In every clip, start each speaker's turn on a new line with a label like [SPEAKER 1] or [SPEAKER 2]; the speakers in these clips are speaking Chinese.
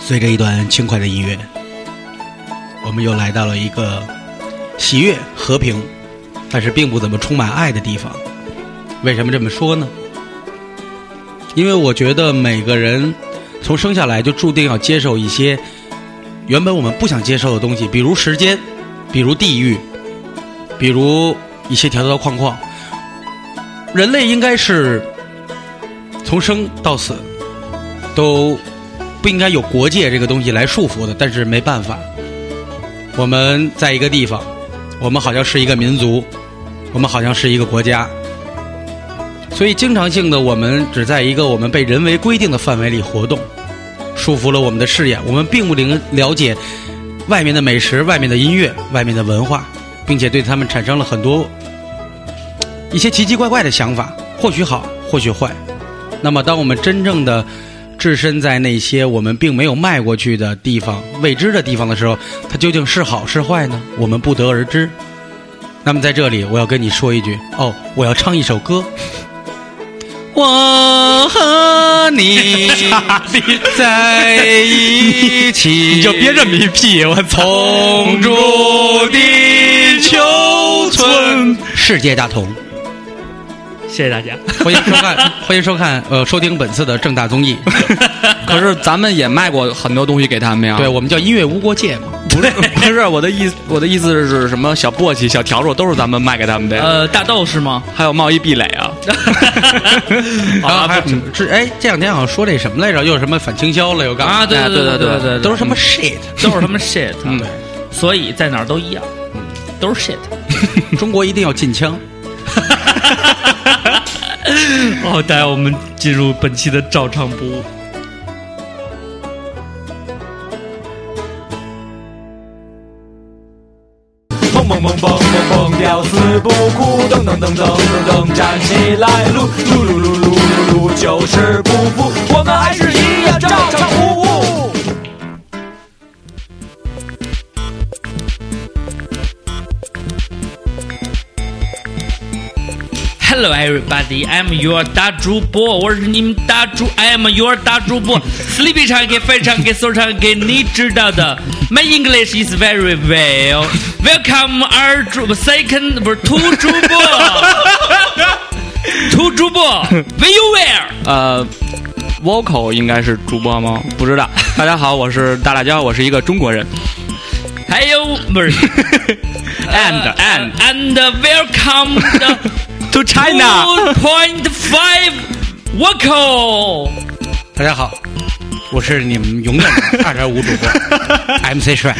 [SPEAKER 1] 随着一段轻快的音乐，我们又来到了一个喜悦、和平，但是并不怎么充满爱的地方。为什么这么说呢？因为我觉得每个人从生下来就注定要接受一些原本我们不想接受的东西，比如时间，比如地域，比如一些条条框框。人类应该是从生到死都不应该有国界这个东西来束缚的，但是没办法，我们在一个地方，我们好像是一个民族，我们好像是一个国家，所以经常性的我们只在一个我们被人为规定的范围里活动，束缚了我们的视野，我们并不能了解外面的美食、外面的音乐、外面的文化，并且对他们产生了很多一些奇奇怪怪的想法，或许好，或许坏。那么，当我们真正的置身在那些我们并没有迈过去的地方、未知的地方的时候，它究竟是好是坏呢？我们不得而知。那么，在这里，我要跟你说一句哦，我要唱一首歌。我和你在一起，你
[SPEAKER 2] 你就憋这么一屁，我操！
[SPEAKER 1] 同住地球村，世界大同。
[SPEAKER 2] 谢谢大家。
[SPEAKER 1] 欢迎收看，欢迎收看，呃，收听本次的正大综 艺。
[SPEAKER 3] 可是咱们也卖过很多东西给他们呀。
[SPEAKER 2] 啊
[SPEAKER 1] 对，我们叫音乐无国界嘛。
[SPEAKER 3] 不是 不是我的意思，我的意思是什么？小簸箕、小笤帚都是咱们卖给他们的呀，
[SPEAKER 2] 呃，大豆 是吗？
[SPEAKER 3] 还有贸易壁垒 啊。
[SPEAKER 2] 好
[SPEAKER 1] 然后
[SPEAKER 2] 啊
[SPEAKER 1] 还有什么这哎，这两天好像说这什么来着？又是什么反倾销了，又干嘛？
[SPEAKER 2] 啊，对
[SPEAKER 3] 哎
[SPEAKER 2] 对
[SPEAKER 3] 对对
[SPEAKER 2] 对
[SPEAKER 3] 对
[SPEAKER 2] 对，嗯
[SPEAKER 1] 都是
[SPEAKER 2] 什
[SPEAKER 1] 什么 shit？
[SPEAKER 2] 都是他妈 shit，啊
[SPEAKER 3] 嗯
[SPEAKER 2] 所以在哪儿都一样，都是 shit。
[SPEAKER 1] 中国一定要禁枪。
[SPEAKER 2] 好，大家我们进入本期的照常不误。
[SPEAKER 4] 蹦蹦蹦蹦蹦蹦，屌丝不哭，噔噔噔噔噔噔，站起来，撸撸撸撸撸撸撸，就是不服，我们还是一样照常不误。
[SPEAKER 2] Hello everybody, I'm your 大主播，我是你们大主，I'm your 大主播。Sleepy 唱给翻唱给说唱给你知道的。My English is very well. Welcome 二主 second 不是 two 主 播，two 主播，Where you where？
[SPEAKER 3] 呃，vocal 应该是主播吗？不知 道。大家好，我是大辣椒，我是一个中国人。
[SPEAKER 2] 还有不是
[SPEAKER 3] And and
[SPEAKER 2] Uh, and welcome the
[SPEAKER 3] to China，
[SPEAKER 2] two point five vocal。
[SPEAKER 1] 大家好，我是你们永远的二点五主 播 MC 帅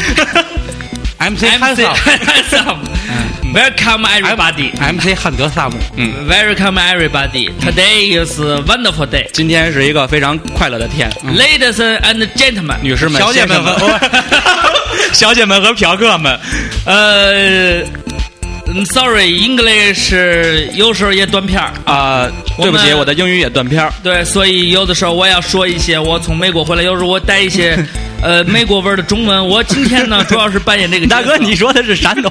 [SPEAKER 1] ，MC
[SPEAKER 2] MC
[SPEAKER 1] 汉
[SPEAKER 2] handsome. Welcome everybody.
[SPEAKER 1] 萨姆，MC 汉德萨姆。
[SPEAKER 2] Welcome everybody. Today is a wonderful day.
[SPEAKER 3] 今天是一个非常快乐的天，
[SPEAKER 2] Ladies and gentlemen.
[SPEAKER 3] 女士们、
[SPEAKER 1] 小姐
[SPEAKER 3] 先
[SPEAKER 1] 们
[SPEAKER 3] 生
[SPEAKER 1] 和
[SPEAKER 3] 嗯们，
[SPEAKER 2] 小姐们和嫖客们，呃嗯，sorry, English 有时候也断片儿。
[SPEAKER 3] 啊、对不
[SPEAKER 2] 我
[SPEAKER 3] 起，
[SPEAKER 2] 们
[SPEAKER 3] 我的英语也断片儿。
[SPEAKER 2] 对，所以有的时候我也要说一些我从美国回来，有时候我带 一些呃美国味儿的中文。我今天呢，主要是扮演这个 角
[SPEAKER 3] 大
[SPEAKER 2] 色
[SPEAKER 3] 哥，你说的是山 东，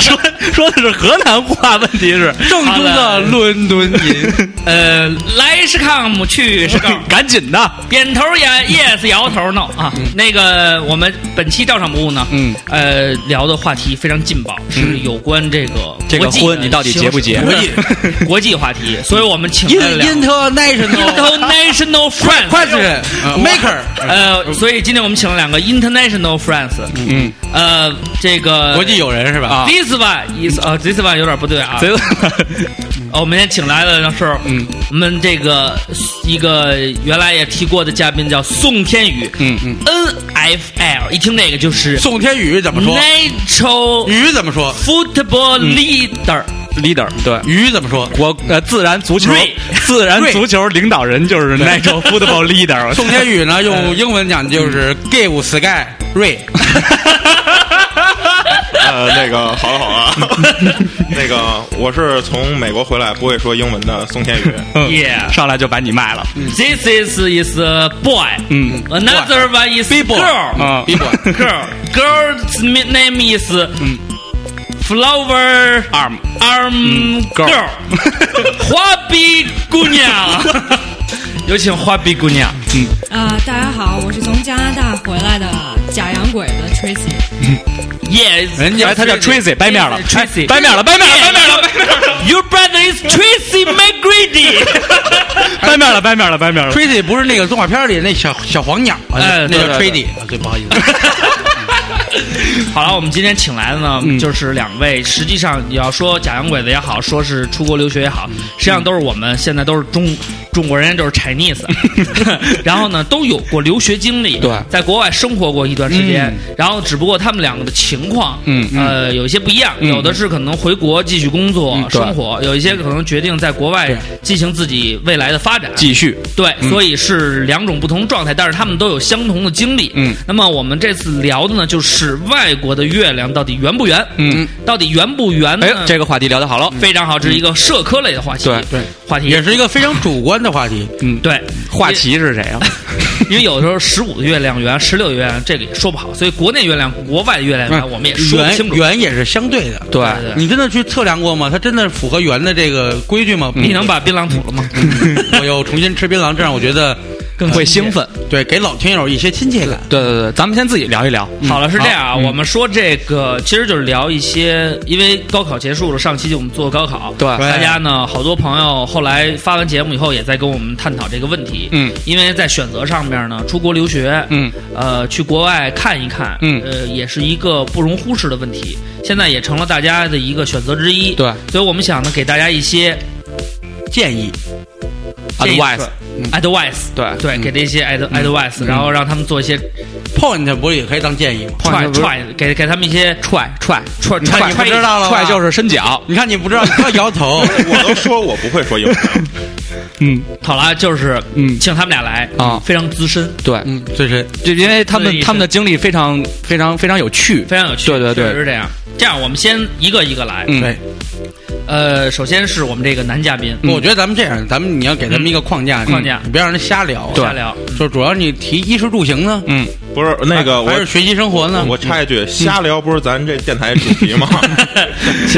[SPEAKER 3] 说说的是河南话，问题是
[SPEAKER 2] 正宗的
[SPEAKER 3] 伦敦音，
[SPEAKER 2] 呃来是 come 去是 go，
[SPEAKER 3] 赶紧的，
[SPEAKER 2] 点头也 yes 摇头 no 啊。那个我们本期照常不误呢，
[SPEAKER 3] 嗯，
[SPEAKER 2] 呃聊的话题非常劲爆，是有关这个
[SPEAKER 3] 这个
[SPEAKER 2] 国际
[SPEAKER 3] 婚
[SPEAKER 2] 的
[SPEAKER 3] 你到底
[SPEAKER 2] 形
[SPEAKER 3] 结不
[SPEAKER 2] 式
[SPEAKER 3] 结
[SPEAKER 2] 国际国际话题，所以我们请来了
[SPEAKER 1] In-
[SPEAKER 2] 两位
[SPEAKER 1] International
[SPEAKER 2] international friends
[SPEAKER 1] Question Maker，
[SPEAKER 2] 呃，所以今天我们请了两个 international friends，
[SPEAKER 3] 嗯，
[SPEAKER 2] 呃，这个
[SPEAKER 1] 国际友人是吧？
[SPEAKER 3] 啊
[SPEAKER 2] this one is 呃 this one 有点不对啊。
[SPEAKER 3] 贼
[SPEAKER 2] 哦我们今天请来的是，
[SPEAKER 3] 嗯，
[SPEAKER 2] 我们这个一个原来也提过的嘉宾叫宋天宇，
[SPEAKER 3] 嗯嗯
[SPEAKER 2] NFL，一听这个就是
[SPEAKER 1] 宋天宇怎么说？
[SPEAKER 2] natural
[SPEAKER 1] 宇怎么说？
[SPEAKER 2] football leader，
[SPEAKER 3] ，leader 对。
[SPEAKER 1] 宇怎么说？
[SPEAKER 3] 我呃，自然足球
[SPEAKER 2] 瑞，
[SPEAKER 3] 自然足球领导人就是 Nigel Football Leader。
[SPEAKER 1] 宋天宇 呢，
[SPEAKER 2] 呃
[SPEAKER 1] 用英文讲就是 give sky ray。
[SPEAKER 5] 呃，那个好了好了，那个我是从美国回来不会说英文的宋天宇，
[SPEAKER 3] 嗯
[SPEAKER 2] Yeah
[SPEAKER 3] 上来就把你卖了。
[SPEAKER 2] This is is a boy，another
[SPEAKER 3] 嗯
[SPEAKER 2] one is
[SPEAKER 1] Big boy
[SPEAKER 2] girl，girl
[SPEAKER 3] 啊，
[SPEAKER 1] b boy
[SPEAKER 2] girl's name is
[SPEAKER 3] 嗯
[SPEAKER 2] flower
[SPEAKER 3] ，arm
[SPEAKER 2] arm
[SPEAKER 3] girl
[SPEAKER 2] girl，花臂姑娘，有请花臂姑娘。
[SPEAKER 6] 啊、大家好，我是从加拿大回来的假洋鬼子 Tracy。
[SPEAKER 2] Yes，
[SPEAKER 3] 人家哎他叫 Tracy，掰面了，哎
[SPEAKER 2] Tracy，
[SPEAKER 3] 掰面了，掰面了，掰面了，
[SPEAKER 2] Your brother is Tracy McGrady。
[SPEAKER 3] 掰面了，掰面了，掰面了。
[SPEAKER 1] Tracy 不是那个动画片里那小小黄鸟啊，
[SPEAKER 2] 哎
[SPEAKER 1] 那叫
[SPEAKER 2] 对
[SPEAKER 1] Tracy，啊对，不好意思，
[SPEAKER 2] 好了，我们今天请来的呢，
[SPEAKER 3] 嗯
[SPEAKER 2] 就是两位。实际上，你要说假洋鬼子也好，说是出国留学也
[SPEAKER 3] 嗯
[SPEAKER 2] 好，实际上都是我们现在都是中中国人，就是 Chinese。然 啊后呢，都有过留学经历，
[SPEAKER 3] 对
[SPEAKER 2] 在国外生活过一段时间。然后，只不过他们两个的情况，
[SPEAKER 3] 嗯嗯
[SPEAKER 2] 呃，有一些不一样。
[SPEAKER 3] 嗯
[SPEAKER 2] 有的是可能回国继续工作、
[SPEAKER 3] 嗯对
[SPEAKER 2] 生活，有一些可能决定在国外进行自己未来的发展。
[SPEAKER 3] 继续，
[SPEAKER 2] 对，所以是两种不同状态，但是他们都有相同的经历。
[SPEAKER 3] 嗯，
[SPEAKER 2] 那么我们这次聊的呢，就是外国的月亮到底圆不圆？
[SPEAKER 3] 嗯，
[SPEAKER 2] 到底圆不圆呢？
[SPEAKER 3] 哎，这个话题聊得好了，
[SPEAKER 2] 非常好，这是一个社科类的话题。
[SPEAKER 3] 对
[SPEAKER 1] 对，
[SPEAKER 2] 话题
[SPEAKER 1] 也是一个非常主观的话题。
[SPEAKER 3] 嗯，
[SPEAKER 2] 对
[SPEAKER 3] 华旗是谁啊？
[SPEAKER 2] 因为因 为有的时候十五的月亮圆，十六月亮这个也说不好，所以国内月亮、国外月亮圆，我们也说不
[SPEAKER 1] 圆
[SPEAKER 2] 清楚。
[SPEAKER 1] 圆也是相对的，
[SPEAKER 3] 对
[SPEAKER 2] 对
[SPEAKER 1] 你真的去测量过吗？它真的符合圆的这个规矩吗？
[SPEAKER 2] 你能 把槟榔吐了吗？
[SPEAKER 1] 我又重新吃槟榔，这让我觉得
[SPEAKER 3] 更会兴奋。
[SPEAKER 1] 对，给老听友一些亲切感。
[SPEAKER 3] 对对对，咱们先自己聊一聊。
[SPEAKER 2] 好了，是这样啊，
[SPEAKER 3] 嗯
[SPEAKER 2] 我们说这个其实就是聊一些，因为高考结束了，上期就我们做高考，
[SPEAKER 3] 对
[SPEAKER 2] 大家呢，好多朋友后来发完节目以后，也在跟我们探讨这个问题，
[SPEAKER 3] 嗯，
[SPEAKER 2] 因为在选择上面呢，出国留学，
[SPEAKER 3] 嗯，
[SPEAKER 2] 呃，去国外看一看，
[SPEAKER 3] 嗯
[SPEAKER 2] 呃，也是一个不容忽视的问题，现在也成了大家的一个选择之一，，
[SPEAKER 3] 对
[SPEAKER 2] 所以我们想呢，给大家一些
[SPEAKER 1] 建议
[SPEAKER 2] 建议
[SPEAKER 3] ，advice，
[SPEAKER 2] advice，
[SPEAKER 3] 对
[SPEAKER 2] 对，给这些 ad advice，然后让他们做一些
[SPEAKER 1] point 不是也可以当建议吗？
[SPEAKER 2] 踹踹，给给他们一些踹踹踹
[SPEAKER 1] 看
[SPEAKER 2] 踹
[SPEAKER 1] 你不知道了吧
[SPEAKER 3] 踹就是伸脚，
[SPEAKER 1] 你看你不知道，你要摇头。
[SPEAKER 5] 我都说我不会说英文，
[SPEAKER 3] 嗯
[SPEAKER 2] 好了，就是
[SPEAKER 3] 嗯
[SPEAKER 2] 请他们俩来
[SPEAKER 3] 啊
[SPEAKER 2] 非常资深，
[SPEAKER 3] 对，
[SPEAKER 1] 嗯，最深
[SPEAKER 3] 就因为他
[SPEAKER 2] 所
[SPEAKER 3] 们
[SPEAKER 2] 以
[SPEAKER 3] 他们的经历非常非常非常有趣，
[SPEAKER 2] 非常有趣。
[SPEAKER 3] 对对对
[SPEAKER 2] 确实是这样。这样，我们先一个一个来。
[SPEAKER 3] 嗯，
[SPEAKER 1] 对。
[SPEAKER 2] 呃，首先是我们这个男嘉宾，
[SPEAKER 3] 嗯
[SPEAKER 1] 我觉得咱们这样，咱们你要给他们一个框架，
[SPEAKER 2] 框架
[SPEAKER 1] 你别让人瞎聊。
[SPEAKER 2] 瞎，聊。嗯
[SPEAKER 1] 就主要你提衣食住行呢，
[SPEAKER 3] 嗯，
[SPEAKER 5] 不是那个我
[SPEAKER 1] 还是学习生活呢？嗯
[SPEAKER 5] 我插一句，瞎聊不是咱这电台主题吗？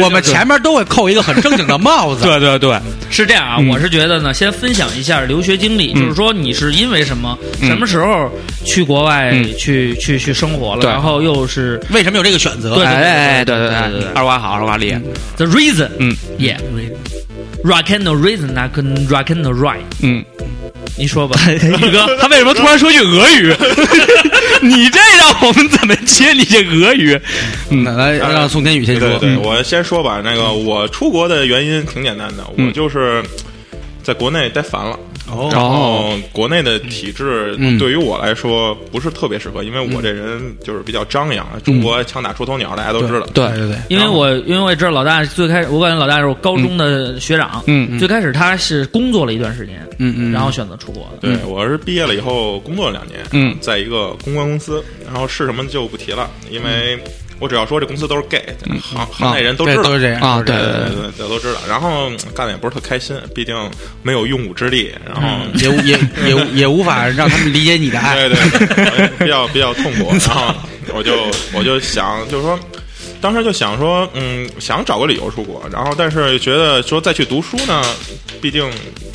[SPEAKER 1] 我们前面都会扣一个很正经的帽子。
[SPEAKER 3] 对对，
[SPEAKER 2] 是这样啊，
[SPEAKER 3] 嗯
[SPEAKER 2] 我是觉得呢，先分享一下留学经历，
[SPEAKER 3] 嗯
[SPEAKER 2] 就是说你是因为什么，
[SPEAKER 3] 嗯
[SPEAKER 2] 什么时候去国外
[SPEAKER 3] 嗯
[SPEAKER 2] 去去去生活了，
[SPEAKER 3] 对
[SPEAKER 2] 然后又是
[SPEAKER 1] 为什么有这个选择？
[SPEAKER 2] 对
[SPEAKER 3] 哎哎哎对
[SPEAKER 2] 对对
[SPEAKER 3] 对
[SPEAKER 2] 对对
[SPEAKER 3] 二瓜好，二瓜厉害，
[SPEAKER 2] the reason，
[SPEAKER 3] 嗯
[SPEAKER 2] ，yeah。Rock and no reason，那跟 rock and no right，
[SPEAKER 3] 嗯，
[SPEAKER 2] 你 说吧，宇哥，
[SPEAKER 3] 他为什么突然说句俄语？你这让我们怎么接你这俄语？
[SPEAKER 1] 那来让宋天宇先
[SPEAKER 5] 对
[SPEAKER 1] 说
[SPEAKER 5] 对。对，我先说吧。那个我出国的原因挺简单的，
[SPEAKER 3] 嗯
[SPEAKER 5] 我就是在国内待烦了。
[SPEAKER 1] 哦
[SPEAKER 5] 然后国内的体制
[SPEAKER 1] 嗯
[SPEAKER 5] 对于我来说不是特别适合，因为我这人就是比较张扬。啊中国枪打出头鸟，大家都知道。
[SPEAKER 3] 对
[SPEAKER 1] 嗯对对对，
[SPEAKER 2] 因为我因为我也知道老大最开始，我感觉老大是我高中的学长，
[SPEAKER 3] 嗯嗯
[SPEAKER 2] 最开始他是工作了一段时间，
[SPEAKER 1] 嗯嗯，
[SPEAKER 2] 然后选择出国嗯的，
[SPEAKER 5] 对，我是毕业了以后工作了两年，
[SPEAKER 3] 嗯
[SPEAKER 5] 在一个公关公司，然后是什么就不提了，因为
[SPEAKER 1] 嗯
[SPEAKER 5] 我只要说这公司都是 gay，行行内人都
[SPEAKER 1] 对
[SPEAKER 5] 知道
[SPEAKER 1] 都。是这样嗯
[SPEAKER 3] 啊，对
[SPEAKER 5] 对
[SPEAKER 3] 对
[SPEAKER 5] 对对，大家都知道。然后嗯干的也不是特开心，毕竟没有用武之地。然后
[SPEAKER 1] 也无也也无也无法让他们理解你的爱。
[SPEAKER 5] 对对，比较比较痛苦。然后我就我就想，就是说，当时就想说，嗯，想找个理由出国，然后但是觉得说再去读书呢，毕竟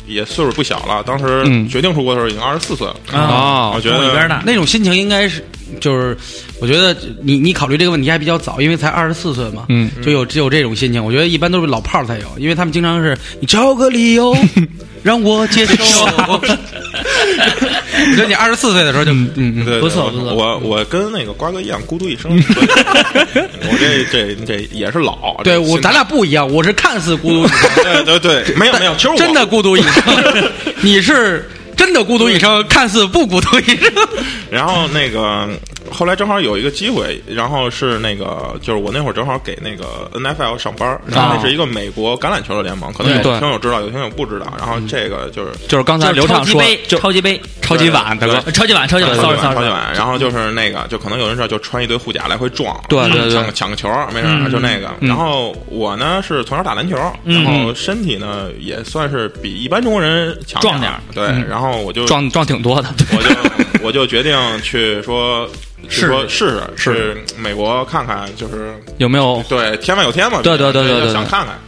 [SPEAKER 5] 也岁数不小了。当时
[SPEAKER 3] 嗯
[SPEAKER 5] 决定出国的时候已经二十四岁了，
[SPEAKER 3] 对，
[SPEAKER 2] 啊，
[SPEAKER 5] 我
[SPEAKER 3] 哦，
[SPEAKER 5] 觉
[SPEAKER 2] 跟我一
[SPEAKER 5] 得
[SPEAKER 2] 边。大，
[SPEAKER 1] 那种心情应该是，就是我觉得你你考虑这个问题还比较早，因为才二十四岁嘛，
[SPEAKER 3] 嗯，
[SPEAKER 1] 就有只有这种心情。我觉得一般都是老炮儿才有，因为他们经常是你找个理由 让我接受。 我觉得你二十四岁的时候就嗯嗯
[SPEAKER 5] 对，对
[SPEAKER 2] 不错
[SPEAKER 5] 我
[SPEAKER 2] 不错
[SPEAKER 5] 我我跟那个瓜哥一样孤独一生， 所以我这这这也是老。
[SPEAKER 1] 对
[SPEAKER 5] 这
[SPEAKER 1] 哎我
[SPEAKER 5] 心
[SPEAKER 1] 咱
[SPEAKER 5] 态
[SPEAKER 1] 俩不一样，我是看似孤独一生，
[SPEAKER 5] 对对对，没有没有，其实 我
[SPEAKER 1] 真的孤独一生，你是 真的孤独一生，看似不孤独 一生。
[SPEAKER 5] 然后那个后来正好有一个机会，然后是那个就是我那会儿正好给那个 NFL 上班儿，然后那是一个美国橄榄球的联盟，可能有
[SPEAKER 3] 对
[SPEAKER 5] 听友知道，有听友不知道。然后这个就是
[SPEAKER 3] 就是刚才
[SPEAKER 2] 就
[SPEAKER 3] 刘
[SPEAKER 2] 是超
[SPEAKER 3] 畅
[SPEAKER 2] 级
[SPEAKER 3] 说，
[SPEAKER 2] 杯，
[SPEAKER 3] 就
[SPEAKER 2] 超级杯，
[SPEAKER 3] 超级碗，大哥，
[SPEAKER 2] 呃超级碗，超级碗，sorry
[SPEAKER 5] 超
[SPEAKER 2] sorry，
[SPEAKER 5] 级碗，然后就是那个就可能有人知道，就穿一堆护甲来回撞，嗯
[SPEAKER 3] 对对嗯对
[SPEAKER 5] 抢个抢个球没事儿，就那个。然后我呢是从小打篮球，然
[SPEAKER 3] 嗯
[SPEAKER 5] 后身体呢也算是比一般中国人强
[SPEAKER 2] 壮
[SPEAKER 5] 点
[SPEAKER 2] 点
[SPEAKER 5] 儿
[SPEAKER 2] 儿，
[SPEAKER 5] 对。
[SPEAKER 3] 嗯
[SPEAKER 5] 然后我就
[SPEAKER 3] 撞撞挺多的，
[SPEAKER 5] 我就我就决定去说，去
[SPEAKER 2] 试
[SPEAKER 5] 说试试，
[SPEAKER 3] 是
[SPEAKER 5] 去美国看看，就是
[SPEAKER 3] 有没有？
[SPEAKER 5] 对天外有天嘛，
[SPEAKER 3] 对对对
[SPEAKER 5] 就
[SPEAKER 3] 对对对
[SPEAKER 5] 想看看。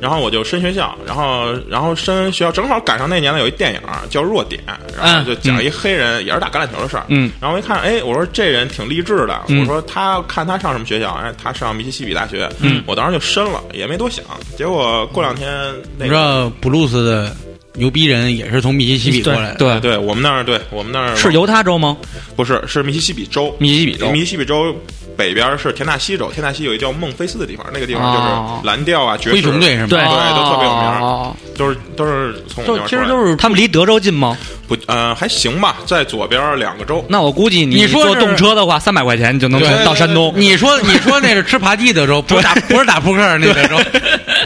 [SPEAKER 5] 然后我就申学校，然后然后申学校，正好赶上那年呢有一电影叫《弱点》，然后就讲一黑人、也是打橄榄球的事儿。
[SPEAKER 3] 嗯，
[SPEAKER 5] 然后我一看，哎，我说这人挺励志的，
[SPEAKER 3] 嗯
[SPEAKER 5] 我说他看他上什么学校，哎，他上密西西比大学。
[SPEAKER 3] 嗯，
[SPEAKER 5] 我当时就申了，也没多想。结果过两天
[SPEAKER 1] 你
[SPEAKER 5] 那
[SPEAKER 1] 知
[SPEAKER 5] 个，
[SPEAKER 1] 道布鲁斯的牛逼人也是从密西西比过来的，
[SPEAKER 3] 对，
[SPEAKER 5] 对我们那儿，对我们那儿
[SPEAKER 3] 是犹他州吗？
[SPEAKER 5] 不是是密西西比州，
[SPEAKER 3] 密西西比州
[SPEAKER 5] 密西西比州北边是田纳西州，田纳西有一叫孟菲斯的地方，那个地方
[SPEAKER 3] 哦
[SPEAKER 5] 就是蓝调啊、爵
[SPEAKER 1] 灰
[SPEAKER 5] 士，
[SPEAKER 1] 熊队是吗？
[SPEAKER 2] 对
[SPEAKER 5] 对，都特别有名，
[SPEAKER 3] 哦
[SPEAKER 5] 都是都是从我
[SPEAKER 3] 就
[SPEAKER 5] 那边
[SPEAKER 3] 其实
[SPEAKER 5] 出来的。
[SPEAKER 3] 就是他们离德州近吗？
[SPEAKER 5] 不，呃，还行吧，在左边两个州。
[SPEAKER 3] 那我估计
[SPEAKER 1] 你说
[SPEAKER 3] 坐
[SPEAKER 1] 是
[SPEAKER 3] 动车的话，三百块钱你就能
[SPEAKER 1] 对
[SPEAKER 3] 到山东。
[SPEAKER 1] 你说 你说那是吃扒鸡德州，不是打不是打扑克那德州，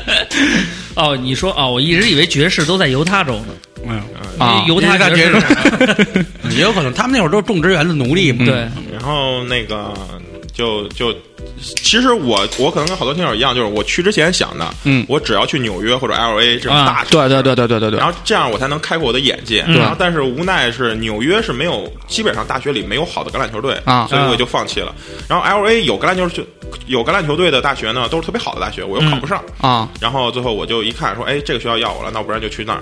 [SPEAKER 2] 哦，你说哦，我一直以为爵士都在犹他州呢，
[SPEAKER 1] 嗯，
[SPEAKER 3] 啊
[SPEAKER 2] 犹他爵士。
[SPEAKER 1] 也有可能他们那会儿都是种植园的奴隶嘛。
[SPEAKER 2] 嗯对，
[SPEAKER 5] 然后那个就就，其实我我可能跟好多听友一样，就是我去之前想的，
[SPEAKER 3] 嗯
[SPEAKER 5] 我只要去纽约或者 L A 这种
[SPEAKER 2] 啊
[SPEAKER 5] 大城市，
[SPEAKER 3] 对对对对对对对
[SPEAKER 5] 然，后这样我才能开阔我的眼界。
[SPEAKER 2] 嗯
[SPEAKER 5] 然后，但是无奈是纽约是没有，基本上大学里没有好的橄榄球队
[SPEAKER 3] 啊
[SPEAKER 5] 所以我就放弃了。然后 L A 有橄榄球队，有橄榄球队的大学呢，都是特别好的大学，我又考不上。
[SPEAKER 3] 啊，
[SPEAKER 5] 然后最后我就一看说，哎，这个学校要我了，那我不然就去那儿。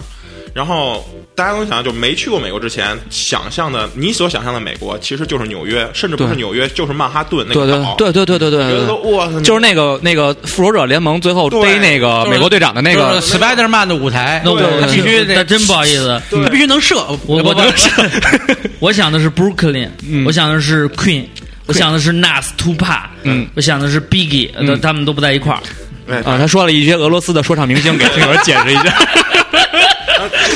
[SPEAKER 5] 然后大家能想象，就没去过美国之前，想象的你所想象的美国，其实就是纽约，甚至不是
[SPEAKER 3] 对
[SPEAKER 5] 纽约，就是曼哈顿那
[SPEAKER 3] 对
[SPEAKER 5] 个
[SPEAKER 3] 对
[SPEAKER 5] 岛。
[SPEAKER 3] 对对对对对
[SPEAKER 5] 觉得
[SPEAKER 3] 对，
[SPEAKER 5] 哇塞，你
[SPEAKER 3] 就是那个那个复仇者联盟最后
[SPEAKER 5] 对
[SPEAKER 3] 逮那
[SPEAKER 1] 就
[SPEAKER 3] 个
[SPEAKER 1] 是
[SPEAKER 3] 美国队长的那
[SPEAKER 1] 就
[SPEAKER 3] 个
[SPEAKER 1] 是 Spiderman 的舞台，
[SPEAKER 2] 那
[SPEAKER 5] 对
[SPEAKER 2] 我
[SPEAKER 1] 他必须
[SPEAKER 2] 那
[SPEAKER 1] 得，
[SPEAKER 2] 真不好意思，
[SPEAKER 1] 他必须能射，
[SPEAKER 2] 我
[SPEAKER 1] 不
[SPEAKER 2] 我
[SPEAKER 1] 能
[SPEAKER 2] 我
[SPEAKER 1] 射。
[SPEAKER 2] 我想的是 Brooklyn，我想的是 Queen，我想的是 Nas、Tupac，
[SPEAKER 3] 嗯
[SPEAKER 2] 我想的是 Biggie，呃他们都不在一块儿。
[SPEAKER 5] 对
[SPEAKER 3] 啊，他说了一些俄罗斯的说唱明星，给听友解释一 下，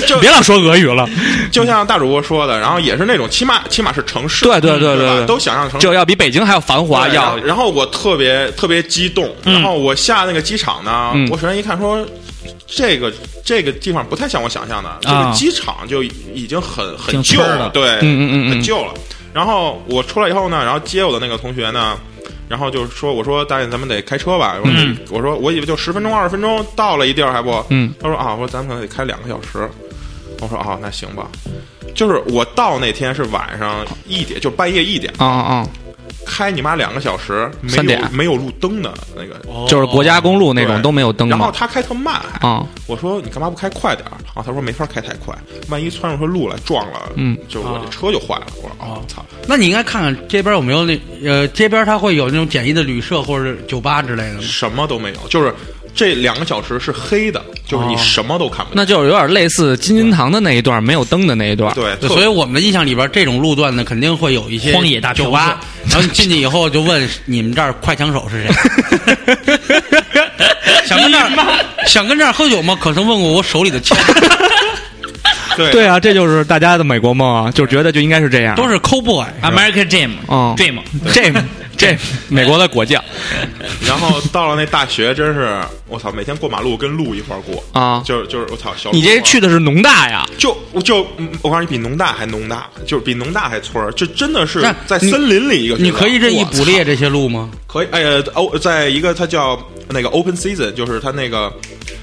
[SPEAKER 5] 就
[SPEAKER 3] 别老说俄语 了，
[SPEAKER 5] 就像大主播说的，然后也是那种起码起码是城市，
[SPEAKER 3] 对对对
[SPEAKER 5] 对吧
[SPEAKER 3] 对对
[SPEAKER 5] 都想象成
[SPEAKER 3] 就要比北京还要繁华，
[SPEAKER 5] 对然
[SPEAKER 3] 要
[SPEAKER 5] 后然后我特别特别激动，然后我下那个机场呢，
[SPEAKER 3] 嗯
[SPEAKER 5] 我首先一看说。这个这个地方不太像我想象的，这
[SPEAKER 2] 啊
[SPEAKER 5] 个机场就已经很很
[SPEAKER 2] 挺
[SPEAKER 5] 旧
[SPEAKER 2] 村儿的，
[SPEAKER 5] 了对，
[SPEAKER 3] 嗯嗯嗯嗯
[SPEAKER 5] 很旧了。然后我出来以后呢，然后接我的那个同学呢，然后就是说，我说大爷，咱们得开车吧，我说、
[SPEAKER 2] 嗯
[SPEAKER 5] 我说我以为就十分钟二十分钟到了一地儿还不，
[SPEAKER 3] 嗯，
[SPEAKER 5] 他说啊，我说咱们可能得开两个小时，我说啊，那行吧。就是我到那天是晚上一点，就半夜一点，
[SPEAKER 3] 啊啊，
[SPEAKER 5] 开你妈两个小时，没
[SPEAKER 3] 三
[SPEAKER 5] 有
[SPEAKER 3] 点
[SPEAKER 5] 没有路灯的那个，
[SPEAKER 3] 啊就是国家公路那种
[SPEAKER 5] 哦对
[SPEAKER 3] 都没有灯
[SPEAKER 5] 然后
[SPEAKER 3] 嘛，
[SPEAKER 5] 他开特慢，还
[SPEAKER 3] 啊，
[SPEAKER 5] 我说你干嘛不开快点儿啊？他说没法开太快，万一窜出路来撞了，
[SPEAKER 3] 嗯，啊
[SPEAKER 5] 就我这车就坏了。我说哦，操，
[SPEAKER 1] 那你应该看看街边有没有那呃，街边它会有那种简易的旅社或者酒吧之类的吗？
[SPEAKER 5] 什么都没有，就是这两个小时是黑的，就是你什么都看不
[SPEAKER 3] 那
[SPEAKER 5] 见。
[SPEAKER 3] 就是有点类似金银堂的那一段没有灯的啊那一段，
[SPEAKER 5] 对，
[SPEAKER 1] 对
[SPEAKER 5] 特
[SPEAKER 1] 所以我们的印象里边，这种路段呢，肯定会有一些
[SPEAKER 2] 荒野大嫖
[SPEAKER 1] 酒
[SPEAKER 2] 客
[SPEAKER 1] 吧。然后你进去以后就问你们这儿快枪手是谁？ 想跟这儿想跟这儿喝酒吗？可曾问过我手里的枪？
[SPEAKER 5] 对
[SPEAKER 3] 对啊，这就是大家的美国梦啊，就觉得就应该是这样，
[SPEAKER 1] 都是抠 boy。
[SPEAKER 2] American Dream，
[SPEAKER 3] 哦
[SPEAKER 2] Dream，
[SPEAKER 3] 这这美国的果酱
[SPEAKER 5] 然后到了那大学，真是我操，每天过马路跟路一块儿过，
[SPEAKER 3] 啊，
[SPEAKER 5] 就是就是我操，小
[SPEAKER 3] 你这
[SPEAKER 5] 路啊
[SPEAKER 3] 去的是农大呀？
[SPEAKER 5] 就我就嗯我告诉你，比农大还农大，就是比农大还村儿，就真的是
[SPEAKER 1] 那
[SPEAKER 5] 在
[SPEAKER 1] 你
[SPEAKER 5] 森林里一个学校。
[SPEAKER 1] 你可以任意
[SPEAKER 5] 我操
[SPEAKER 1] 捕猎这些路吗？
[SPEAKER 5] 可以，哎呀，欧，在一个它叫那个 open season，就是它那个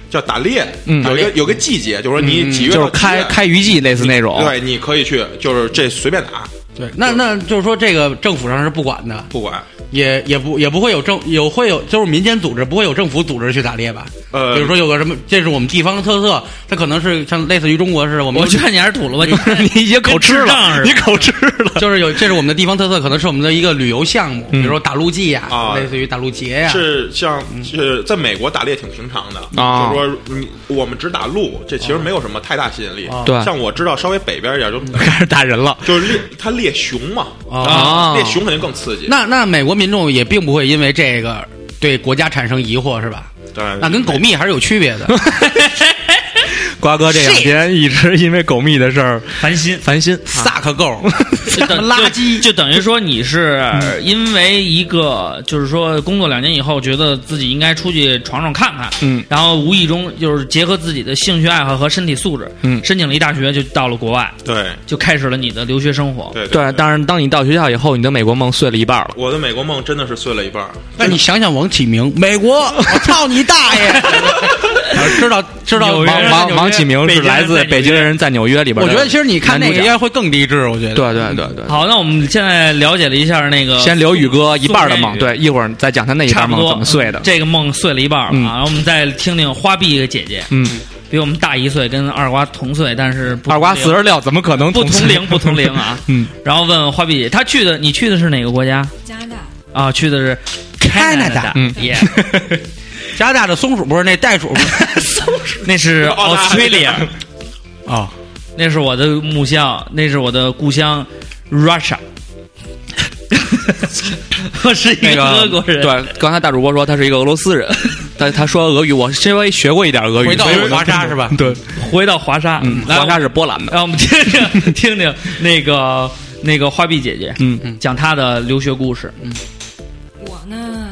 [SPEAKER 5] 叫打猎，
[SPEAKER 3] 嗯
[SPEAKER 5] 有一
[SPEAKER 2] 打
[SPEAKER 5] 个有个季节，就是说你几月
[SPEAKER 3] 就
[SPEAKER 5] 到
[SPEAKER 3] 是
[SPEAKER 5] 几
[SPEAKER 3] 开
[SPEAKER 5] 月
[SPEAKER 3] 开渔季类似那种，
[SPEAKER 5] 对，你可以去，就是这随便打，
[SPEAKER 1] 对，那那就是说，这个政府上是不管的，
[SPEAKER 5] 不管。
[SPEAKER 1] 也也不也不会有政有会有就是民间组织，不会有政府组织去打猎吧？
[SPEAKER 5] 呃
[SPEAKER 1] 比如说有个什么，这是我们地方的特色，它可能是像类似于中国似的，我们
[SPEAKER 2] 我
[SPEAKER 1] 有
[SPEAKER 2] 觉得你还是吐了吧，你
[SPEAKER 3] 你已经口吃
[SPEAKER 2] 跟智障
[SPEAKER 3] 了，
[SPEAKER 2] 似的
[SPEAKER 3] 你口吃了。
[SPEAKER 1] 就是有，这是我们的地方特色，可能是我们的一个旅游项目，比如说打陆记呀、
[SPEAKER 5] 啊
[SPEAKER 1] 类似于打陆节呀、
[SPEAKER 3] 哎
[SPEAKER 5] 是像是在美国打猎挺平常的，
[SPEAKER 3] 啊
[SPEAKER 5] 就是说你我们只打鹿，这其实没有什么太大吸引力。
[SPEAKER 3] 对
[SPEAKER 5] 像我知道稍微北边一点就
[SPEAKER 3] 开始打人了
[SPEAKER 5] 就是猎，它猎熊嘛，
[SPEAKER 3] 啊
[SPEAKER 5] 猎熊肯定更刺激。
[SPEAKER 1] 那那美国民众也并不会因为这个对国家产生疑惑，是吧？
[SPEAKER 5] 当然
[SPEAKER 1] 那跟狗蜜还是有区别的。
[SPEAKER 3] 瓜哥这两天一直因为狗蜜的事儿
[SPEAKER 2] 烦心。
[SPEAKER 3] 烦心。
[SPEAKER 1] 萨克够，
[SPEAKER 2] 就等
[SPEAKER 1] 垃圾
[SPEAKER 2] 就就等于说你是
[SPEAKER 3] 嗯
[SPEAKER 2] 因为一个，就是说工作两年以后，觉得自己应该出去闯闯看看，
[SPEAKER 3] 嗯，
[SPEAKER 2] 然后无意中就是结合自己的兴趣爱好和身体素质，
[SPEAKER 3] 嗯
[SPEAKER 2] 申请了一大学，就到了国外，
[SPEAKER 5] 对
[SPEAKER 2] 就开始了你的留学生活。
[SPEAKER 5] 对
[SPEAKER 3] 对，当然，当你到学校以后，你的美国梦碎了一半了。
[SPEAKER 5] 我的美国梦真的是碎了一半儿。
[SPEAKER 1] 那你想想王启明，美国，我操你大爷！知道知道
[SPEAKER 2] 纽约
[SPEAKER 1] 王
[SPEAKER 2] 人
[SPEAKER 1] 王
[SPEAKER 2] 在
[SPEAKER 3] 王
[SPEAKER 2] 纽约
[SPEAKER 3] 王启明是来自
[SPEAKER 2] 北
[SPEAKER 3] 北
[SPEAKER 2] 京
[SPEAKER 3] 京人在纽约里边
[SPEAKER 1] 我
[SPEAKER 3] 的男主角。
[SPEAKER 1] 觉得其实你看那个应该会更励志，我觉得。
[SPEAKER 3] 对对对对，
[SPEAKER 2] 好，那我们现在了解了一下那个，
[SPEAKER 3] 先留宇哥一半的梦，
[SPEAKER 2] 宋
[SPEAKER 3] 对，一会儿再讲他那一
[SPEAKER 2] 差
[SPEAKER 3] 半
[SPEAKER 2] 不
[SPEAKER 3] 梦
[SPEAKER 2] 多
[SPEAKER 3] 怎么碎的
[SPEAKER 2] 嗯。这个梦碎了一半儿
[SPEAKER 3] 嗯
[SPEAKER 2] 啊，然后我们再听听花臂姐姐，
[SPEAKER 3] 嗯，
[SPEAKER 2] 比我们大一岁，跟二瓜同岁，但是不
[SPEAKER 3] 二瓜
[SPEAKER 2] 同
[SPEAKER 3] 四
[SPEAKER 2] 龄
[SPEAKER 3] 十六，怎么可能
[SPEAKER 2] 不同
[SPEAKER 3] 岁
[SPEAKER 2] 龄不同龄啊。
[SPEAKER 3] 嗯，
[SPEAKER 2] 然后问花臂姐，她去的你去的是哪个国家
[SPEAKER 6] 加拿大
[SPEAKER 2] 啊？去的是
[SPEAKER 1] Canada
[SPEAKER 3] 嗯
[SPEAKER 2] 耶，
[SPEAKER 1] 加拿大的松鼠不是那袋鼠不是
[SPEAKER 2] 那是
[SPEAKER 5] 澳大
[SPEAKER 2] Australia，
[SPEAKER 1] 哦，
[SPEAKER 2] 那是我的母校，那是我的故乡 Russia。我是一
[SPEAKER 3] 那
[SPEAKER 2] 个
[SPEAKER 3] 个嗯
[SPEAKER 2] 俄国人，
[SPEAKER 3] 对，刚才大主播说他是一个俄罗斯人，但他说俄语，我稍微学过一点俄语。
[SPEAKER 1] 回到
[SPEAKER 3] 所以我能
[SPEAKER 1] 华沙是吧？
[SPEAKER 3] 对，
[SPEAKER 2] 回到华沙，
[SPEAKER 3] 嗯，
[SPEAKER 2] 来
[SPEAKER 3] 华沙是波兰的。
[SPEAKER 2] 让我们听听听听那个那个花臂姐姐
[SPEAKER 3] 嗯，
[SPEAKER 2] 讲她的留学故事。
[SPEAKER 6] 我呢，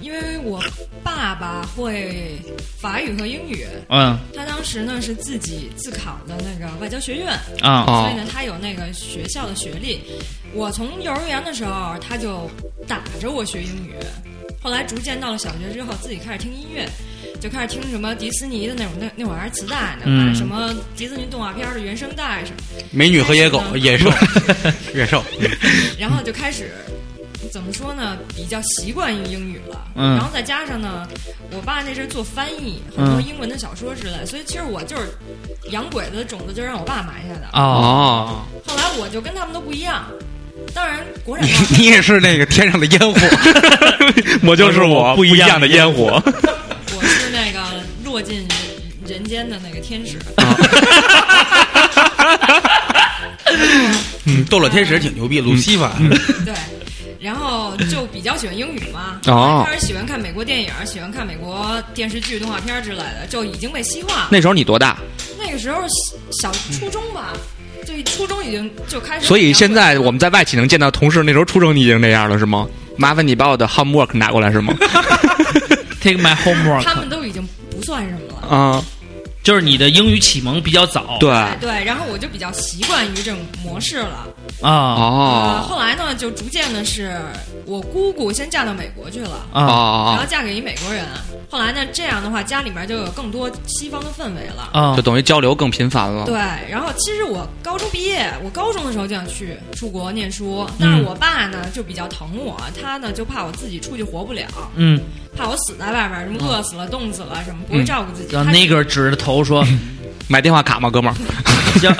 [SPEAKER 6] 因为我爸爸会法语和英语，
[SPEAKER 2] 嗯
[SPEAKER 6] 他当时呢是自己自考的那个外交学院，
[SPEAKER 2] 啊
[SPEAKER 3] 哦
[SPEAKER 6] 所以呢他有那个学校的学历。我从幼儿园的时候他就打着我学英语，后来逐渐到了小学之后，自己开始听音乐。就开始听什么迪士尼的那种，那那会儿还是磁带呢，
[SPEAKER 2] 嗯
[SPEAKER 6] 买什么迪士尼动画片的原声带什么的
[SPEAKER 1] 美女和野狗、野 兽、野兽，
[SPEAKER 6] 然后就开始怎么说呢，比较习惯于英语了。
[SPEAKER 2] 嗯
[SPEAKER 6] 然后再加上呢，我爸那阵儿做翻译，很多
[SPEAKER 2] 嗯
[SPEAKER 6] 英文的小说之类，所以其实我就是洋鬼子的种子，就让我爸埋下的。
[SPEAKER 2] 哦，
[SPEAKER 3] 哦，
[SPEAKER 6] 后来我就跟他们都不一样，当然国产
[SPEAKER 1] 你你也是那个天上的烟火，
[SPEAKER 3] 我就是
[SPEAKER 2] 我
[SPEAKER 3] 我，
[SPEAKER 2] 不
[SPEAKER 3] 不
[SPEAKER 2] 一
[SPEAKER 3] 一
[SPEAKER 2] 样
[SPEAKER 3] 样
[SPEAKER 2] 的
[SPEAKER 3] 的
[SPEAKER 2] 烟
[SPEAKER 3] 烟火。
[SPEAKER 6] 我是那个落进人间的那个天 使。
[SPEAKER 1] 斗罗嗯天使挺牛逼，鲁西法
[SPEAKER 6] 对，然后就比较喜欢英语嘛，
[SPEAKER 3] 哦
[SPEAKER 6] 开始喜欢看美国电影，喜欢看美国电视剧、动画片之类的，就已经被西化了。
[SPEAKER 3] 那时候你多大？
[SPEAKER 6] 那个时候小初中吧，就初中已经就开
[SPEAKER 3] 嗯
[SPEAKER 6] 始。
[SPEAKER 3] 所以现在我们在外企能见到同事，那时候初中你已经那样了是吗？麻烦你把我的 homework 拿过来是 吗？
[SPEAKER 2] ，Take my
[SPEAKER 6] 他们
[SPEAKER 2] homework，
[SPEAKER 6] 都已经不算什么了。
[SPEAKER 3] 啊，
[SPEAKER 2] 就是你的英语启蒙比较早。
[SPEAKER 3] 对，
[SPEAKER 6] 哎对，然后我就比较习惯于这种模式了。
[SPEAKER 2] 啊
[SPEAKER 6] 呃，
[SPEAKER 3] 哦
[SPEAKER 6] 后来呢，就逐渐的是我姑姑先嫁到美国去了，
[SPEAKER 2] 啊
[SPEAKER 6] 然后
[SPEAKER 3] 哦
[SPEAKER 6] 嫁给一美国人。后来呢，这样的话家里面就有更多西方的氛围了。
[SPEAKER 3] 哦，
[SPEAKER 2] 啊
[SPEAKER 3] 就！等于交流更频繁了。
[SPEAKER 6] 对，然后其实我高中毕业，我高中的时候就想去出国念书，
[SPEAKER 3] 嗯
[SPEAKER 6] 但是我爸呢就比较疼我，他呢就怕我自己出去活不了，
[SPEAKER 2] 嗯，
[SPEAKER 6] 怕我死在外边儿，什么饿死了、冻死了，什么不会照顾自己。
[SPEAKER 2] 让
[SPEAKER 6] 他
[SPEAKER 2] 嗯那个指着 头说，
[SPEAKER 3] 买电话卡吗，哥 们儿？
[SPEAKER 2] 叫，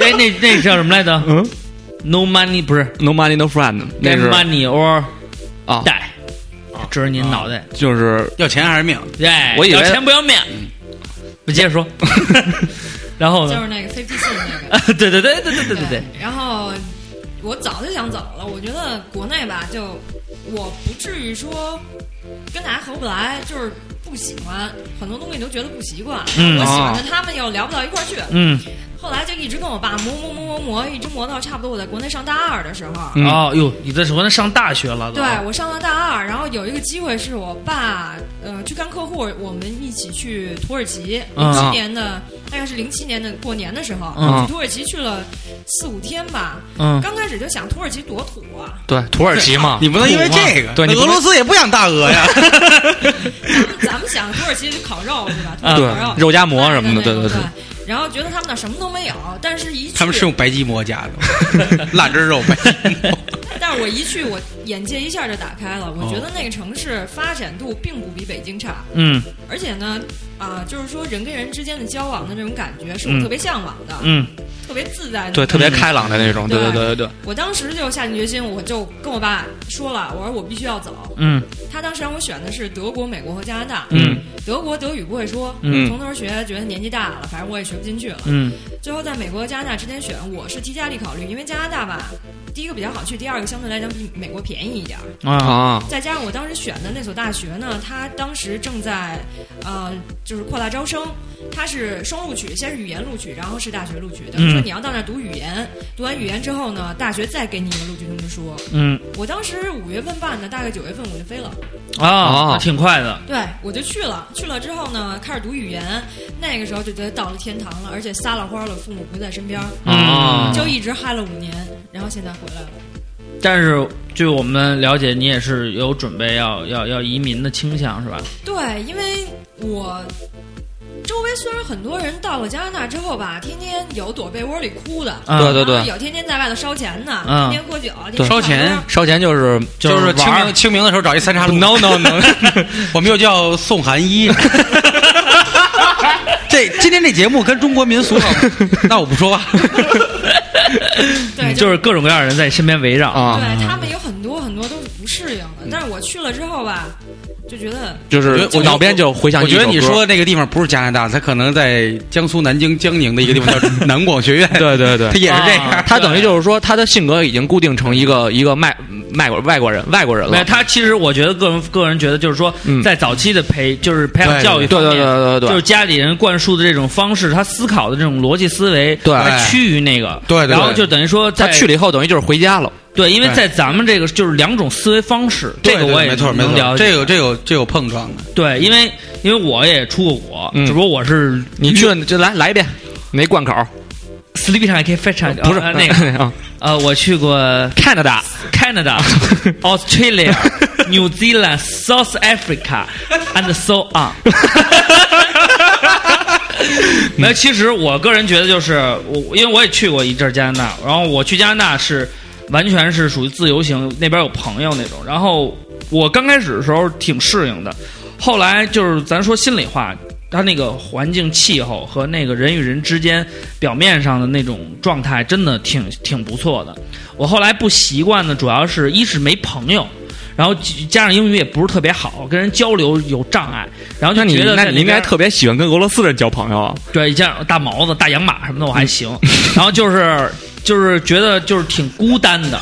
[SPEAKER 2] 哎，那那叫什么来着？嗯，No money 不是
[SPEAKER 3] No money, no friend，那
[SPEAKER 2] Get
[SPEAKER 3] 是
[SPEAKER 2] money or
[SPEAKER 3] 啊，
[SPEAKER 2] die，指着您脑袋。
[SPEAKER 3] 就是
[SPEAKER 1] 要钱还是命？
[SPEAKER 2] 哎，
[SPEAKER 3] 我以为嗯
[SPEAKER 2] 要钱不要面。不接 着说，然后
[SPEAKER 6] 就
[SPEAKER 2] 呢？
[SPEAKER 6] 是那个 Fifty Cent 那个。
[SPEAKER 2] 对对对对 对对对对。
[SPEAKER 6] 然后我早就想走了，我觉得国内吧，就我不至于说跟大家合不来，就是不喜欢很多东西都觉得不习惯。
[SPEAKER 2] 嗯
[SPEAKER 6] 我喜欢的他们又聊不到一块儿去。
[SPEAKER 2] 嗯，
[SPEAKER 6] 后来就一直跟我爸磨磨磨磨磨，一直磨到差不多我在国内上大二的时候。
[SPEAKER 3] 嗯
[SPEAKER 2] 哦哟，你这什么上大学了都？啊
[SPEAKER 6] 对，我上了大二，然后有一个机会是我爸，呃，去看客户，我们一起去土耳其，零七
[SPEAKER 2] 嗯
[SPEAKER 6] 年的、大概是零七年的过年的时候，
[SPEAKER 2] 嗯
[SPEAKER 6] 去土耳其去了四五天吧。
[SPEAKER 2] 嗯，
[SPEAKER 6] 刚开始就想土耳其多土啊，
[SPEAKER 3] 对土耳其 嘛，
[SPEAKER 1] 你不能因为这个，
[SPEAKER 3] 对你
[SPEAKER 1] 那
[SPEAKER 3] 不
[SPEAKER 1] 俄
[SPEAKER 3] 能
[SPEAKER 1] 罗斯也不养大鹅呀。
[SPEAKER 6] 咱们咱们想土耳其烤肉是吧？土
[SPEAKER 2] 啊
[SPEAKER 6] 耳其
[SPEAKER 3] 对
[SPEAKER 6] 烤肉。
[SPEAKER 3] 肉夹馍什么的，
[SPEAKER 6] 对
[SPEAKER 3] 对对
[SPEAKER 6] 对。然后觉得他们那儿什么都没有，但是一去，
[SPEAKER 1] 他们是用白鸡馍夹 的，腊汁肉白鸡馍。
[SPEAKER 6] 但是我一去，我眼界一下就打开了。我
[SPEAKER 1] 哦
[SPEAKER 6] 觉得那个城市发展度并不比北京差。
[SPEAKER 2] 嗯
[SPEAKER 6] 而且呢，啊、就是说人跟人之间的交往的这种感觉，是
[SPEAKER 2] 嗯
[SPEAKER 6] 我特别向往的，
[SPEAKER 2] 嗯
[SPEAKER 6] 特别自在的。
[SPEAKER 3] 对，特别开朗的那种，对对对嗯对对，
[SPEAKER 6] 我当时就下定决心，我就跟我爸说了，我说我必须要走。
[SPEAKER 2] 嗯
[SPEAKER 6] 他当时让我选的是德国、美国和加拿大。
[SPEAKER 2] 嗯
[SPEAKER 6] 德国德语不会说，
[SPEAKER 2] 嗯
[SPEAKER 6] 从头学，觉得年纪大了，反正我也学不进去了。
[SPEAKER 2] 嗯
[SPEAKER 6] 最后在美国和加拿大之间选，我是替家里考虑，因为加拿大吧，第一个比较好去，第二个相对来讲比美国便宜一点儿。
[SPEAKER 2] 啊
[SPEAKER 3] 啊，
[SPEAKER 6] 再加上我当时选的那所大学呢，它当时正在呃，就是扩大招生，它是双录取，先是语言录取，然后是大学录取的。
[SPEAKER 2] 嗯
[SPEAKER 6] 说你要到那儿读语言，读完语言之后呢，大学再给你一个录取通知书。
[SPEAKER 2] 嗯
[SPEAKER 6] 我当时五月份办的，大概九月份我就飞了，
[SPEAKER 2] 啊，
[SPEAKER 3] 哦
[SPEAKER 2] 挺快的。
[SPEAKER 6] 对我就去了。去了之后呢，开始读语言，那个时候就觉得到了天堂了，而且撒了欢了，父母不在身边，
[SPEAKER 2] 嗯
[SPEAKER 3] 啊
[SPEAKER 6] 就一直嗨了五年，然后现在回来了。
[SPEAKER 2] 但是据我们了解，你也是有准备要要要移民的倾向是吧？
[SPEAKER 6] 对，因为我周围虽然很多人到了加拿大之后吧，天天有躲被窝里哭的，
[SPEAKER 2] 啊
[SPEAKER 3] 对对
[SPEAKER 6] 然后有天天在外头烧钱的，
[SPEAKER 2] 嗯
[SPEAKER 6] 天天喝酒，天
[SPEAKER 3] 对
[SPEAKER 6] 天
[SPEAKER 1] 烧钱
[SPEAKER 6] 唱歌
[SPEAKER 3] 烧钱就是
[SPEAKER 1] 就是是清
[SPEAKER 3] 玩
[SPEAKER 1] 明
[SPEAKER 3] 儿，
[SPEAKER 1] 清明的时候找一三岔路。No no no，我们又叫宋寒一。 这今天这节目跟中国民俗有 关，那我不说话。
[SPEAKER 6] 对，
[SPEAKER 2] 嗯就是各种各样的人在你身边围绕
[SPEAKER 3] 啊
[SPEAKER 6] 对他们有很多很多都是不适应的，但是我去了之后吧，就觉得
[SPEAKER 3] 就是
[SPEAKER 1] 我
[SPEAKER 3] 脑边就回想
[SPEAKER 1] 我
[SPEAKER 3] 起一
[SPEAKER 1] 觉
[SPEAKER 3] 首
[SPEAKER 1] 得
[SPEAKER 3] 歌。
[SPEAKER 1] 你说的那个地方不是加拿大，它可能在江苏南京江宁的一个地 方叫南广学院，
[SPEAKER 3] 对对对
[SPEAKER 1] 它， 也是这样。
[SPEAKER 2] 啊
[SPEAKER 3] 他等于就是说，他的性格已经固定成一个一个外外国外国人外国人
[SPEAKER 2] 没有，
[SPEAKER 3] 了。
[SPEAKER 2] 他其实我觉得个人个人觉得就是说，
[SPEAKER 3] 嗯
[SPEAKER 2] 在早期的培就是培养
[SPEAKER 1] 对
[SPEAKER 2] 教育
[SPEAKER 3] 对
[SPEAKER 2] 方
[SPEAKER 3] 对
[SPEAKER 2] 面，
[SPEAKER 3] 对对对
[SPEAKER 2] 就
[SPEAKER 3] 对
[SPEAKER 2] 是家里人灌输的这种方式，他思考的这种逻辑思维，
[SPEAKER 3] 对
[SPEAKER 2] 还趋于那个，
[SPEAKER 1] 对对对
[SPEAKER 2] 然后就等于说在
[SPEAKER 3] 他去了以后，等于就是回家了。
[SPEAKER 2] 对，因为
[SPEAKER 1] 对
[SPEAKER 2] 在咱们这个就是两种思维方式，
[SPEAKER 1] 对
[SPEAKER 2] 这个
[SPEAKER 1] 对
[SPEAKER 2] 我也
[SPEAKER 1] 没错没
[SPEAKER 2] 能了
[SPEAKER 1] 错，
[SPEAKER 2] 解
[SPEAKER 1] 这有这有这有碰撞的。
[SPEAKER 2] 对，因为因为我也出过国，
[SPEAKER 3] 嗯
[SPEAKER 2] 只不过我是
[SPEAKER 3] 你去了就来来一遍，那关口
[SPEAKER 2] sleep 上也可以非常
[SPEAKER 3] 不是
[SPEAKER 2] 那个
[SPEAKER 3] 啊
[SPEAKER 2] 呃，我去过
[SPEAKER 3] ，Canada
[SPEAKER 2] Canada, Australia, New Zealand, South Africa, and so on 。 那其实我个人觉得，就是我，因为我也去过一阵儿加拿大，然后我去加拿大是完全是属于自由行，那边有朋友那种。然后我刚开始的时候挺适应的，后来就是咱说心里话，它那个环境、气候和那个人与人之间表面上的那种状态，真的挺挺不错的。我后来不习惯的主要是一是没朋友，然后加上英语也不是特别好，跟人交流有障碍，然后就
[SPEAKER 3] 那你
[SPEAKER 2] 觉得
[SPEAKER 3] 那
[SPEAKER 2] 在
[SPEAKER 3] 你应该
[SPEAKER 2] 边
[SPEAKER 3] 特别喜欢跟俄罗斯人交朋友啊。
[SPEAKER 2] 对，像大毛子、大洋马什么的我还行，
[SPEAKER 3] 嗯
[SPEAKER 2] 然后就是就是觉得就是挺孤单的。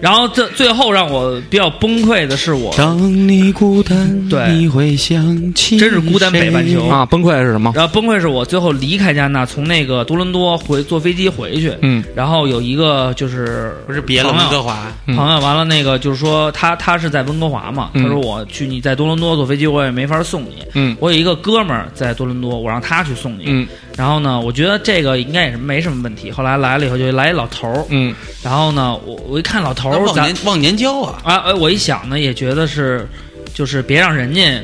[SPEAKER 2] 然后这最后让我比较崩溃的是我，
[SPEAKER 1] 当你孤单
[SPEAKER 2] 对你
[SPEAKER 1] 会想起
[SPEAKER 2] 真是孤单北半球谁
[SPEAKER 3] 啊，崩溃是什么？
[SPEAKER 2] 然后崩溃是我最后离开加拿大，从那个多伦多回坐飞机回去，
[SPEAKER 3] 嗯，
[SPEAKER 2] 然后有一个就是
[SPEAKER 1] 不是别了
[SPEAKER 2] 朋
[SPEAKER 1] 温哥
[SPEAKER 2] 友，
[SPEAKER 1] 华，
[SPEAKER 3] 嗯
[SPEAKER 2] 朋友完了那个就是说他他是在温哥华嘛，
[SPEAKER 3] 嗯
[SPEAKER 2] 他说我去你在多伦多坐飞机我也没法送你，
[SPEAKER 3] 嗯
[SPEAKER 2] 我有一个哥们儿在多伦多，我让他去送你，
[SPEAKER 3] 嗯
[SPEAKER 2] 然后呢，我觉得这个应该也是没什么问题。后来来了以后就来一老头儿，
[SPEAKER 3] 嗯，
[SPEAKER 2] 然后呢，我我一看老头儿，
[SPEAKER 1] 忘
[SPEAKER 2] 咱
[SPEAKER 1] 年忘年交啊，
[SPEAKER 2] 啊，哎我一想呢，也觉得是，就是别让人家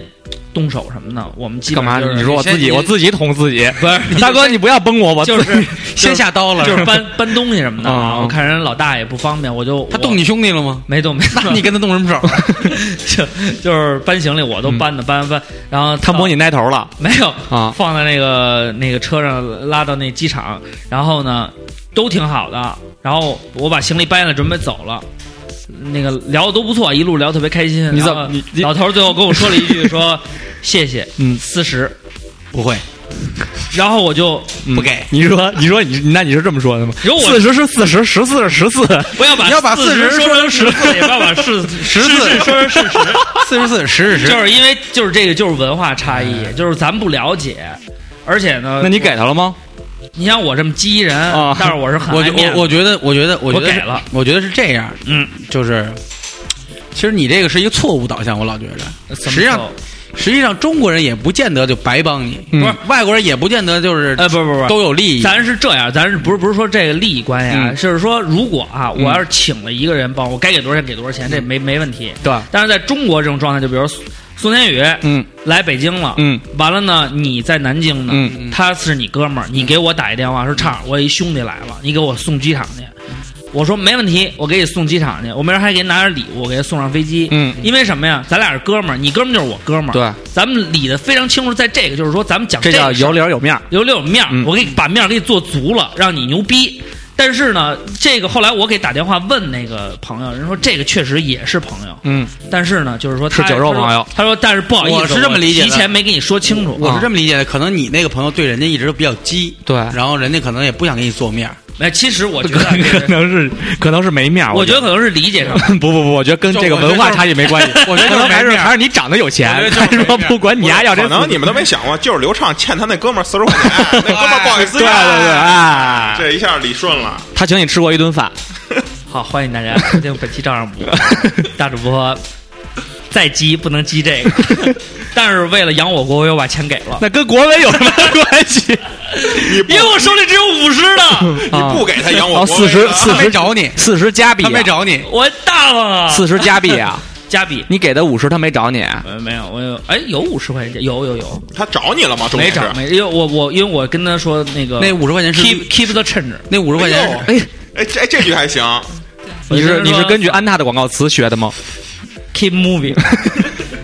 [SPEAKER 2] 动手什么的。我们基
[SPEAKER 3] 干
[SPEAKER 2] 本
[SPEAKER 3] 嘛？
[SPEAKER 2] 上就是
[SPEAKER 3] 你说我
[SPEAKER 1] 先
[SPEAKER 3] 自己，
[SPEAKER 1] 你
[SPEAKER 3] 我自己捅自己。
[SPEAKER 2] 不是
[SPEAKER 3] 大哥，你不要崩我，我
[SPEAKER 2] 就是
[SPEAKER 3] 自己
[SPEAKER 1] 先下刀了。
[SPEAKER 2] 就是搬搬东西什么的
[SPEAKER 3] 啊
[SPEAKER 2] 啊。我看人老大爷不方便，我就
[SPEAKER 1] 他动
[SPEAKER 2] 你
[SPEAKER 1] 你兄弟了吗？
[SPEAKER 2] 没动没
[SPEAKER 1] 那
[SPEAKER 2] 动，
[SPEAKER 1] 你跟他动什么手？
[SPEAKER 2] 就 就是搬行李我都搬的搬搬，然后
[SPEAKER 3] 嗯
[SPEAKER 2] 呃
[SPEAKER 3] 他摸你奶头了
[SPEAKER 2] 没有
[SPEAKER 3] 啊。
[SPEAKER 2] 放在那个那个车上拉到那机场，然后呢都挺好的，然后我把行李搬下来准备走了。那个聊的都不错，一路聊得特别开心。
[SPEAKER 3] 你怎
[SPEAKER 2] 然
[SPEAKER 3] 么
[SPEAKER 2] 后
[SPEAKER 3] 你你
[SPEAKER 2] 老头儿最后跟我说了一句说谢谢，
[SPEAKER 3] 嗯
[SPEAKER 2] 四十。
[SPEAKER 1] 不会，
[SPEAKER 2] 然后我就
[SPEAKER 3] 嗯
[SPEAKER 1] 不给。
[SPEAKER 3] 你说你说你那你是这么说的吗？
[SPEAKER 2] 如果我
[SPEAKER 3] 四十是四十，十四是十四。
[SPEAKER 2] 不要把
[SPEAKER 1] 你要把
[SPEAKER 2] 40
[SPEAKER 1] 40
[SPEAKER 2] 说成十四，也不要把四 十
[SPEAKER 1] 14
[SPEAKER 2] 说成事实。
[SPEAKER 1] 四十四十是
[SPEAKER 2] 就
[SPEAKER 1] 十，
[SPEAKER 2] 是因为就是这个就是文化差异，就是咱们不了解，而且呢，
[SPEAKER 3] 那你给他了吗？
[SPEAKER 2] 你像我这么激人
[SPEAKER 3] 啊，
[SPEAKER 2] 但是我是很
[SPEAKER 1] 我
[SPEAKER 2] 爱
[SPEAKER 1] 觉
[SPEAKER 2] 面
[SPEAKER 1] 我
[SPEAKER 2] 子
[SPEAKER 1] 我觉得我觉得我觉得
[SPEAKER 2] 我
[SPEAKER 1] 是
[SPEAKER 2] 给了，
[SPEAKER 1] 我觉得是这样，
[SPEAKER 2] 嗯，
[SPEAKER 1] 就是其实你这个是一个错误导向，我老觉着。
[SPEAKER 2] 怎么
[SPEAKER 1] 实际上
[SPEAKER 2] 说
[SPEAKER 1] 实际上，中国人也不见得就白帮你，
[SPEAKER 3] 嗯
[SPEAKER 1] 不是外国人也不见得就是
[SPEAKER 2] 呃，不不不，
[SPEAKER 1] 都有利益。
[SPEAKER 2] 咱是这样，咱是不是不是说这个利益关系啊？
[SPEAKER 3] 嗯
[SPEAKER 2] 就是说，如果啊，
[SPEAKER 3] 嗯
[SPEAKER 2] 我要是请了一个人帮我，该给多少钱给多少钱，这没没问题。
[SPEAKER 3] 对，
[SPEAKER 2] 但是在中国这种状态，就比如苏宋天宇
[SPEAKER 3] 嗯
[SPEAKER 2] 来北京了，
[SPEAKER 3] 嗯
[SPEAKER 2] 完了呢，你在南京呢，
[SPEAKER 3] 嗯
[SPEAKER 1] 嗯
[SPEAKER 2] 他是你哥们儿，你给我打一电话说，畅，我有一兄弟来了，你给我送机场去。我说没问题，我给你送机场去，我明儿还给你拿点礼物，我给他送上飞机。
[SPEAKER 3] 嗯
[SPEAKER 2] 因为什么呀？咱俩是哥们儿，你哥们儿就是我哥们儿。
[SPEAKER 3] 对，
[SPEAKER 2] 咱们理的非常清楚，在这个就是说，咱们讲
[SPEAKER 3] 这
[SPEAKER 2] 个
[SPEAKER 3] 叫
[SPEAKER 2] 事儿
[SPEAKER 3] 有脸有面儿。
[SPEAKER 2] 留留有面儿，
[SPEAKER 3] 嗯
[SPEAKER 2] 我给你把面儿给你做足了，让你牛逼。但是呢，这个后来我给打电话问那个朋友，人说这个确实也是朋友，
[SPEAKER 3] 嗯，
[SPEAKER 2] 但是呢，就是说他
[SPEAKER 3] 是酒肉朋友
[SPEAKER 2] 他说他说但是不好意思，
[SPEAKER 1] 我是这么理解的嗯
[SPEAKER 2] 提前没跟你说清楚。
[SPEAKER 1] 我是这么理解的，可能你那个朋友对人家一直都比较激，
[SPEAKER 3] 啊对
[SPEAKER 1] 然后人家可能也不想给你做面儿，
[SPEAKER 2] 哎，其实我觉得啊，
[SPEAKER 3] 可
[SPEAKER 2] 这个
[SPEAKER 3] 能是可能是没面儿。
[SPEAKER 2] 我觉得
[SPEAKER 3] 得
[SPEAKER 2] 可能是理解上的。
[SPEAKER 3] 不不不，我觉得跟这个文化差异没关系。
[SPEAKER 1] 我觉得就是
[SPEAKER 3] 可能
[SPEAKER 1] 没
[SPEAKER 3] 还是
[SPEAKER 1] 面儿
[SPEAKER 3] 还是你长得有
[SPEAKER 5] 我觉
[SPEAKER 3] 钱，
[SPEAKER 5] 得就是
[SPEAKER 3] 还是说
[SPEAKER 5] 没面儿
[SPEAKER 3] 不管你丫要这
[SPEAKER 5] 可
[SPEAKER 3] 四十，
[SPEAKER 5] 能你们 都没想过，就是刘畅欠他那哥们儿四十块钱，那哥们儿不好意思
[SPEAKER 3] 对对对，
[SPEAKER 5] 要，
[SPEAKER 3] 哎，
[SPEAKER 5] 啊这一下理顺了。
[SPEAKER 3] 他请你吃过一顿饭，
[SPEAKER 2] 好，欢迎大家收听本期照样补，大主播再激不能激这个，但是为了养我国，我又把钱给了。
[SPEAKER 3] 那跟国文有什么关系？
[SPEAKER 5] 你不
[SPEAKER 2] 因为我手里只有五十的，
[SPEAKER 3] 啊
[SPEAKER 5] 你不给他养我
[SPEAKER 3] 哦，
[SPEAKER 5] 国
[SPEAKER 3] 四十
[SPEAKER 5] 威
[SPEAKER 3] 四
[SPEAKER 5] 啊
[SPEAKER 1] 没
[SPEAKER 3] 十
[SPEAKER 1] 找你
[SPEAKER 3] 四十加币、
[SPEAKER 1] 他
[SPEAKER 3] 啊
[SPEAKER 1] 没，找你，
[SPEAKER 2] 我大方啊，
[SPEAKER 3] 四十加币啊！
[SPEAKER 2] 加币。
[SPEAKER 3] 你给的五十，他没找你，
[SPEAKER 2] 呃，没有，我有，哎，有五十块钱，有有有，
[SPEAKER 5] 他找你了吗？重
[SPEAKER 2] 没
[SPEAKER 5] 点是
[SPEAKER 2] 找，没，因为我我因为我跟他说那个
[SPEAKER 1] 那50块钱是
[SPEAKER 2] keep keep the change，
[SPEAKER 1] 那五十块钱是
[SPEAKER 3] 哎，
[SPEAKER 5] 哎，这这句还行，
[SPEAKER 3] 你
[SPEAKER 2] 我
[SPEAKER 3] 是
[SPEAKER 2] 就
[SPEAKER 3] 你
[SPEAKER 2] 说
[SPEAKER 3] 是根据安踏的广告词学的吗？
[SPEAKER 2] keep moving，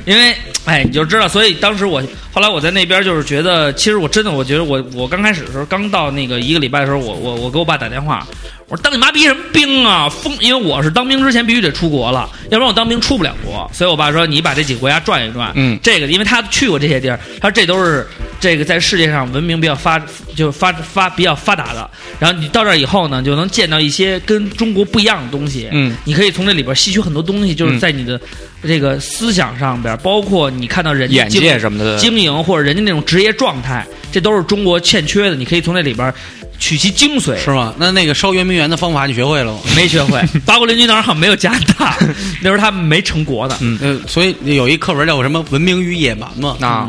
[SPEAKER 2] 因为哎，你就知道，所以当时我后来我在那边就是觉得，其实我真的我觉得我我刚开始的时候，刚到那个一个礼拜的时候，我我我给我爸打电话，我说当你妈逼什么兵啊，疯！因为我是当兵之前必须得出国了，要不然我当兵出不了国，所以我爸说你把这几个国家转一转，
[SPEAKER 3] 嗯
[SPEAKER 2] 这个因为他去过这些地儿，他说这都是这个在世界上文明比较发就发发比较发达的，然后你到这儿以后呢，就能见到一些跟中国不一样的东西，
[SPEAKER 3] 嗯，
[SPEAKER 2] 你可以从这里边吸取很多东西，就是在你的这个思想上边，包括你看到人家
[SPEAKER 3] 眼
[SPEAKER 2] 经
[SPEAKER 3] 界什么的，
[SPEAKER 2] 经营或者人家那种职业状态，这都是中国欠缺的，你可以从这里边取其精髓。
[SPEAKER 1] 是吗？那那个烧圆明园的方法你学会了吗？
[SPEAKER 2] 没学会， 八国联军当时好像没有加拿大，那时候他们没成国的。
[SPEAKER 1] 呃，所以有一课文叫什么《文明与野蛮》嘛？
[SPEAKER 3] 啊，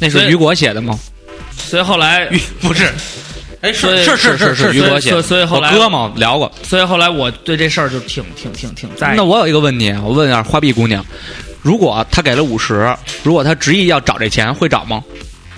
[SPEAKER 3] 那
[SPEAKER 2] 所
[SPEAKER 3] 是
[SPEAKER 2] 以
[SPEAKER 3] 雨果写的吗？
[SPEAKER 2] 所以后来，
[SPEAKER 1] 与不是，哎，
[SPEAKER 2] 所
[SPEAKER 1] 是
[SPEAKER 2] 以
[SPEAKER 1] 是是
[SPEAKER 3] 是
[SPEAKER 1] 是
[SPEAKER 3] 雨
[SPEAKER 2] 所以
[SPEAKER 3] 果写的。
[SPEAKER 2] 所以所以后
[SPEAKER 3] 我
[SPEAKER 2] 来
[SPEAKER 3] 哥嘛聊过。
[SPEAKER 2] 所以后来我对这事儿就挺挺挺挺在意。
[SPEAKER 3] 那我有一个问题，我问一下花臂姑娘，如果她给了五十，如果她执意要找这钱，会找吗？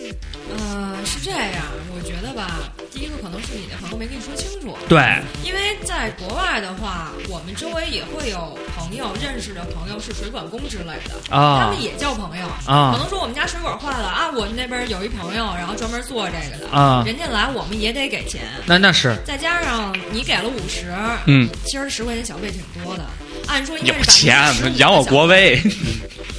[SPEAKER 6] 呃，是这样，我觉得吧，第一个可能是你的朋友没跟你说清楚，
[SPEAKER 2] 对，
[SPEAKER 6] 因为在国外的话，我们周围也会有朋友认识的朋友是水管工之类的，
[SPEAKER 2] 啊
[SPEAKER 6] 他们也叫朋友
[SPEAKER 2] 啊
[SPEAKER 6] 可能说我们家水管坏了啊，我们那边有一朋友，然后专门做这个的
[SPEAKER 2] 啊
[SPEAKER 6] 人家来我们也得给钱，
[SPEAKER 2] 那那是
[SPEAKER 6] 再加上你给了五十，
[SPEAKER 3] 嗯，
[SPEAKER 6] 其实十块钱小费挺多的，按说应
[SPEAKER 3] 有
[SPEAKER 6] 该是
[SPEAKER 3] 钱
[SPEAKER 6] 百分之
[SPEAKER 3] 扬我国威，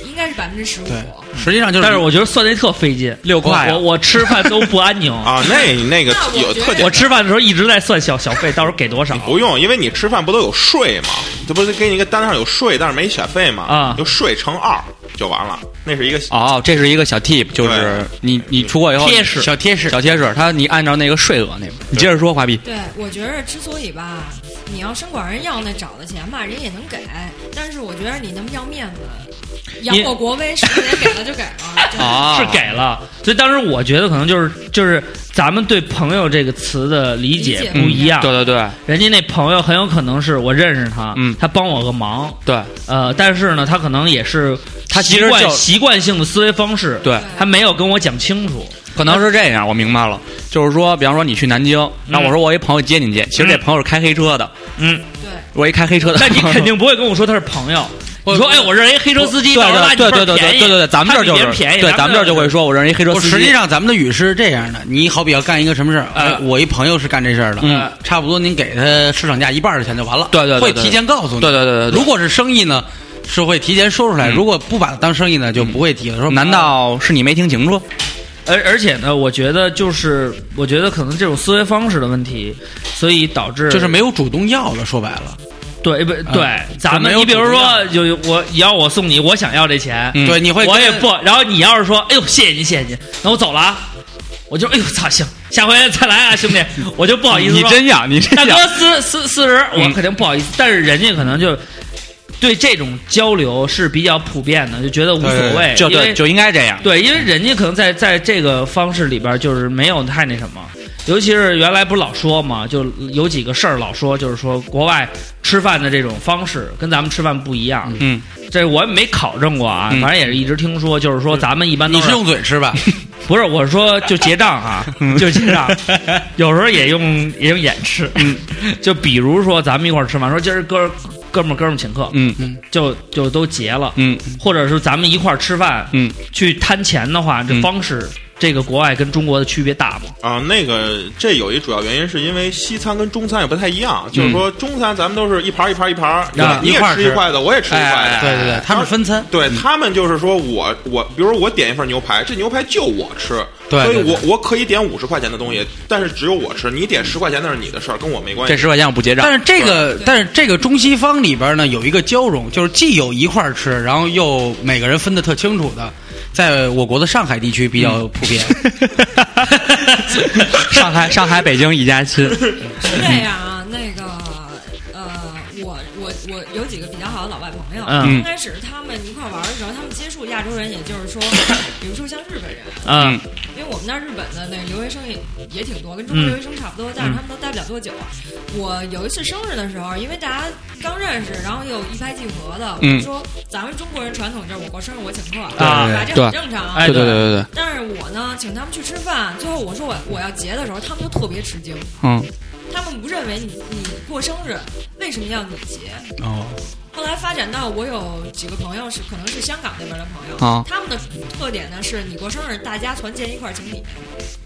[SPEAKER 6] 应该是百分之十五。
[SPEAKER 1] 对，实际上就是，
[SPEAKER 2] 但是我觉得算那特费劲，
[SPEAKER 3] 六块啊
[SPEAKER 2] 我我我吃饭都不安宁
[SPEAKER 5] 啊，那那个
[SPEAKER 6] 那我
[SPEAKER 5] 有
[SPEAKER 6] 觉得
[SPEAKER 5] 特点
[SPEAKER 2] 我。吃饭的时候一直在算小小费，到时候给多少？
[SPEAKER 5] 不用，因为你吃饭不都有税吗？这不是给你一个单上有税，但是没选费嘛？
[SPEAKER 2] 啊
[SPEAKER 5] 就税乘二就完了，那是一个
[SPEAKER 3] 哦，这是一个小 tip，就是你你出国以后
[SPEAKER 2] 贴士
[SPEAKER 3] 小贴士小贴士，他你按照那个税额那个，你接着说花臂，
[SPEAKER 6] 对，我觉着之所以吧，你要生管人要那找的钱吧，人也能给，但是我觉得你那么要面子，扬
[SPEAKER 2] 因
[SPEAKER 6] 我国威，是不是得给了就给了？真的
[SPEAKER 3] 啊
[SPEAKER 2] 是给了，所以当时我觉得可能就是就是咱们对“朋友”这个词的理
[SPEAKER 6] 理
[SPEAKER 2] 解
[SPEAKER 6] 解
[SPEAKER 2] 不
[SPEAKER 6] 不
[SPEAKER 2] 一样。
[SPEAKER 3] 嗯对对对
[SPEAKER 2] 人家那朋友很有可能是我认识他，
[SPEAKER 3] 嗯
[SPEAKER 2] 他帮我个忙，
[SPEAKER 3] 对
[SPEAKER 2] 呃，但是呢，他可能也是
[SPEAKER 3] 他其
[SPEAKER 2] 习
[SPEAKER 3] 实
[SPEAKER 2] 惯
[SPEAKER 3] 就
[SPEAKER 2] 习惯性的思维方式，
[SPEAKER 3] 对，
[SPEAKER 2] 他没有跟我讲清楚，
[SPEAKER 3] 可能是这样，我明白了，就是说，比方说你去南京，那我说我一朋友接你去，其实这朋友是开黑车的，
[SPEAKER 2] 嗯，
[SPEAKER 6] 对，
[SPEAKER 3] 我一开黑车的，
[SPEAKER 2] 但你肯。定不会跟我说他是 朋友。
[SPEAKER 1] 我
[SPEAKER 2] 你说，哎，我认识一黑车司机，
[SPEAKER 3] 对
[SPEAKER 2] 到时候拉
[SPEAKER 3] 对
[SPEAKER 2] 你
[SPEAKER 3] 对
[SPEAKER 2] 倍
[SPEAKER 3] 对对
[SPEAKER 2] 儿
[SPEAKER 3] 对
[SPEAKER 2] 便宜
[SPEAKER 3] 对对，咱们这儿就
[SPEAKER 2] 他比别人
[SPEAKER 3] 是
[SPEAKER 2] 便宜，
[SPEAKER 3] 对，咱们这儿就会说，我认识一黑车
[SPEAKER 1] 我
[SPEAKER 3] 司机。
[SPEAKER 1] 实际上咱们的语是这样的，你好比要干一个什么事儿，
[SPEAKER 2] 呃
[SPEAKER 1] 哎我一朋友是干这事儿的，
[SPEAKER 3] 嗯
[SPEAKER 1] 差不多您给他市场价一半儿的钱就完了，
[SPEAKER 3] 对对对对
[SPEAKER 1] 会提前告诉你，
[SPEAKER 3] 对对对对对
[SPEAKER 1] 如果是生意呢，是会提前说出来；
[SPEAKER 3] 嗯
[SPEAKER 1] 如果不把它当生意呢，就不会提了。说啊
[SPEAKER 3] 难道是你没听清楚？
[SPEAKER 2] 而而且呢，我觉得就是，我觉得可能这种思维方式的问题，所以导致
[SPEAKER 1] 就是没有主动要了？说白了，
[SPEAKER 2] 对
[SPEAKER 3] 啊
[SPEAKER 2] 不对、咱
[SPEAKER 1] 没
[SPEAKER 2] 们
[SPEAKER 1] 有
[SPEAKER 2] 你比如
[SPEAKER 1] 主动
[SPEAKER 2] 说，
[SPEAKER 1] 量
[SPEAKER 2] 就我你要我送你，我想要这钱，
[SPEAKER 3] 嗯
[SPEAKER 1] 对，你会
[SPEAKER 2] 我也
[SPEAKER 1] 跟
[SPEAKER 2] 不，然后你要是说，哎呦，谢谢您，谢谢您，那我走了啊，我就哎呦操，行，下回再来啊，兄弟，我就不啊好意思
[SPEAKER 3] 你
[SPEAKER 2] 说
[SPEAKER 3] 真想，你
[SPEAKER 2] 大
[SPEAKER 3] 真
[SPEAKER 2] 哥
[SPEAKER 3] 想，
[SPEAKER 2] 四四四十，我
[SPEAKER 3] 嗯
[SPEAKER 2] 肯定不好意思，但是人家可能就。对这种交流是比较普遍的，就觉得无所谓，
[SPEAKER 3] 就
[SPEAKER 2] 因为
[SPEAKER 3] 对，就应该这样。
[SPEAKER 2] 对，因为人家可能在在这个方式里边儿就是没有太那什么，尤其是原来不是老说嘛，就有几个事儿老说，就是说国外吃饭的这种方式跟咱们吃饭不一样。
[SPEAKER 3] 嗯，
[SPEAKER 2] 这我也没考证过啊，
[SPEAKER 3] 嗯
[SPEAKER 2] 反正也是一直听说，就是说咱们一般都
[SPEAKER 1] 你是用嘴吃吧？
[SPEAKER 2] 不是我是说就结 账啊，就结账，有时候也用也用眼吃。
[SPEAKER 3] 嗯
[SPEAKER 2] 就比如说咱们一块儿吃饭，说今儿哥哥们儿哥们儿请客，
[SPEAKER 3] 嗯
[SPEAKER 2] 就就都结了。
[SPEAKER 3] 嗯
[SPEAKER 2] 或者是咱们一块儿吃饭，
[SPEAKER 3] 嗯，
[SPEAKER 2] 去摊钱的话，这
[SPEAKER 3] 嗯
[SPEAKER 2] 方式、这个国外跟中国的区别大吗？
[SPEAKER 5] 啊，那个这有一主要原因是因为西餐跟中餐也不太一样，
[SPEAKER 3] 嗯
[SPEAKER 5] 就是说中餐咱们都是一盘儿一盘儿一盘儿，
[SPEAKER 1] 啊
[SPEAKER 5] 你也
[SPEAKER 1] 一块儿
[SPEAKER 5] 吃
[SPEAKER 1] 吃
[SPEAKER 5] 一块的，我也吃一块
[SPEAKER 3] 哎
[SPEAKER 5] 的。
[SPEAKER 1] 对对对，他们分餐，
[SPEAKER 5] 对他们就是说我我，比如说我点一份牛排，这牛排就我吃，
[SPEAKER 1] 对
[SPEAKER 5] 所以
[SPEAKER 1] 对对
[SPEAKER 5] 我我可以点五十块钱的东西，但是只有我吃，你点十块钱那是你的事儿，跟我没关
[SPEAKER 3] 这
[SPEAKER 5] 系。
[SPEAKER 3] 十块钱我不结账
[SPEAKER 1] 但。是这个，但是这个中西方里边呢，有一个交融，就是既有一块儿吃，然后又每个人分得特清楚的，在我国的上海地区比较普遍。
[SPEAKER 3] 上海上海北京一家 亲，
[SPEAKER 6] 是这样啊，那个呃，我我我有几个比较好的老外朋友，
[SPEAKER 2] 嗯
[SPEAKER 6] 刚开始他们一块玩的时候，他们接触亚洲人，也就是说，比如说像日本人，
[SPEAKER 2] 嗯
[SPEAKER 6] 因为我们那儿日本的那个留学生也也挺多，跟中国留学生差不多，但是他们都待不了多久。啊我有一次生日的时候，因为大家刚认识，然后又一拍即合的，我
[SPEAKER 3] 嗯
[SPEAKER 6] 就说咱们中国人传统就是我过生日我请客，
[SPEAKER 2] 啊
[SPEAKER 6] 对吧？这
[SPEAKER 3] 对
[SPEAKER 6] 很正常。啊
[SPEAKER 2] 哎
[SPEAKER 3] 对对对对，
[SPEAKER 6] 但是我呢，请他们去吃饭，最后我说我我要结的时候，他们就特别吃惊，
[SPEAKER 3] 嗯，
[SPEAKER 6] 他们不认为你你过生日为什么要你结？
[SPEAKER 1] 哦，
[SPEAKER 6] 后来发展到我有几个朋友是可能是香港那边的朋友，
[SPEAKER 3] 啊
[SPEAKER 6] 他们的特点呢是你过生日大家团结一块儿请你，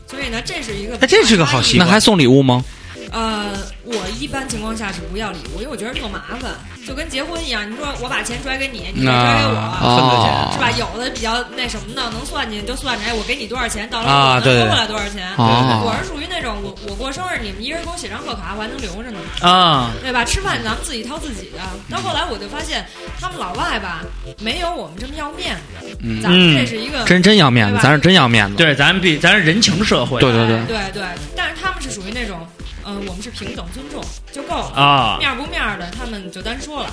[SPEAKER 6] 所以呢这是一个
[SPEAKER 1] 哎这是个好习
[SPEAKER 3] 那
[SPEAKER 1] 惯
[SPEAKER 3] 还送礼物吗？
[SPEAKER 6] 呃，我一般情况下是不要礼物，因为我觉得特麻烦，就跟结婚一样，你说我把钱拽给你，你再拽给我。
[SPEAKER 1] 啊分的
[SPEAKER 3] 哦
[SPEAKER 1] 钱
[SPEAKER 6] 是吧？有的比较那什么的，能算计就算着，哎，我给你多少钱，到时
[SPEAKER 1] 啊
[SPEAKER 6] 候我
[SPEAKER 1] 对对对啊
[SPEAKER 6] 能收回来多少钱。
[SPEAKER 3] 哦
[SPEAKER 6] 我是属于那种，我我过生日，你们一人给我写张贺卡，我还能留着呢。
[SPEAKER 2] 啊，
[SPEAKER 6] 对吧？吃饭咱们自己掏自己的。到后来我就发现，他们老外吧，没有我们这么要面子。
[SPEAKER 3] 嗯
[SPEAKER 6] 咱们这是一个、
[SPEAKER 3] 真真要面子，
[SPEAKER 6] 对吧
[SPEAKER 3] 咱是真要面子。
[SPEAKER 2] 对，咱比咱是人情社会，
[SPEAKER 3] 对对
[SPEAKER 6] 对
[SPEAKER 3] 对
[SPEAKER 6] 哎对，但是他们是属于那种，嗯、我们是平等尊重就够了，
[SPEAKER 2] 啊，
[SPEAKER 6] 面儿不面儿的他们就单说了。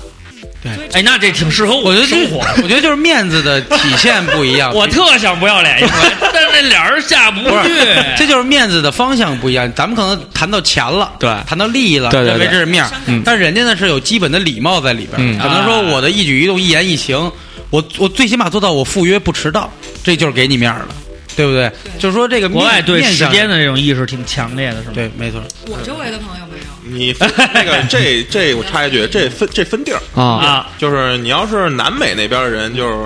[SPEAKER 1] 对
[SPEAKER 6] 所以
[SPEAKER 2] 哎，那这挺适合我
[SPEAKER 1] 我觉
[SPEAKER 2] 的
[SPEAKER 1] 得
[SPEAKER 2] 生
[SPEAKER 1] 这
[SPEAKER 2] 活。，
[SPEAKER 1] 我觉得就是面子的体现不一样。
[SPEAKER 2] 我特想不要脸一回，但是那脸儿下不
[SPEAKER 1] 不是这
[SPEAKER 2] 去。
[SPEAKER 1] 就是面子的方向不一样。咱们可能谈到钱了，
[SPEAKER 3] 对
[SPEAKER 1] 谈到利益了，
[SPEAKER 3] 对对
[SPEAKER 1] 认为
[SPEAKER 3] 对
[SPEAKER 1] 这是面儿嗯
[SPEAKER 6] 伤感，
[SPEAKER 1] 但是人家呢是有基本的礼貌在里边儿，
[SPEAKER 3] 嗯
[SPEAKER 1] 可能说我的一举一动、一言一行，我我最起码做到我赴约不迟到，这就是给你面儿了，对不对？
[SPEAKER 6] 对
[SPEAKER 1] 就是说这个
[SPEAKER 2] 国外
[SPEAKER 1] 面
[SPEAKER 2] 对
[SPEAKER 1] 面
[SPEAKER 2] 时
[SPEAKER 1] 向
[SPEAKER 2] 间的这种意识挺强烈的，是吗？
[SPEAKER 1] 对，没错，
[SPEAKER 6] 我周围的朋友没有，
[SPEAKER 5] 你分那个这这我插一句，这分这分地儿，
[SPEAKER 3] 啊，
[SPEAKER 2] 啊，
[SPEAKER 5] 就是你要是南美那边的人，就是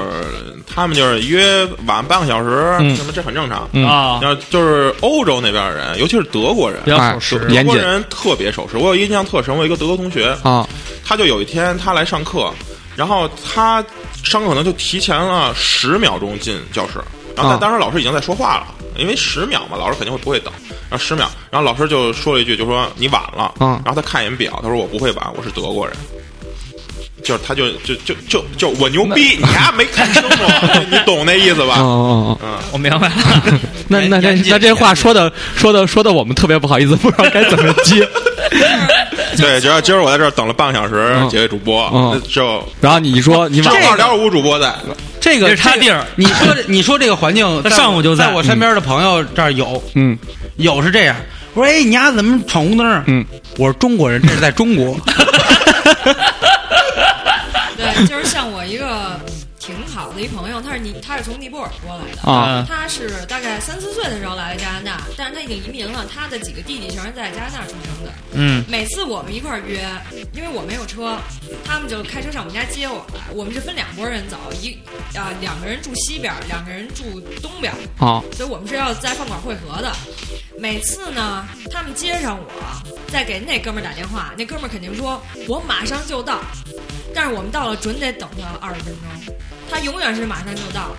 [SPEAKER 5] 他们就是约晚半个小时，
[SPEAKER 3] 嗯
[SPEAKER 5] 什么这很正常。
[SPEAKER 3] 嗯
[SPEAKER 2] 啊，
[SPEAKER 5] 要就是欧洲那边的人，尤其是德国人
[SPEAKER 2] 比，较
[SPEAKER 3] 哎
[SPEAKER 2] 守时。
[SPEAKER 5] 德
[SPEAKER 3] 严
[SPEAKER 5] 国
[SPEAKER 3] 谨
[SPEAKER 5] 人特别守时。我有印象特深，我有一个德国同学，
[SPEAKER 3] 啊，
[SPEAKER 5] 他就有一天他来上课，然后他上课可能就提前了十秒钟进教室，然后
[SPEAKER 3] 啊
[SPEAKER 5] 但当时老师已经在说话了，因为十秒嘛，老师肯定会不会等，然后十秒，然后老师就说了一句，就说你晚了，
[SPEAKER 3] 嗯
[SPEAKER 5] 然后他看一眼表，他说我不会晚，我是德国人。就是他就就就就就我牛逼，你还没看清楚， 你懂那意思
[SPEAKER 3] 哦
[SPEAKER 5] 吧？
[SPEAKER 3] 哦
[SPEAKER 5] 嗯，
[SPEAKER 2] 我明白了，
[SPEAKER 3] 哦，那那这
[SPEAKER 2] 哎
[SPEAKER 1] 严谨
[SPEAKER 3] 那这话说的说的说的，我们特别不好意思，不知道该怎么接。
[SPEAKER 5] 对，只要今儿我在这儿等了半个小时，
[SPEAKER 3] 嗯
[SPEAKER 5] 几位主播
[SPEAKER 3] 嗯
[SPEAKER 5] 就
[SPEAKER 3] 然后你说你晚
[SPEAKER 5] 正
[SPEAKER 3] 了
[SPEAKER 5] 好聊五主播在，
[SPEAKER 1] 这个
[SPEAKER 2] 这是他
[SPEAKER 1] 这个
[SPEAKER 2] 地儿
[SPEAKER 1] 你说这你说这个环 境，
[SPEAKER 2] 他上午就
[SPEAKER 1] 在
[SPEAKER 2] 在
[SPEAKER 1] 我，在我身边的朋友这儿有
[SPEAKER 3] 嗯
[SPEAKER 1] 有是这样，我说哎，你丫怎么闯红灯啊？
[SPEAKER 3] 嗯，
[SPEAKER 1] 我是中国人，这是在中国，
[SPEAKER 6] 对，就是像我一个挺好的一朋友，他是尼，他是从尼泊尔过来的。
[SPEAKER 2] 嗯
[SPEAKER 3] 啊
[SPEAKER 6] 他是大概三四岁的时候来的加拿大，但是他已经移民了。他的几个弟弟全是在加拿大出生的。
[SPEAKER 2] 嗯，
[SPEAKER 6] 每次我们一块儿约，因为我没有车，他们就开车上我们家接我来。我们是分两拨人走，一啊、两个人住西边儿，两个人住东边儿，
[SPEAKER 3] 啊
[SPEAKER 6] 所以我们是要在饭馆汇合的。每次呢，他们接上我，再给那哥们儿打电话，那哥们儿肯定说我马上就到，但是我们到了准得等他二十分钟。他永远是马上就到，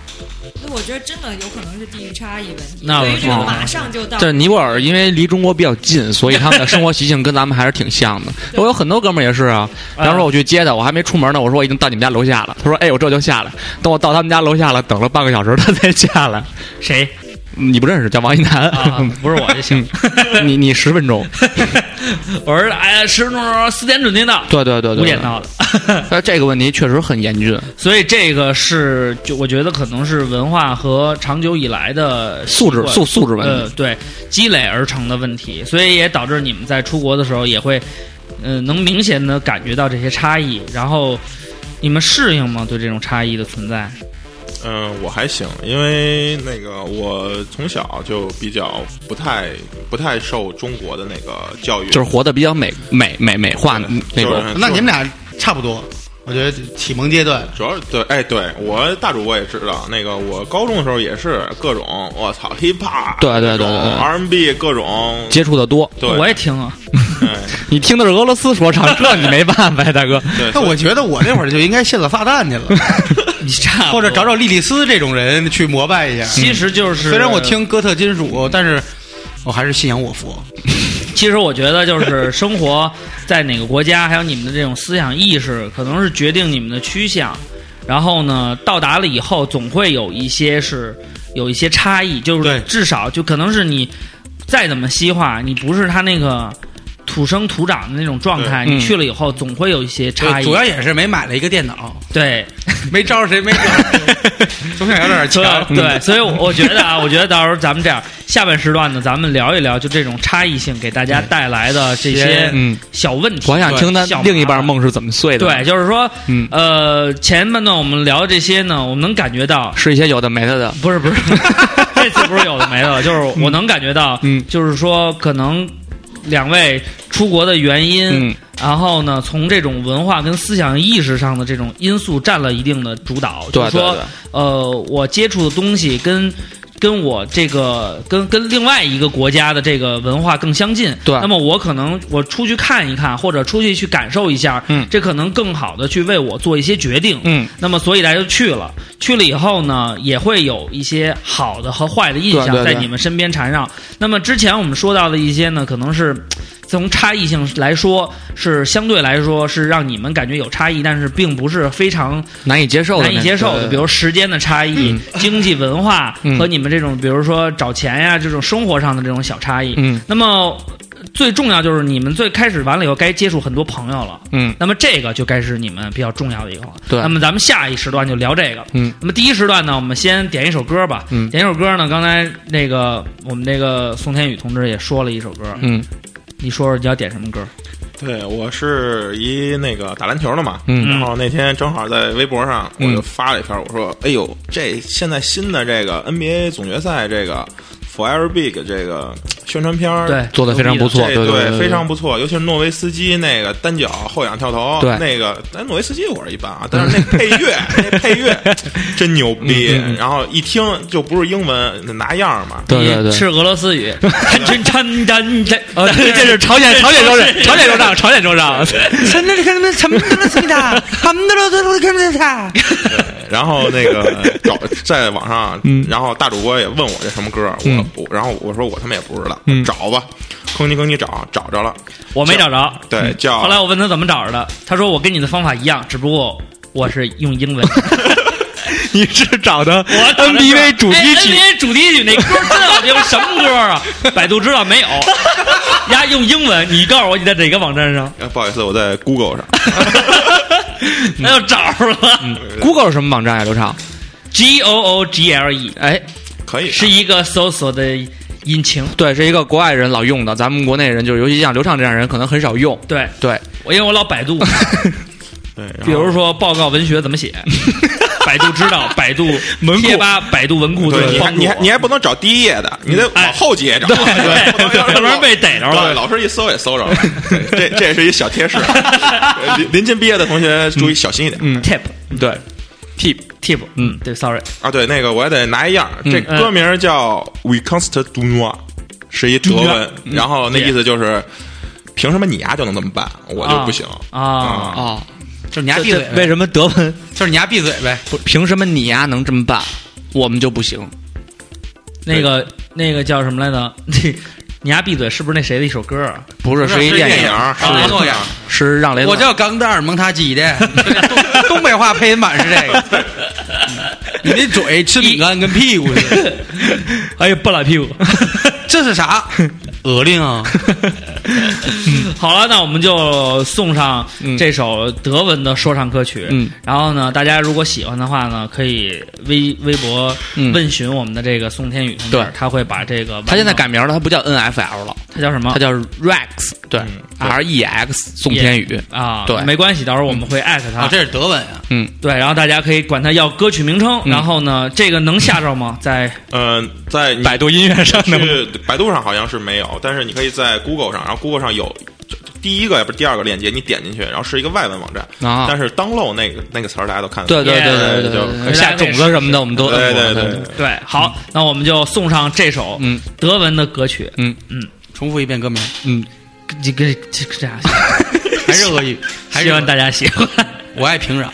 [SPEAKER 6] 所以我觉得真的有可能是地域差异问题。
[SPEAKER 2] 那我
[SPEAKER 6] 对于这
[SPEAKER 2] 知道
[SPEAKER 6] 个
[SPEAKER 2] 了
[SPEAKER 6] 马上就到，
[SPEAKER 3] 这尼泊尔因为离中国比较近，所以他们的生活习性跟咱们还是挺 像的。
[SPEAKER 6] 对
[SPEAKER 3] 我有很多哥们儿也是
[SPEAKER 2] 嗯
[SPEAKER 3] 啊，比方说我去接他，我还没出门呢，我说我已经到你们家楼下了，他说哎，我这就下来。等我到他们家楼下了，等了半个小时，他才下来。
[SPEAKER 2] 谁
[SPEAKER 3] 嗯你不认识，叫王一楠
[SPEAKER 2] 啊？不是我就行。
[SPEAKER 3] 你你十分钟，
[SPEAKER 2] 我说哎呀，十分钟四点准定到，
[SPEAKER 3] 对对对对，
[SPEAKER 2] 五点。到的。
[SPEAKER 3] 呃，这个问题确实很严峻，
[SPEAKER 2] 所以这个是就我觉得可能是文化和长久以来的
[SPEAKER 3] 素质
[SPEAKER 2] 习惯
[SPEAKER 3] 素素质问
[SPEAKER 2] 呃
[SPEAKER 3] 题。
[SPEAKER 2] 对积累而成的问题，所以也导致你们在出国的时候也会，呃，能明显的感觉到这些差异，然后你们适应吗？对这种差异的存在？
[SPEAKER 5] 嗯，我还行，因为那个我从小就比较不太不太受中国的那个教育，
[SPEAKER 3] 就是活得比较美美美美化
[SPEAKER 5] 对
[SPEAKER 3] 那
[SPEAKER 5] 就是
[SPEAKER 3] 种，
[SPEAKER 1] 那你们俩差不多，我觉得启蒙阶段。
[SPEAKER 5] 主要是对，哎，对我大主播也知道，那个我高中的时候也是各种，我操，hip hop，
[SPEAKER 3] 对对对对对
[SPEAKER 5] r b 各种，
[SPEAKER 3] 接触的多。
[SPEAKER 5] 对，
[SPEAKER 2] 我也听啊，
[SPEAKER 5] 哎
[SPEAKER 3] 你听的是俄罗斯说唱，这你没办法呀，大哥。
[SPEAKER 5] 对，
[SPEAKER 1] 那我觉得我那会儿就应该信了撒旦去了，
[SPEAKER 2] 你差
[SPEAKER 1] 或者找
[SPEAKER 2] 找，
[SPEAKER 1] 找莉莉丝这种人去膜拜一下。
[SPEAKER 2] 其实就是
[SPEAKER 1] 虽然我，听哥特金属，但是我还是信仰我佛。
[SPEAKER 2] 其实我觉得就是生活在哪个国家，还有你们的这种思想意识，可能是决定你们的趋向。然后呢，到达了以后，总会有一些是有一些差异，就
[SPEAKER 1] 对
[SPEAKER 2] 是至少就可能是你再怎么西化，你不是他那个土生土长的那种状态，
[SPEAKER 3] 对
[SPEAKER 2] 你
[SPEAKER 3] 嗯
[SPEAKER 2] 去了以后总会有一些差
[SPEAKER 1] 对，
[SPEAKER 2] 异。
[SPEAKER 1] 主要也是没买了一个电脑，
[SPEAKER 2] 对，
[SPEAKER 1] 没招儿谁没招 儿，总想要点儿
[SPEAKER 2] 所
[SPEAKER 1] 强。嗯
[SPEAKER 2] 以对，所以我觉得啊，我觉得到时候咱们这样，下半时段呢，咱们聊一聊就这种差异性给大家带来的这些
[SPEAKER 3] 嗯，
[SPEAKER 2] 小问题。
[SPEAKER 3] 我还想听他
[SPEAKER 2] 小麻烦
[SPEAKER 3] 另一半梦是怎么碎的。
[SPEAKER 2] 对，，就是说，
[SPEAKER 3] 嗯，
[SPEAKER 2] 呃，前半段我们聊这些呢，我们能感 觉到，
[SPEAKER 3] 是一些有的没的的。
[SPEAKER 2] 不是不是， 这次不是有的 没的，就是我能感觉到，
[SPEAKER 3] 嗯
[SPEAKER 2] 就是说可能两位出国的原因，
[SPEAKER 3] 嗯，
[SPEAKER 2] 然后呢，从这种文化跟思想意识上的这种因素占了一定的主导，就
[SPEAKER 3] 对
[SPEAKER 2] 是
[SPEAKER 3] 对
[SPEAKER 2] 说，
[SPEAKER 3] 对，
[SPEAKER 2] 呃，我接触的东西跟跟我这个跟跟另外一个国家的这个文化更相近，
[SPEAKER 3] 对
[SPEAKER 2] 那么我可能我出去看一看，或者出去去感受一下，
[SPEAKER 3] 嗯
[SPEAKER 2] 这可能更好的去为我做一些决定，
[SPEAKER 3] 嗯，
[SPEAKER 2] 那么所以大家就去了，去了以后呢，也会有一些好的和坏的印象
[SPEAKER 3] 对对
[SPEAKER 2] 在
[SPEAKER 3] 对
[SPEAKER 2] 你们身边缠绕。那么之前我们说到的一些呢，可能是。从差异性来说，是相对来说是让你们感觉有差异，但是并不是非常
[SPEAKER 3] 难以接受的那
[SPEAKER 2] 难
[SPEAKER 3] 种，
[SPEAKER 2] 以接受的，比如时间的差异、经济文化
[SPEAKER 3] 嗯
[SPEAKER 2] 和你们这种，比如说找钱呀这种生活上的这种小差异。
[SPEAKER 3] 嗯
[SPEAKER 2] 那么最重要就是你们最开始完了以后该接触很多朋友了，
[SPEAKER 3] 嗯
[SPEAKER 2] 那么这个就该是你们比较重要的一个了。
[SPEAKER 3] 对
[SPEAKER 2] 那么咱们下一时段就聊这个。
[SPEAKER 3] 嗯，
[SPEAKER 2] 那么第一时段呢，我们先点一首歌吧。
[SPEAKER 3] 嗯
[SPEAKER 2] 点一首歌呢，刚才那个我们那个宋天宇同志也说了一首歌，
[SPEAKER 3] 嗯
[SPEAKER 2] 你说说你要点什么歌？
[SPEAKER 5] 对，我是一那个打篮球的嘛，
[SPEAKER 3] 嗯
[SPEAKER 5] 然后那天正好在微博上，我
[SPEAKER 3] 嗯
[SPEAKER 5] 就发了一篇，我说：“哎呦，这现在新的这个 NBA 总决赛这个 Forever Big 这个宣传片儿，
[SPEAKER 2] 对，
[SPEAKER 3] 做得非常不错对
[SPEAKER 5] 这
[SPEAKER 3] 对对对
[SPEAKER 5] 非常不错，尤其是诺维斯基那个单脚后仰跳投，
[SPEAKER 3] 对
[SPEAKER 5] 那个但诺维斯基我是一般啊，但是那配乐那配乐 真牛逼，
[SPEAKER 3] 嗯
[SPEAKER 5] 然后一听就不是英文，拿样儿嘛，
[SPEAKER 3] 对对对，
[SPEAKER 2] 是俄罗 斯语， 这 这
[SPEAKER 3] 呃，这这是朝鲜朝鲜州长，朝鲜州长，朝鲜州 长，
[SPEAKER 7] 真的看他们什么都是的，他们都都都看着他。
[SPEAKER 5] 然后那个 搞在网上
[SPEAKER 3] 嗯，
[SPEAKER 5] 然后大主播也问我这什么歌儿，我
[SPEAKER 3] 嗯
[SPEAKER 5] 我然后我说我他妈也不知道
[SPEAKER 3] 嗯，
[SPEAKER 5] 找吧，吭叽吭叽找找着了，
[SPEAKER 2] 我没找着。
[SPEAKER 5] 对，叫
[SPEAKER 2] 后来我问他怎么找着的，他说我跟你的方法一样，只不过我是用英文。
[SPEAKER 3] 你是找的
[SPEAKER 2] 我找着
[SPEAKER 3] NBV 主题曲
[SPEAKER 2] 哎 NBA 主题曲那歌真好听，什么歌啊？百度知道没有？呀，用英文，你告诉我你在哪个网站上？
[SPEAKER 5] 呃不好意思，我在 Google 上，
[SPEAKER 2] 那就找着了。
[SPEAKER 3] ，Google 是什么网站呀？刘畅，
[SPEAKER 2] G O O G L E
[SPEAKER 3] 哎，
[SPEAKER 5] 可以啊
[SPEAKER 2] 是一个搜索的引擎。
[SPEAKER 3] 对，是一个国外人老用的，咱们国内人就是，尤其像刘畅这样人，可能很少用。
[SPEAKER 2] 对
[SPEAKER 3] 对，
[SPEAKER 2] 我，因为我老百度，
[SPEAKER 5] 对，然后
[SPEAKER 2] 比如说报告文学怎么写，百度知道，百度
[SPEAKER 3] 文库
[SPEAKER 2] 贴吧，百度文库
[SPEAKER 5] 对，你还
[SPEAKER 2] 帮助
[SPEAKER 5] 你还
[SPEAKER 2] 我。
[SPEAKER 5] 你还不能找第一页的，你得
[SPEAKER 2] 哎
[SPEAKER 5] 往后几页找，
[SPEAKER 2] 对对要不然被逮着了
[SPEAKER 5] 对老师一搜也搜着了，对这这也是一小 贴士，呃临临近毕业的同学注意小心一点
[SPEAKER 3] 嗯，
[SPEAKER 2] tip
[SPEAKER 3] 对
[SPEAKER 2] tip tip，嗯，对，sorry，
[SPEAKER 5] 啊。对，那个我也得拿一样，这
[SPEAKER 2] 嗯
[SPEAKER 5] 歌名叫《We Const Du No》，是一德文，
[SPEAKER 3] 嗯
[SPEAKER 5] 然后那意思就是。凭什么你丫就能这么办，我就不行
[SPEAKER 2] 啊！
[SPEAKER 5] 啊？
[SPEAKER 3] 哦，
[SPEAKER 1] 就是你丫闭
[SPEAKER 3] 这
[SPEAKER 1] 嘴
[SPEAKER 3] 这为
[SPEAKER 1] 呗，
[SPEAKER 3] 什么德文
[SPEAKER 1] 就是你丫闭嘴呗。
[SPEAKER 3] 不凭什么你呀能这么办，我们就不行？
[SPEAKER 2] 那个那个叫什么来着？那你丫闭嘴！是不是那谁的一首歌啊？
[SPEAKER 3] 不是，
[SPEAKER 1] 不是
[SPEAKER 3] 是一
[SPEAKER 1] 是
[SPEAKER 3] 电
[SPEAKER 5] 电
[SPEAKER 3] 影，
[SPEAKER 5] 影
[SPEAKER 1] 是雷诺呀，
[SPEAKER 3] 是让雷诺
[SPEAKER 1] 我叫钢蛋儿蒙他鸡的，东东北话配音版是这个。嗯你那嘴吃饼干跟屁股似的，
[SPEAKER 2] 哎呀，不拉屁股！
[SPEAKER 1] 这是啥？鹅令啊！
[SPEAKER 2] 好了，那我们就送上这首德文的说唱歌曲。
[SPEAKER 3] 嗯，
[SPEAKER 2] 然后呢，大家如果喜欢的话呢，可以微微博
[SPEAKER 3] 嗯
[SPEAKER 2] 问询我们的这个宋天宇同志
[SPEAKER 3] 对，
[SPEAKER 2] 他会把这个完整
[SPEAKER 3] 他现在改名了，他不叫 NFL 了，
[SPEAKER 2] 他叫什么？
[SPEAKER 3] 他叫 Rex，对，R E X 宋天宇，
[SPEAKER 2] 啊，
[SPEAKER 3] 对
[SPEAKER 2] 没关系，到时候我们会艾特他。
[SPEAKER 1] 啊，这是德文啊！
[SPEAKER 3] 嗯，
[SPEAKER 2] 对，然后大家可以管他要歌曲名称。然后呢，这个能下着吗？在
[SPEAKER 5] 嗯，在 你
[SPEAKER 3] 百度音乐上的
[SPEAKER 5] 去百度上好像是没有，但是你可以在 Google 上，然后 Google 上有这这第一个也不是第二个链接，你点进去，然后是一个外文网站，
[SPEAKER 3] 啊
[SPEAKER 5] 但是 download 那个那个词儿大家都看得
[SPEAKER 3] 对对对对
[SPEAKER 5] 对
[SPEAKER 3] 对对，
[SPEAKER 2] 就
[SPEAKER 3] 下种子什么的我们都
[SPEAKER 5] 懂对
[SPEAKER 3] 摁过
[SPEAKER 5] 对对，
[SPEAKER 2] 对，好，那我们就送上这首
[SPEAKER 3] 嗯
[SPEAKER 2] 德文的歌曲。
[SPEAKER 3] 嗯
[SPEAKER 1] 重复一遍歌名，
[SPEAKER 3] 嗯，
[SPEAKER 2] 这个这这样，
[SPEAKER 1] 还是俄语，还
[SPEAKER 2] 希
[SPEAKER 1] 是俄
[SPEAKER 2] 望
[SPEAKER 1] 语
[SPEAKER 2] 大家喜欢。
[SPEAKER 1] 我爱平壤。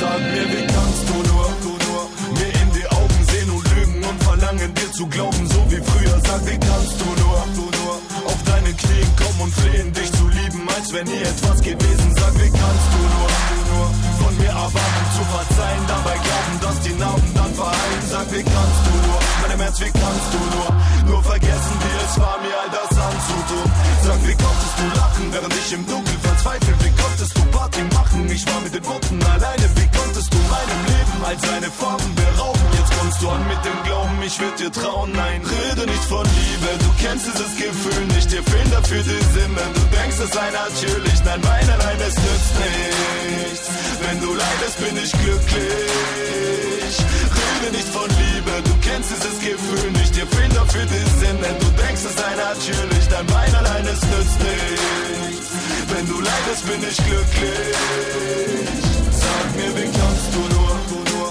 [SPEAKER 8] Sag mir, wie kannst du nur, du nur mir in die Augen sehen und lügen und verlangen dir zu glauben, so wie früher. Sag, wie kannst du nur, du nur auf deine Knien kommen und flehen, dich zu lieben, als wäre nie etwas gewesen. Sag, wie kannst du nur, du nur von mir erwarten zu verzeihen, dabei glauben, dass die Narben dann verheilen. Sag, wie kannst du nur, meinem Herz, wie kannst du nur nur vergessen, wie es war, mir all das anzutun. Sag, wie konntest du lachen, während ich im Dunkeln verzweifelt dir trauen, nein, rede nicht von Liebe, du kennst dieses Gefühl nicht, dir fehlen dafür die Sinne, du denkst es sei natürlich, nein, Wein allein, es nützt nichts, wenn du leidest, bin ich glücklich, rede nicht von Liebe, du kennst dieses Gefühl nicht, dir fehlen dafür die Sinne, du denkst es sei natürlich, dein Wein allein, es nützt nichts, wenn du leidest, bin ich glücklich, sag mir, wie kannst du nur, du nur,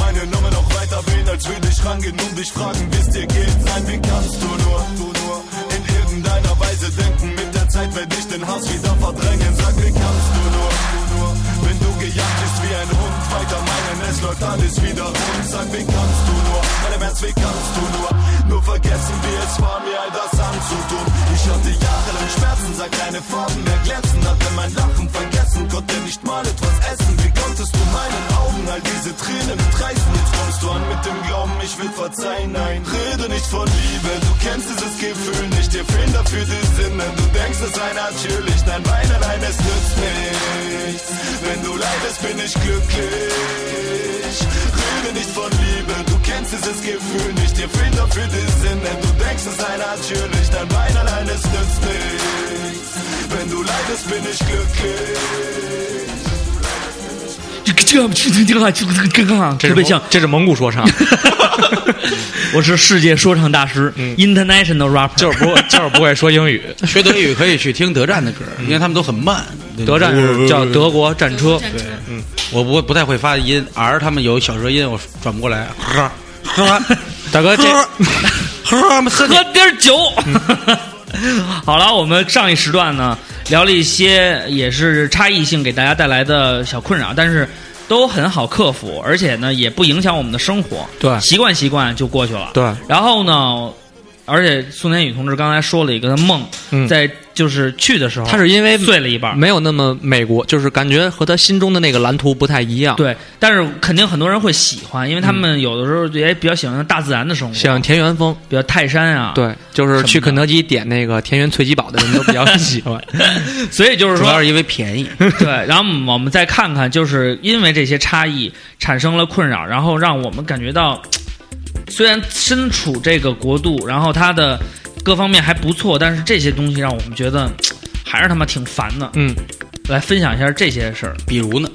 [SPEAKER 8] meine Nummer noch weiter wählen, als würde ich rangehen und dich fragen, wie es dir geht. Nein, wie kannst du nur, du nur in irgendeiner Weise denken? Mit der Zeit werde ich den Hass wieder verdrängen. Sag, wie kannst du nur, du nur, wenn du gejagt bist wie ein Hund, weiter meinen, es läuft alles wieder rund. Sag, wie kannst du nur, meine Herz, wie kannst du nur, nur vergessen, wie es war, mir all das anzutun. Ich hatte jahrelang Schmerzen, sag, deine Farben mehr glänzen, hatte mein Lachen vergessen, konnte nicht mal etwas essen. Wie konntest du meinen Augen all diese Tränen mitreißen? Jetzt kommst du an mit dem Glauben, ich will verzeihen. Nein, rede nicht von Liebe, du kennst dieses Gefühl nicht, dir fehlen dafür die Sinne. Du denkst, es sei natürlich, nein, Wein allein, es nützt nichts. Wenn du leidest, bin ich glücklich. Rede nicht von Liebe, du kennst dieses Gefühl nicht, dir fehlen dafür die Sinne. Du denkst, es sei natürlich, dein Wein allein, es nützt nichts. Wenn du leidest, bin ich glücklich.
[SPEAKER 2] 这个这个这个这个这个特别像，
[SPEAKER 3] 这是蒙古说唱，
[SPEAKER 2] 我是世界说唱大师，international rapper，
[SPEAKER 3] 就是 不就是不会说英语。
[SPEAKER 1] 学德语可以去听德战的歌，因为他们都很慢。
[SPEAKER 3] 德战是叫德国战车，
[SPEAKER 6] 战车
[SPEAKER 1] 我不不太会发音，R 他们有小舌音，我转不过来。呵呵
[SPEAKER 3] 大哥这
[SPEAKER 1] 呵呵，喝
[SPEAKER 2] 喝点儿酒。好了，我们上一时段呢聊了一些也是差异性给大家带来的小困扰，但是都很好克服，而且呢也不影响我们的生活，
[SPEAKER 3] 对
[SPEAKER 2] 习惯习惯就过去了。
[SPEAKER 3] 对，
[SPEAKER 2] 然后呢，而且宋天宇同志刚才说了一个他梦，
[SPEAKER 3] 嗯
[SPEAKER 2] 在就是去的时候，
[SPEAKER 3] 他是因为
[SPEAKER 2] 碎了一半儿。
[SPEAKER 3] 没有那么美国，就是感觉和他心中的那个蓝图不太一样。，
[SPEAKER 2] 对，但是肯定很多人会喜欢，因为他们有的时
[SPEAKER 3] 嗯
[SPEAKER 2] 候也比较喜欢大自然的生活，
[SPEAKER 3] 像田园风，
[SPEAKER 2] 比较泰山啊。，
[SPEAKER 3] 对，就是去肯德基点那个田园脆鸡堡的人都比较喜 欢。
[SPEAKER 2] 所以就是
[SPEAKER 1] 主
[SPEAKER 2] 说
[SPEAKER 1] 要是因为便宜。
[SPEAKER 2] 对，然后我们再看看，就是因为这些差异产生了困扰，然后让我们感觉到，虽然身处这个国度，然后它的各方面还不错，但是这些东西让我们觉得还是他妈挺烦的。
[SPEAKER 3] 嗯，
[SPEAKER 2] 来分享一下这些事儿，
[SPEAKER 1] 比如呢，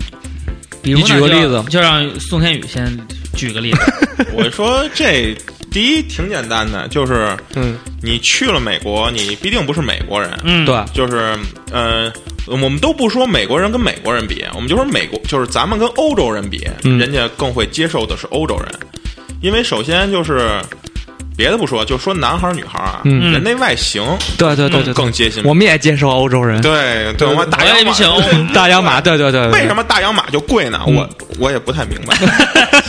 [SPEAKER 2] 比如呢
[SPEAKER 3] 你举个
[SPEAKER 2] 就
[SPEAKER 3] 例子
[SPEAKER 2] 就让宋天宇先举个例 子。
[SPEAKER 5] 我说这第一挺简单的，就是
[SPEAKER 3] 嗯，
[SPEAKER 5] 你去了美国，你必定不是美国人。
[SPEAKER 2] 嗯，
[SPEAKER 3] 对，
[SPEAKER 5] 就是呃，我们都不说美国人跟美国人比，我们就说美国，就是咱们跟欧洲人比，
[SPEAKER 3] 嗯
[SPEAKER 5] 人家更会接受的是欧洲人，因为首先就是别的不说，就说男孩儿女孩儿啊，
[SPEAKER 3] 嗯
[SPEAKER 5] 人那外形
[SPEAKER 3] 对对对对，
[SPEAKER 5] 更接近。
[SPEAKER 3] 我们也接受欧洲人，
[SPEAKER 5] 对对，我们大
[SPEAKER 2] 我也
[SPEAKER 5] 洋
[SPEAKER 2] 不
[SPEAKER 5] 马
[SPEAKER 2] 行，
[SPEAKER 3] 大洋马，嗯对对对，对
[SPEAKER 5] 为什？么大洋马就贵呢？我我也不太明白。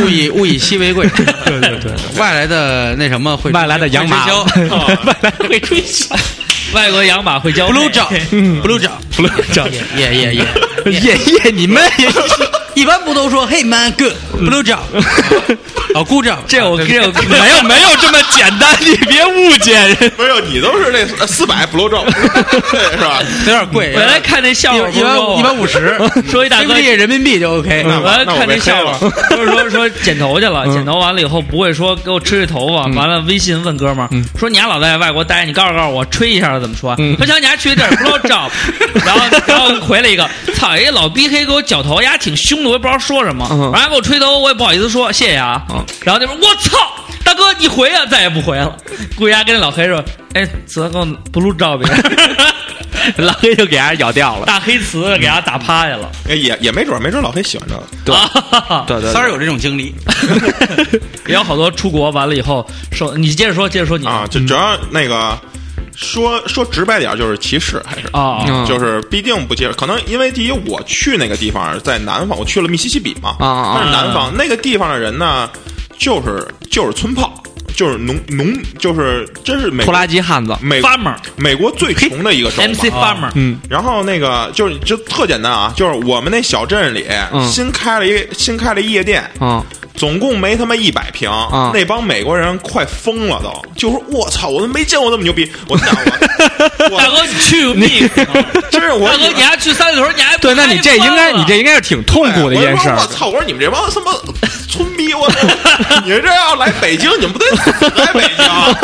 [SPEAKER 1] 物以物以稀为 贵。对对对， 外来的那什么会
[SPEAKER 3] 外来的洋马
[SPEAKER 1] 会直销
[SPEAKER 3] 外来会吹箫，
[SPEAKER 2] 哦 外国养马会教
[SPEAKER 1] blue 照
[SPEAKER 3] 嗯
[SPEAKER 1] blue 照
[SPEAKER 3] 不 叫
[SPEAKER 1] 耶耶耶，
[SPEAKER 3] 爷爷你们也 嗯
[SPEAKER 1] 一般不都说 Hey man good blue 照，哦 good 照，
[SPEAKER 2] 这我这我
[SPEAKER 3] 没有没有这么简单，你别误解人。
[SPEAKER 5] 没有，你都是那四百 blow job，对是吧？
[SPEAKER 1] 有点贵，
[SPEAKER 2] 我来看那笑话，
[SPEAKER 1] 一般一般五 十，
[SPEAKER 2] 说一大哥
[SPEAKER 1] CBD 人民币就 OK。
[SPEAKER 5] 那
[SPEAKER 2] 我
[SPEAKER 5] 我
[SPEAKER 2] 要
[SPEAKER 5] 那我
[SPEAKER 2] 看那
[SPEAKER 5] 被黑
[SPEAKER 2] 笑话
[SPEAKER 5] 了，
[SPEAKER 2] 就是说说剪头去了，剪头完了以后不会说给我吹吹头发，完了微信问哥们儿说你还老在外国待，你告诉告诉我吹一下怎么说？他想你还去地儿不知道找，然后然后回了一个操，一老逼黑给我绞头，丫挺凶的，我也不知道说什么，
[SPEAKER 3] 嗯
[SPEAKER 2] 完了给我吹头，我也不好意思说谢谢啊，然后就说我操。大哥，你回啊，再也不回了。顾丫跟那老黑说：“哎，昨给我不录照片。”
[SPEAKER 3] 老黑就给人咬掉了。
[SPEAKER 2] 大黑瓷给他打趴下了。
[SPEAKER 5] 也也没准儿，没准儿老黑喜欢这个。
[SPEAKER 3] 对
[SPEAKER 2] 啊
[SPEAKER 3] 对对
[SPEAKER 1] 三儿有这种经历，
[SPEAKER 2] 也有好多出国完了以后受，你接着说，接着说你
[SPEAKER 5] 啊，
[SPEAKER 3] 嗯
[SPEAKER 5] 就主要那个说说直白点，儿，就是歧视，还是
[SPEAKER 2] 啊
[SPEAKER 3] 嗯
[SPEAKER 5] 就是必定不接受。可能因为第一，我去那个地方在南方，我去了密西西比嘛，
[SPEAKER 3] 啊啊
[SPEAKER 5] 那是南方那个地方的人呢，就是就是村炮，就是农农，就是真是美
[SPEAKER 3] 拖拉机汉子，
[SPEAKER 5] 美
[SPEAKER 2] ，farmer
[SPEAKER 5] 美国最穷的一个州嘛啊
[SPEAKER 2] MC farmer，
[SPEAKER 3] 嗯
[SPEAKER 5] 然后那个就是就特简单啊，就是我们那小镇里
[SPEAKER 3] 嗯
[SPEAKER 5] 新开了一新开了一夜店，
[SPEAKER 3] 啊
[SPEAKER 5] 总共没他妈一百平，
[SPEAKER 3] 啊
[SPEAKER 5] 那帮美国人快疯了都，就说我操，我都没见过这么牛逼，我想我
[SPEAKER 2] 大
[SPEAKER 5] 我
[SPEAKER 2] 哥去命！
[SPEAKER 5] 真是我
[SPEAKER 2] 大哥，你还去三里屯，你还
[SPEAKER 3] 对，那你
[SPEAKER 2] 啊
[SPEAKER 3] 这应该，你这应该是挺痛苦的一件事
[SPEAKER 5] 我
[SPEAKER 3] 儿
[SPEAKER 5] 说我。操！我说你们这帮他妈村逼，我 操！你这要来北京，你们不得死在北京啊？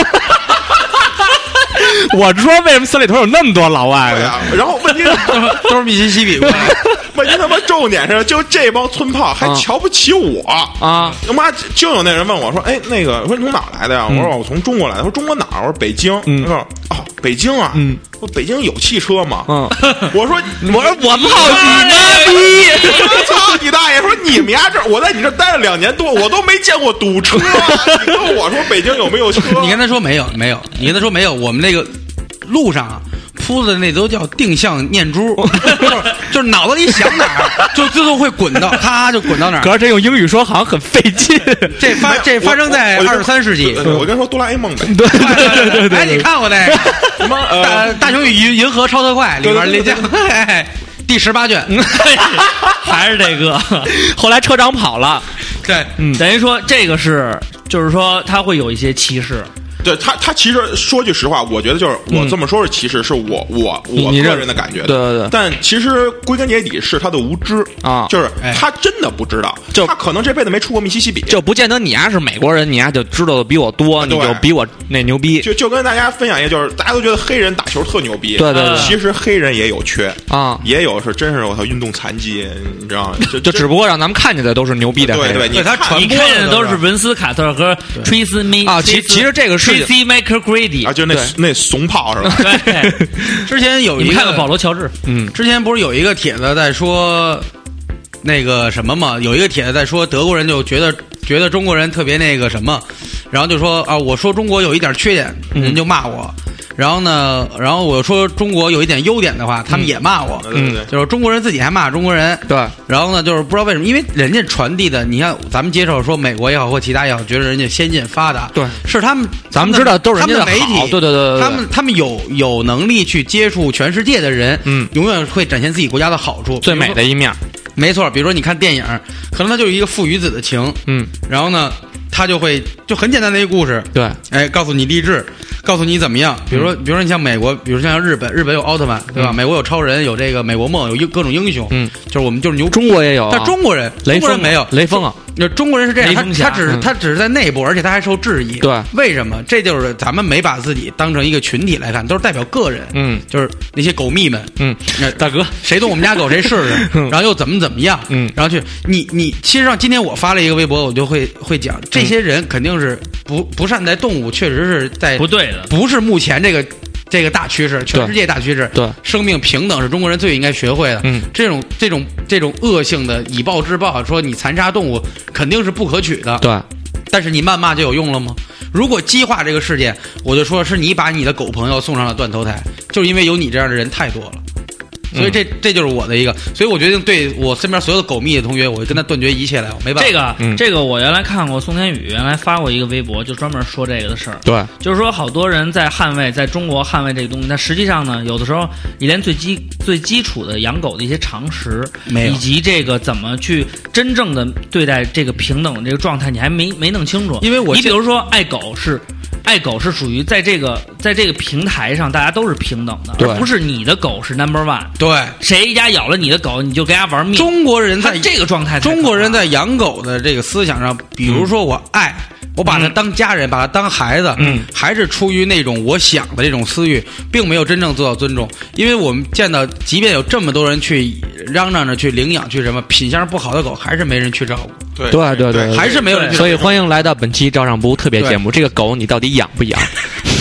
[SPEAKER 3] 我说为什么三里屯有那么多老外
[SPEAKER 5] 对
[SPEAKER 3] 呢？
[SPEAKER 5] 啊。然后问题，
[SPEAKER 1] 哎 都是密西 西比过来。
[SPEAKER 5] 问题他妈重点是，就这帮村炮还瞧不起我
[SPEAKER 3] 啊！
[SPEAKER 5] 他妈就有那人问我说：“哎，那个，我说你从哪儿来的呀？”
[SPEAKER 1] 嗯
[SPEAKER 5] 我说：“我从中国来的。”他说：“中国哪儿？”我说：“北京。”他说：“哦，北京啊。”
[SPEAKER 3] 嗯
[SPEAKER 5] 我说：“北京有汽车吗？”
[SPEAKER 3] 嗯，
[SPEAKER 5] 我说：“我说
[SPEAKER 3] 我操你妈逼！
[SPEAKER 5] 我说操你大爷！说你们家这儿，我在你这儿待了两年多，我都没见过堵车、你跟我说北京有没有车？
[SPEAKER 1] 你跟他说没有没有，你跟他说没有，我们那个路上啊铺的那都叫定向念珠， 就是就是脑子里想哪儿就自动会滚到，咔就滚到哪
[SPEAKER 3] 可
[SPEAKER 1] 儿。
[SPEAKER 3] 是这用英语说好像很费劲。
[SPEAKER 1] 这发这发生在
[SPEAKER 5] 我我
[SPEAKER 1] 二十三世纪。
[SPEAKER 5] 对对我跟他说哆啦 A 梦呗。
[SPEAKER 3] 对对对对
[SPEAKER 1] 哎，你
[SPEAKER 3] 对，
[SPEAKER 1] 看过 那个
[SPEAKER 5] 什么呃
[SPEAKER 1] 大大雄与银银河超特快里边那叫 哎第十八 卷，
[SPEAKER 2] 还是这个。
[SPEAKER 3] 后来车长跑了，
[SPEAKER 1] 对，
[SPEAKER 3] 嗯
[SPEAKER 2] 等于说这个是，就是说他会有一些歧视，
[SPEAKER 5] 对他，他其实说句实话，我觉得就是我这么说是歧视，是我我
[SPEAKER 3] 你
[SPEAKER 5] 我
[SPEAKER 3] 你
[SPEAKER 5] 个
[SPEAKER 3] 认
[SPEAKER 5] 人的感觉。
[SPEAKER 3] 对对对
[SPEAKER 5] 但其实归根结底是他的无知
[SPEAKER 3] 啊
[SPEAKER 5] 就是
[SPEAKER 1] 哎
[SPEAKER 5] 他真的不知道，
[SPEAKER 3] 就
[SPEAKER 5] 他可能这辈子没出过密西西比。
[SPEAKER 3] 就不见得你丫是美国人，你丫就知道的比我多，你
[SPEAKER 5] 对
[SPEAKER 3] 就比我那牛逼。
[SPEAKER 5] 就就跟大家分享一下，就是大家都觉得黑人打球特牛逼，
[SPEAKER 3] 对对对
[SPEAKER 5] 其实黑人也有缺
[SPEAKER 3] 啊
[SPEAKER 5] 也有是真是我操运动残疾，你知道 吗？就
[SPEAKER 3] 就只不过让咱们看见的都是牛逼的黑
[SPEAKER 5] 对
[SPEAKER 3] 人
[SPEAKER 5] 对，你
[SPEAKER 1] 对他
[SPEAKER 5] 看
[SPEAKER 1] 传
[SPEAKER 2] 你
[SPEAKER 1] 播
[SPEAKER 2] 看见的
[SPEAKER 1] 都
[SPEAKER 2] 都
[SPEAKER 1] 是
[SPEAKER 2] 是文斯卡特和 Tracy May
[SPEAKER 3] 啊其其实这个是
[SPEAKER 2] Tracy Maker Grady
[SPEAKER 5] 啊，就那
[SPEAKER 3] 对
[SPEAKER 5] 那怂炮是吧？
[SPEAKER 2] 对，
[SPEAKER 1] 之前有
[SPEAKER 2] 你
[SPEAKER 1] 一
[SPEAKER 2] 们
[SPEAKER 1] 个
[SPEAKER 2] 看看保罗乔治，
[SPEAKER 1] 之前不是有一个帖子在说那个什么嘛？有一个帖子在说德国人就觉得觉得中国人特别那个什么，然后就说啊，我说中国有一点缺点，
[SPEAKER 5] 嗯
[SPEAKER 1] 人就骂我。然后呢，然后我说中国有一点优点的话，他们也骂我。
[SPEAKER 5] 嗯 对
[SPEAKER 3] 嗯
[SPEAKER 5] 对对。
[SPEAKER 1] 就是中国人自己还骂中国人，
[SPEAKER 3] 对
[SPEAKER 1] 然后呢，就是不知道为什么，因为人家传递的，你看咱们接受说美国也好或其他也好，觉得人家先进发达，
[SPEAKER 3] 对
[SPEAKER 1] 是他们
[SPEAKER 3] 咱们知道都是人家的
[SPEAKER 1] 他们媒体
[SPEAKER 3] 好，对对对对对
[SPEAKER 1] 他们他们有有能力去接触全世界的人，
[SPEAKER 3] 嗯，
[SPEAKER 1] 永远会展现自己国家的好处，
[SPEAKER 3] 最美
[SPEAKER 1] 比如
[SPEAKER 3] 的
[SPEAKER 1] 说。
[SPEAKER 3] 一面，
[SPEAKER 1] 没错，比如说你看电影，可能它就是一个父与子的情，
[SPEAKER 3] 嗯，
[SPEAKER 1] 然后呢，他就会就很简单的一个故事，
[SPEAKER 3] 对，
[SPEAKER 1] 哎，告诉你励志，告诉你怎么样。比如说，比如说你像美国，比如像日本，日本有奥特曼，对吧？
[SPEAKER 3] 嗯
[SPEAKER 1] 美国有超人，有这个美国梦，有英各种英雄，
[SPEAKER 3] 嗯，
[SPEAKER 1] 就是我们就是牛逼。
[SPEAKER 3] 中国也有啊，
[SPEAKER 1] 但中国人，
[SPEAKER 3] 雷
[SPEAKER 1] 中国
[SPEAKER 3] 锋
[SPEAKER 1] 人没有，
[SPEAKER 3] 雷锋啊，
[SPEAKER 1] 那中国人是这样，
[SPEAKER 2] 雷
[SPEAKER 1] 他
[SPEAKER 2] 锋侠
[SPEAKER 1] 他只是
[SPEAKER 3] 嗯
[SPEAKER 1] 他只是在内部，而且他还受质疑。
[SPEAKER 3] 对
[SPEAKER 1] 为什么？这就是咱们没把自己当成一个群体来看，都是代表个人。
[SPEAKER 3] 嗯
[SPEAKER 1] 就是那些狗蜜们，
[SPEAKER 3] 嗯，
[SPEAKER 1] 那
[SPEAKER 3] 大哥，
[SPEAKER 1] 谁动我们家狗谁试试，然后又怎么怎么样，
[SPEAKER 3] 嗯
[SPEAKER 1] 然后去你你，其实上今天我发了一个微博，我就会会讲，
[SPEAKER 3] 嗯
[SPEAKER 1] 这些人肯定是不不善待动物，确实是在
[SPEAKER 2] 不对的，
[SPEAKER 1] 不是目前这个这个大趋势，全
[SPEAKER 3] 对
[SPEAKER 1] 世界大趋势，
[SPEAKER 3] 对
[SPEAKER 1] 生命平等是中国人最应该学会的，
[SPEAKER 3] 嗯
[SPEAKER 1] 这种这种这种恶性的以暴制暴，说你残杀动物肯定是不可取的，
[SPEAKER 3] 对
[SPEAKER 1] 但是你谩骂就有用了吗？如果激化这个事件，我就说是你把你的狗朋友送上了断头台，就是因为有你这样的人太多了。所以
[SPEAKER 2] 嗯
[SPEAKER 1] 这这就是我的一个，所以我决定对我身边所有的狗蜜的同学，我就跟他断绝一切来往，没办法。
[SPEAKER 2] 这个
[SPEAKER 3] 嗯
[SPEAKER 2] 这个我原来看过，宋天宇原来发过一个微博，就专门说这个的事儿。
[SPEAKER 3] 对，
[SPEAKER 2] 就是说，好多人在捍卫，在中国捍卫这个东西，但实际上呢，有的时候你连最基最基础的养狗的一些常识，
[SPEAKER 1] 没有
[SPEAKER 2] 以及这个怎么去真正的对待这个平等的这个状态，你还没没弄清楚。
[SPEAKER 1] 因为我
[SPEAKER 2] 你比
[SPEAKER 1] 见
[SPEAKER 2] 如说，爱狗是。爱狗是属于在这个在这个平台上，大家都是平等的，
[SPEAKER 3] 对
[SPEAKER 2] 而不是你的狗是 number one，
[SPEAKER 1] 对
[SPEAKER 2] 谁家咬了你的狗，你就给它玩命。
[SPEAKER 1] 中国人
[SPEAKER 2] 他
[SPEAKER 1] 在
[SPEAKER 2] 这个状态才可怕，
[SPEAKER 1] 中国人在养狗的这个思想上，比如说我爱，我把它当家人，把它当孩子，
[SPEAKER 3] 嗯，
[SPEAKER 1] 还是出于那种我想的这种私欲，并没有真正做到尊重。因为我们见到，即便有这么多人去嚷嚷着去领养去什么，品相不好的狗还是没人去照顾，
[SPEAKER 5] 对
[SPEAKER 3] 对啊对对对
[SPEAKER 1] 还是没有人去照
[SPEAKER 3] 呃所以欢迎来到本期《照上不误》特别节目。这个狗你到底养不养？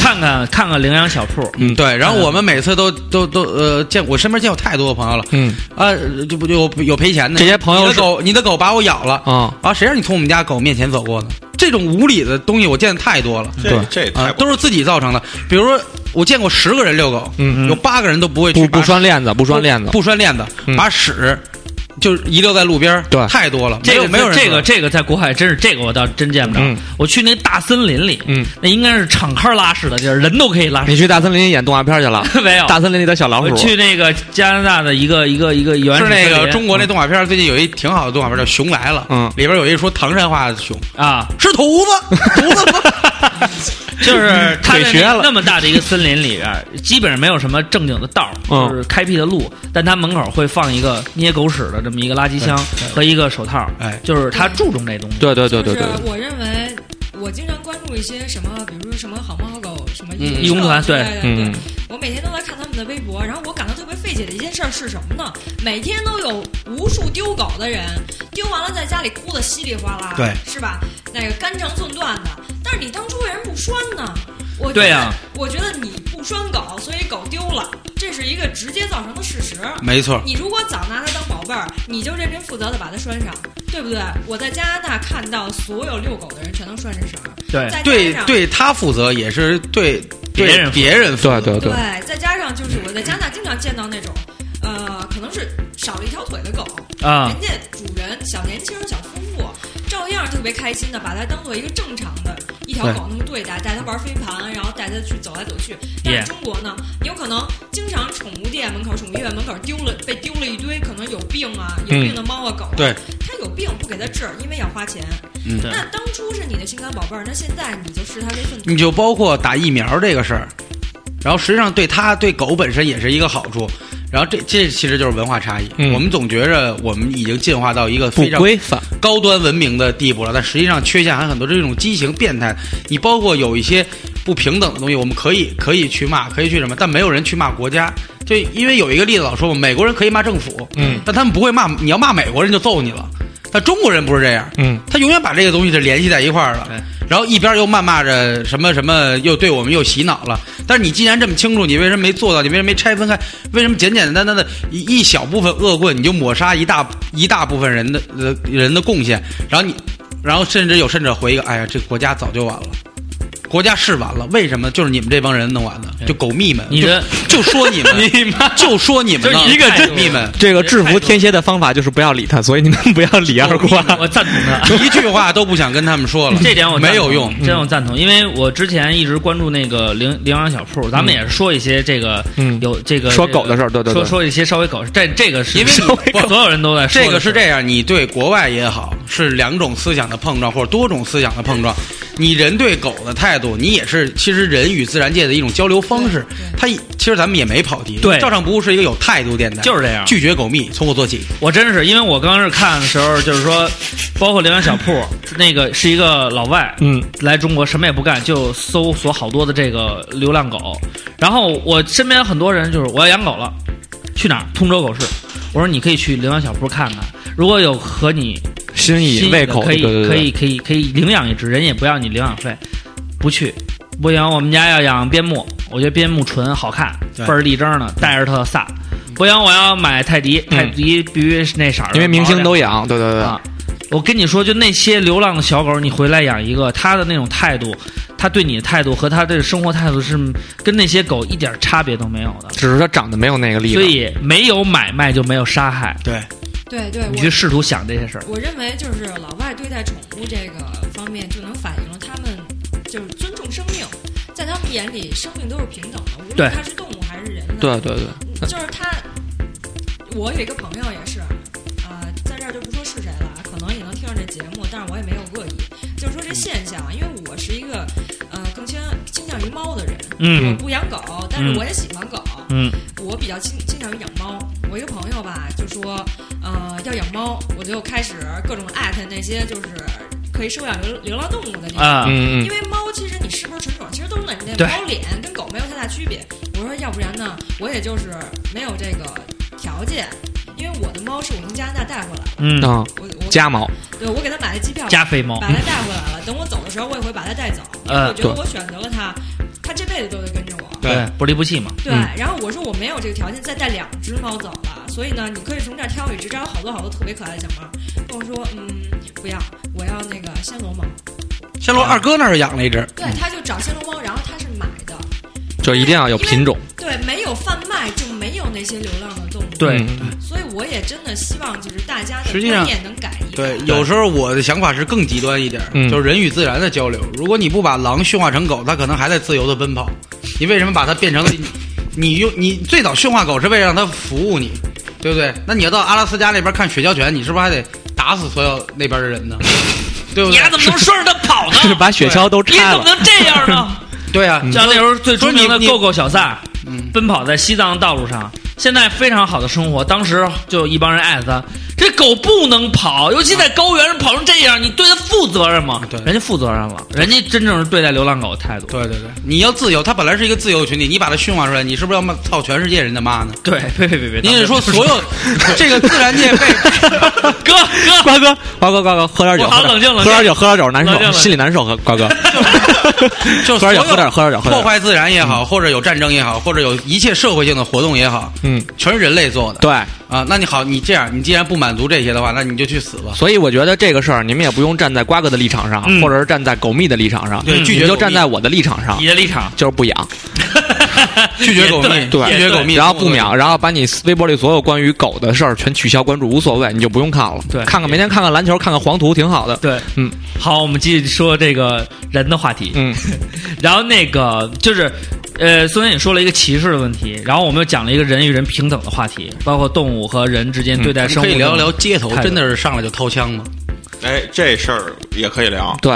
[SPEAKER 2] 看看看看领养小铺，
[SPEAKER 3] 嗯
[SPEAKER 1] 顾。对，然后我们每次都都都呃，见我身边见有太多的朋友了，
[SPEAKER 3] 嗯
[SPEAKER 1] 啊，就不有有赔钱的，
[SPEAKER 3] 这些朋友
[SPEAKER 1] 你的
[SPEAKER 3] 是
[SPEAKER 1] 狗，你的狗把我咬了
[SPEAKER 3] 啊
[SPEAKER 1] 啊，谁让你从我们家狗面前走过呢？这种无理的东西我见的太多了。
[SPEAKER 5] 这
[SPEAKER 3] 对
[SPEAKER 5] 这也
[SPEAKER 1] 啊
[SPEAKER 5] 太，不
[SPEAKER 1] 都是自己造成的。比如说，我见过十个人遛狗，
[SPEAKER 3] 嗯嗯
[SPEAKER 1] 有八个人都不会去
[SPEAKER 3] 不不
[SPEAKER 1] 把
[SPEAKER 3] 拴链子，不拴链子。
[SPEAKER 1] 不拴链子
[SPEAKER 3] 嗯，
[SPEAKER 1] 把屎就是遗留在路边儿，
[SPEAKER 3] 对
[SPEAKER 1] 太多了，
[SPEAKER 2] 这个
[SPEAKER 1] 没有没有人
[SPEAKER 2] 这个
[SPEAKER 1] 说
[SPEAKER 2] 这个在国外真是这个我倒真见不着
[SPEAKER 3] 嗯。
[SPEAKER 2] 我去那大森林里，
[SPEAKER 3] 嗯，
[SPEAKER 2] 那应该是敞开拉屎的地儿，人都可以拉屎。
[SPEAKER 3] 你去大森林演动画片去了？
[SPEAKER 2] 没有
[SPEAKER 3] 大森林里的小老
[SPEAKER 2] 我
[SPEAKER 3] 鼠，
[SPEAKER 2] 去那个加拿大的一个一个一个原始
[SPEAKER 1] 是嗯那个
[SPEAKER 2] 森林嗯
[SPEAKER 1] 中国那动画片儿，最近有一挺好的动画片儿叫《熊来了》，
[SPEAKER 3] 嗯
[SPEAKER 1] 里边有一说唐山话的熊
[SPEAKER 2] 啊，
[SPEAKER 1] 是犊子，犊子吗嗯
[SPEAKER 2] 就是他
[SPEAKER 3] 腿瘸
[SPEAKER 2] 在
[SPEAKER 3] 了
[SPEAKER 2] 那么大的一个森林里边，基本上没有什么正经的道
[SPEAKER 3] 嗯
[SPEAKER 2] 儿，就是开辟的路，但他门口会放一个捏狗屎的这么一个垃圾箱和一个手套，
[SPEAKER 1] 哎
[SPEAKER 2] 就是他注重这东 西。
[SPEAKER 3] 对对对
[SPEAKER 6] 就
[SPEAKER 3] 对
[SPEAKER 6] 是
[SPEAKER 3] 对，
[SPEAKER 6] 我认为，我经常关注一些什么，比如说什么好猫好狗什么
[SPEAKER 1] 嗯
[SPEAKER 6] 社
[SPEAKER 2] 义工团
[SPEAKER 6] 之类
[SPEAKER 2] 对
[SPEAKER 6] 的
[SPEAKER 3] 嗯
[SPEAKER 6] 我每天都来看他们的微博，然后我感到特别费解的一件事儿是什么呢？每天都有无数丢狗的人，丢完了在家里哭得稀里哗啦，
[SPEAKER 1] 对，
[SPEAKER 6] 是吧？那个肝肠寸断的，但是你当初为什么不拴呢？我觉得
[SPEAKER 2] 对呀
[SPEAKER 6] 我觉得你不拴狗，所以狗丢了，这是一个直接造成的事实。
[SPEAKER 1] 没错，
[SPEAKER 6] 你如果早拿它当宝贝儿，你就认真负责的把它拴上，对不对？我在加拿大看到所有遛狗的人全都拴着绳儿，
[SPEAKER 2] 对
[SPEAKER 6] 再
[SPEAKER 1] 哎对
[SPEAKER 6] 加上
[SPEAKER 1] 对他负责也是对对
[SPEAKER 2] 别人负责
[SPEAKER 1] 别人负责
[SPEAKER 3] 对对对，
[SPEAKER 6] 对，再加上就是我在加拿大经常见到那种，呃，可能是少了一条腿的狗，
[SPEAKER 2] 啊，
[SPEAKER 6] 人家主人小年轻小夫妇照样特别开心的把它当做一个正常的一条
[SPEAKER 3] 对
[SPEAKER 6] 狗那么对待，带它玩飞盘，然后带它去走来走去。但
[SPEAKER 2] Yeah
[SPEAKER 6] 是中国呢，有可能经常宠物店门口、宠物医院门口丢了被丢了一堆可能有病啊、有病的猫啊、狗啊，
[SPEAKER 1] 对
[SPEAKER 6] 它有病不给它治，因为要花钱。
[SPEAKER 1] 嗯
[SPEAKER 2] 对
[SPEAKER 6] 那当初是你的心肝宝贝儿，那现在你就视它为粪土。
[SPEAKER 1] 你就包括打疫苗这个事儿，然后实际上对它对狗本身也是一个好处。然后这这其实就是文化差异，
[SPEAKER 3] 嗯
[SPEAKER 1] 我们总觉着我们已经进化到一个
[SPEAKER 3] 不
[SPEAKER 1] 非常
[SPEAKER 3] 规范，
[SPEAKER 1] 高端文明的地步了，但实际上缺陷还很多，这种畸形变态。你包括有一些不平等的东西，我们可以可以去骂，可以去什么，但没有人去骂国家。就因为有一个例子老说嘛，美国人可以骂政府，
[SPEAKER 3] 嗯，
[SPEAKER 1] 但他们不会骂，你要骂美国人就揍你了。但中国人不是这样，
[SPEAKER 3] 嗯，
[SPEAKER 1] 他永远把这个东西就联系在一块儿了
[SPEAKER 2] 对。
[SPEAKER 1] 然后一边又谩骂着什么什么，又对我们又洗脑了。但是你既然这么清楚，你为什么没做到？你为什么没拆分开？为什么简简单单的一一小部分恶棍，你就抹杀一大一大部分人的呃人的贡献？然后你，然后甚至有甚者回一个，哎呀，这国家早就完了。国家是完了，为什么？就是你们这帮人弄完的，就狗蜜们，
[SPEAKER 2] 你的
[SPEAKER 1] 就就说你们，
[SPEAKER 2] 你妈
[SPEAKER 1] 就说你们呢，
[SPEAKER 2] 就一个
[SPEAKER 1] 狗
[SPEAKER 2] 真
[SPEAKER 1] 蜜们，
[SPEAKER 3] 这个制服天蝎的方法就是不要理他，所以你们不要理二瓜。
[SPEAKER 2] 我赞同 他。
[SPEAKER 1] 一句话都不想跟他们说了
[SPEAKER 2] ，这点我赞
[SPEAKER 1] 没有
[SPEAKER 2] 同
[SPEAKER 1] 用。
[SPEAKER 2] 真我赞同，因为我之前一直关注那个领领养小铺，咱们也是说一些这个
[SPEAKER 3] 嗯
[SPEAKER 2] 有这个
[SPEAKER 3] 说狗的事儿对对
[SPEAKER 2] 说
[SPEAKER 3] 对
[SPEAKER 2] 说一些稍微狗这这个是
[SPEAKER 1] 因为
[SPEAKER 2] 稍微
[SPEAKER 1] 不
[SPEAKER 2] 狗所有人都在说
[SPEAKER 1] 这
[SPEAKER 2] 的
[SPEAKER 1] 个是
[SPEAKER 2] 事
[SPEAKER 1] 这样，你对国外也好，是两种思想的碰撞，或者多种思想的碰撞。你人对狗的态度，你也是其实人与自然界的一种交流方式。它一其实咱们也没跑题，
[SPEAKER 2] 对
[SPEAKER 1] 照常不误是一个有态度电台，
[SPEAKER 2] 就是这样
[SPEAKER 1] 拒绝狗蜜，从我做起。
[SPEAKER 2] 我真是，因为我刚开始看的时候，就是说，包括领养小铺，那个是一个老外，
[SPEAKER 3] 嗯，
[SPEAKER 2] 来中国什么也不干，就搜索好多的这个流浪狗。然后我身边很多人就是我要养狗了，去哪儿？通州狗市。我说你可以去领养小铺看看，如果有和你
[SPEAKER 3] 心
[SPEAKER 2] 心
[SPEAKER 3] 以
[SPEAKER 2] 仪
[SPEAKER 3] 胃
[SPEAKER 2] 的
[SPEAKER 3] 口，
[SPEAKER 2] 可以
[SPEAKER 3] 对对对
[SPEAKER 2] 可以可以可以领养一只，人也不要你领养费，不去。不行，我们家要养边牧，我觉得边牧纯好看，
[SPEAKER 1] 对
[SPEAKER 2] 倍儿立正的，带着特飒。
[SPEAKER 6] 嗯
[SPEAKER 2] 不行，我要买泰迪，泰迪必须是那色儿的，
[SPEAKER 3] 嗯因为明星都
[SPEAKER 2] 有
[SPEAKER 3] 养，对对对，
[SPEAKER 2] 啊。我跟你说，就那些流浪的小狗，你回来养一个，它的那种态度，它对你的态度和它的生活态度是跟那些狗一点差别都没有的。
[SPEAKER 3] 只是他长得没有那个力
[SPEAKER 2] 所
[SPEAKER 3] 量。
[SPEAKER 2] 以没有买卖就没有杀害，
[SPEAKER 1] 对，
[SPEAKER 6] 对对，
[SPEAKER 2] 你
[SPEAKER 6] 我
[SPEAKER 2] 去试图想这些事儿。
[SPEAKER 6] 我认为就是老外对待宠物这个方面，就能反映了他们就是尊重生命，在他们眼里，生命都是平等的，无
[SPEAKER 2] 对
[SPEAKER 6] 论它是动物还是人类。
[SPEAKER 3] 对对对，
[SPEAKER 6] 就是他，我有一个朋友也是，呃，在这儿就不说是谁了，啊可能也能听到这节目，但是我也没有恶意。就是说这现象，因为我是一个呃更倾倾向于猫的人，
[SPEAKER 2] 嗯
[SPEAKER 6] 我不养狗，但是我也喜欢狗，
[SPEAKER 2] 嗯，
[SPEAKER 6] 我比较倾倾向于养猫。我一个朋友吧，就说呃要养猫，我就开始各种艾特那些就是可以收养流流浪动物的地方。
[SPEAKER 2] 啊，
[SPEAKER 3] 嗯
[SPEAKER 6] 因为猫其实你是不是纯种，其实都是你
[SPEAKER 2] 对
[SPEAKER 6] 那猫脸跟狗没有太大区别。我说要不然呢，我也就是没有这个条件，因为我的猫是我从加拿大带回来的，
[SPEAKER 2] 嗯
[SPEAKER 3] 嗯，啊，
[SPEAKER 6] 我我
[SPEAKER 3] 家猫，
[SPEAKER 6] 对我给它买了机票，
[SPEAKER 2] 加菲猫
[SPEAKER 6] 把，它带回来了。等我走的时候，我也会把它带走，因为
[SPEAKER 2] 呃
[SPEAKER 6] 我觉得我选择了它，它这辈子都得跟着我。
[SPEAKER 2] 对，不离不弃嘛。
[SPEAKER 6] 对，然后我说我没有这个条件再带两只猫走了，所以呢，你可以从这儿挑一只，这儿有好多好多特别可爱的小猫。跟我说，嗯，不要，我要那个暹罗猫。
[SPEAKER 1] 暹罗二哥那儿养了一只，
[SPEAKER 6] 对，他就找暹罗猫，然后他是买的，
[SPEAKER 3] 就一定要有品种。
[SPEAKER 6] 对，没有贩卖就没有那些流浪的动物。
[SPEAKER 2] 对
[SPEAKER 3] 嗯
[SPEAKER 6] 所以我也真的希望就是大家的
[SPEAKER 1] 实际
[SPEAKER 6] 观
[SPEAKER 1] 上
[SPEAKER 6] 念能改一改。
[SPEAKER 1] 对，有时候我的想法是更极端一点儿，
[SPEAKER 3] 嗯
[SPEAKER 1] 就是人与自然的交流。如果你不把狼驯化成狗，它可能还在自由的奔跑。你为什么把它变成？你用你最早驯化狗是为了让它服务你，对不对？那你要到阿拉斯加那边看雪橇犬，你是不是还得打死所有那边的人呢？ 对不
[SPEAKER 2] 你
[SPEAKER 1] 对
[SPEAKER 2] 丫？怎么能顺着它跑呢？
[SPEAKER 3] 是把雪橇都
[SPEAKER 2] 你
[SPEAKER 3] 拆
[SPEAKER 2] 怎么
[SPEAKER 3] 了。
[SPEAKER 2] 能这样呢？
[SPEAKER 1] 对啊，
[SPEAKER 2] 像那时候最出名
[SPEAKER 1] 说
[SPEAKER 2] 的
[SPEAKER 1] 你
[SPEAKER 2] 狗狗小萨，
[SPEAKER 1] 嗯，
[SPEAKER 2] 奔跑在西藏的道路上，现在非常好的生活。当时就有一帮人艾特他，这狗不能跑，尤其在高原上跑成这样，你对它负责任吗？
[SPEAKER 1] 对
[SPEAKER 2] 人家负责任了，人家真正是对待流浪狗的态度。
[SPEAKER 1] 对对对，你要自由，它本来是一个自由群体，你把它驯化出来，你是不是要骂操全世界人的妈呢？
[SPEAKER 2] 对，别别别别，
[SPEAKER 1] 你得说所有这个自然界 被
[SPEAKER 2] 哥哥，
[SPEAKER 3] 瓜哥，瓜哥，瓜哥，喝点酒，
[SPEAKER 2] 我好
[SPEAKER 3] 喝点
[SPEAKER 2] 冷静冷
[SPEAKER 3] 喝
[SPEAKER 2] 静
[SPEAKER 3] 点酒，喝点酒，难
[SPEAKER 2] 冷静
[SPEAKER 3] 受，
[SPEAKER 2] 冷静
[SPEAKER 3] 心里难受。喝瓜哥，
[SPEAKER 1] 就
[SPEAKER 3] 喝
[SPEAKER 1] 所
[SPEAKER 3] 点
[SPEAKER 1] 有
[SPEAKER 3] 酒，喝点，喝点酒，喝
[SPEAKER 1] 破
[SPEAKER 3] 点酒。
[SPEAKER 1] 坏自然也好，或者有战争也好，或者有一切社会性的活动也好，
[SPEAKER 3] 嗯，
[SPEAKER 1] 全是人类做的。
[SPEAKER 3] 对，
[SPEAKER 1] 啊，那你好，你这样，你既然不满足这些的话，那你就去死吧。
[SPEAKER 3] 所以我觉得这个事儿，你们也不用站在瓜哥的立场上，
[SPEAKER 2] 嗯
[SPEAKER 3] 或者是站在狗蜜的立场上，
[SPEAKER 1] 对
[SPEAKER 3] 嗯
[SPEAKER 1] 拒绝
[SPEAKER 3] 你就
[SPEAKER 1] 狗蜜
[SPEAKER 3] 站在我的立场上
[SPEAKER 2] 你，的立场，
[SPEAKER 3] 就是不养，
[SPEAKER 1] 拒绝狗
[SPEAKER 2] 也
[SPEAKER 1] 命，
[SPEAKER 3] 对
[SPEAKER 1] 拒绝狗命，
[SPEAKER 3] 然后不秒，然后把你微博里所有关于狗的事儿全取消关注，无所谓，你就不用看了。
[SPEAKER 2] 对
[SPEAKER 3] 看看每天看看篮球，看看黄图，挺好的。
[SPEAKER 2] 对，
[SPEAKER 3] 嗯，
[SPEAKER 2] 好，我们继续说这个人的话题。
[SPEAKER 3] 嗯，
[SPEAKER 2] 然后那个就是，呃，孙岩也说了一个歧视的问题，然后我们又讲了一个人与人平等的话题，包括动物和人之间对
[SPEAKER 5] 嗯
[SPEAKER 2] 待生
[SPEAKER 1] 可
[SPEAKER 2] 物
[SPEAKER 1] 以
[SPEAKER 2] 的
[SPEAKER 1] 聊一聊街头，
[SPEAKER 2] 态度
[SPEAKER 1] 真的是上来就掏枪吗？
[SPEAKER 5] 哎，这事儿也可以聊。
[SPEAKER 3] 对，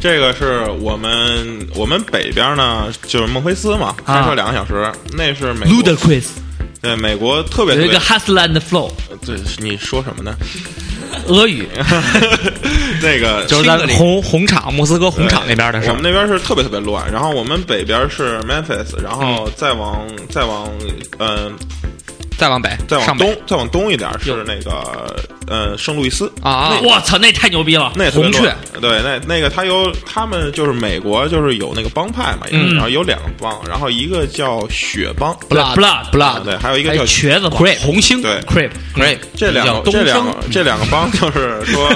[SPEAKER 5] 这个是我们我们北边呢，就是孟菲斯嘛，
[SPEAKER 2] 啊
[SPEAKER 5] 开车两个小时，那是美国
[SPEAKER 2] ludicrous，
[SPEAKER 5] 对美国特别
[SPEAKER 2] 有
[SPEAKER 5] 特
[SPEAKER 2] 一
[SPEAKER 3] 哎
[SPEAKER 2] 个
[SPEAKER 5] 别
[SPEAKER 2] hustle and flow
[SPEAKER 5] 对，你说什么呢？
[SPEAKER 2] 俄 语，
[SPEAKER 5] 那个
[SPEAKER 3] 就是在红红场莫斯科红场那边的事儿
[SPEAKER 5] 我们。那边是特别特别乱，然后我们北边是 Memphis，然后
[SPEAKER 3] 嗯
[SPEAKER 5] 再往、再往嗯、
[SPEAKER 3] 再往北，
[SPEAKER 5] 再
[SPEAKER 3] 上
[SPEAKER 5] 往
[SPEAKER 3] 北
[SPEAKER 5] 东再往东一点
[SPEAKER 2] 有
[SPEAKER 5] 是那个呃圣路易斯，
[SPEAKER 3] 啊啊！
[SPEAKER 2] 我操，那太牛逼了！
[SPEAKER 5] 那也特别
[SPEAKER 3] 红
[SPEAKER 5] 乱对，那那个他有他们就是美国就是有那个帮派嘛，也是
[SPEAKER 2] 嗯
[SPEAKER 5] 然后有两个帮，然后一个叫雪帮，
[SPEAKER 2] blood blood
[SPEAKER 3] blood
[SPEAKER 5] 对，还有一个
[SPEAKER 2] 还
[SPEAKER 5] 叫
[SPEAKER 2] 有瘸子
[SPEAKER 1] 对，红星，
[SPEAKER 5] 对，
[SPEAKER 2] crip，
[SPEAKER 1] 对，
[SPEAKER 5] 这两
[SPEAKER 1] 叫东
[SPEAKER 5] 个这两
[SPEAKER 1] 升
[SPEAKER 5] 个，这两个帮就是 说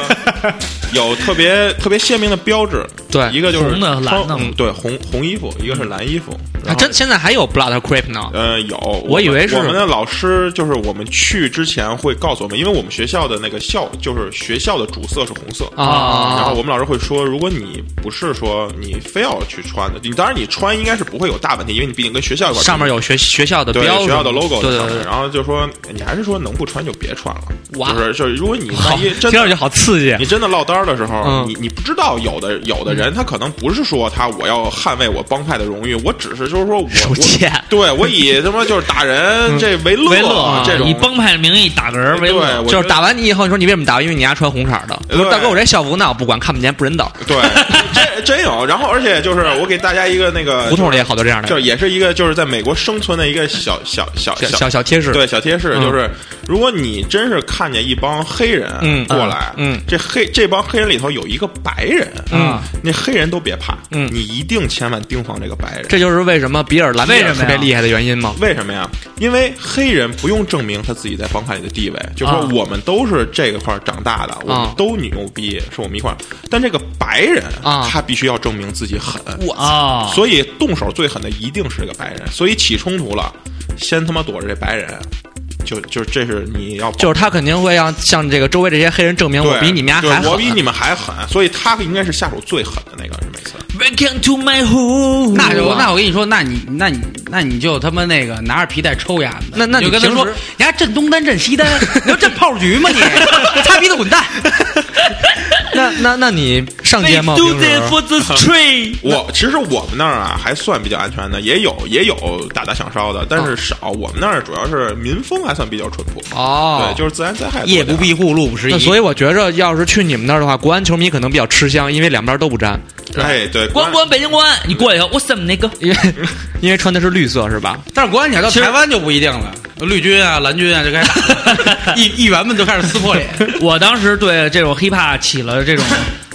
[SPEAKER 5] 有特别特别鲜明的标志，
[SPEAKER 3] 对
[SPEAKER 5] 一个就是
[SPEAKER 2] 红的
[SPEAKER 5] 穿
[SPEAKER 2] 蓝的
[SPEAKER 5] 嗯对，红红衣服，一个是蓝衣服，
[SPEAKER 3] 啊
[SPEAKER 5] 然后
[SPEAKER 3] 真现在还有 blood creep 呢。
[SPEAKER 5] 呃，有，
[SPEAKER 3] 我以
[SPEAKER 5] 们
[SPEAKER 3] 为是
[SPEAKER 5] 我们的老师，就是我们去之前会告诉我们，因为我们学校的那个校，就是学校的主色是红色
[SPEAKER 3] 啊
[SPEAKER 5] 然后我们老师会说，如果你不是说你非要去穿的，你当然你穿应该是不会有大问题，因为你毕竟跟学校有关
[SPEAKER 3] 上面有学学校的
[SPEAKER 5] 对
[SPEAKER 3] 标，
[SPEAKER 5] 学校的 logo
[SPEAKER 3] 对
[SPEAKER 5] 在
[SPEAKER 3] 对
[SPEAKER 5] 上
[SPEAKER 3] 对
[SPEAKER 5] 面，
[SPEAKER 3] 对，
[SPEAKER 5] 然后就说你还是说能不穿就别穿了，
[SPEAKER 3] 哇
[SPEAKER 5] 就是就是如果你
[SPEAKER 3] 好，
[SPEAKER 5] 万一
[SPEAKER 3] 听
[SPEAKER 5] 真
[SPEAKER 3] 上去
[SPEAKER 5] 的。
[SPEAKER 3] 好刺激
[SPEAKER 5] 你真的落单儿的时候，
[SPEAKER 3] 嗯
[SPEAKER 5] 你你不知道有的有的人他可能不是说他我要捍卫我帮派的荣誉，我只是就是说我
[SPEAKER 3] 手
[SPEAKER 5] 我
[SPEAKER 3] 贱 嗯
[SPEAKER 5] 对我以他妈就是打人这为乐
[SPEAKER 2] 为乐啊
[SPEAKER 5] 这种
[SPEAKER 2] 以帮派的名义打个人为
[SPEAKER 5] 对，
[SPEAKER 2] 乐，
[SPEAKER 5] 我
[SPEAKER 3] 就
[SPEAKER 5] 觉
[SPEAKER 3] 是
[SPEAKER 5] 得
[SPEAKER 3] 打完你以后，你说你为什么打？因为你丫穿红色的。我说
[SPEAKER 5] 对
[SPEAKER 3] 大哥，我这校服呢，我不管，看不见不人道。
[SPEAKER 5] 对，这真有。然后而且就是我给大家一个那个
[SPEAKER 3] 胡同里也好多这样
[SPEAKER 5] 就
[SPEAKER 3] 的
[SPEAKER 5] 是也是一个就是在美国生存的一个小小小
[SPEAKER 3] 小小小贴士。
[SPEAKER 5] 对小贴士，
[SPEAKER 3] 嗯
[SPEAKER 5] 就是如果你真是看见一帮黑人
[SPEAKER 3] 嗯
[SPEAKER 5] 过来，
[SPEAKER 3] 嗯嗯
[SPEAKER 5] 这黑这帮黑人里头有一个白人，
[SPEAKER 3] 嗯，
[SPEAKER 5] 那黑人都别怕，
[SPEAKER 3] 嗯
[SPEAKER 5] 你一定千万盯防这个白人。
[SPEAKER 3] 这就是为什么比尔·兰比
[SPEAKER 2] 为
[SPEAKER 3] 尔
[SPEAKER 2] 什么
[SPEAKER 3] 特
[SPEAKER 2] 呀
[SPEAKER 3] 别厉害的原因吗？
[SPEAKER 5] 为什么呀？因为黑人不用证明他自己在帮派里的地位，就说
[SPEAKER 2] 啊
[SPEAKER 5] 我们都是这个块儿长大的，我
[SPEAKER 3] 啊
[SPEAKER 5] 们都牛逼，是我们一块儿。但这个白人
[SPEAKER 3] 啊
[SPEAKER 5] 他必须要证明自己狠，
[SPEAKER 2] 啊，
[SPEAKER 5] 所以动手最狠的一定是这个白人。所以起冲突了，先他妈躲着这白人，就就这是你要
[SPEAKER 3] 就是他肯定会让向这个周围这些黑人证明，我
[SPEAKER 5] 对
[SPEAKER 3] 比你们家
[SPEAKER 5] 对
[SPEAKER 3] 还狠。
[SPEAKER 5] 我比你们还狠，所以他应该是下手最狠的那个人，每次。
[SPEAKER 2] Welcome to my home。
[SPEAKER 1] 那就那我跟你说，那你那你那你就他妈那个拿着皮带抽丫子，
[SPEAKER 3] 那那你
[SPEAKER 1] 你就跟他
[SPEAKER 3] 平
[SPEAKER 1] 说
[SPEAKER 3] 时，
[SPEAKER 1] 你还震东单震西单， 你要震炮局吗你？擦鼻子滚蛋！
[SPEAKER 3] 那那那你上街
[SPEAKER 2] They
[SPEAKER 3] 吗？
[SPEAKER 2] do
[SPEAKER 3] 平
[SPEAKER 2] that
[SPEAKER 3] 时
[SPEAKER 2] for the tree。
[SPEAKER 5] 我其实我们那儿啊还算比较安全的，也有也有打打抢烧的，但是少。我们那儿主要是民风还算比较淳朴，
[SPEAKER 3] 哦
[SPEAKER 5] 对，就是自然灾害多
[SPEAKER 1] 夜不
[SPEAKER 5] 点儿。
[SPEAKER 1] 闭户，路不拾
[SPEAKER 3] 那
[SPEAKER 1] 遗。
[SPEAKER 3] 所以我觉着，要是去你们那儿的话，国安球迷可能比较吃香，因为两边都不沾，
[SPEAKER 5] 哎，对，
[SPEAKER 2] 关关北京关，你过来以后，我怎么那个？
[SPEAKER 3] 因为 因为穿的是绿色是吧？
[SPEAKER 1] 但是国安你要到
[SPEAKER 2] 其实
[SPEAKER 1] 台湾就不一定了，绿军啊、蓝军啊就开 始议议员们就开始撕破脸。
[SPEAKER 2] 我当时对这种 hiphop 起了这种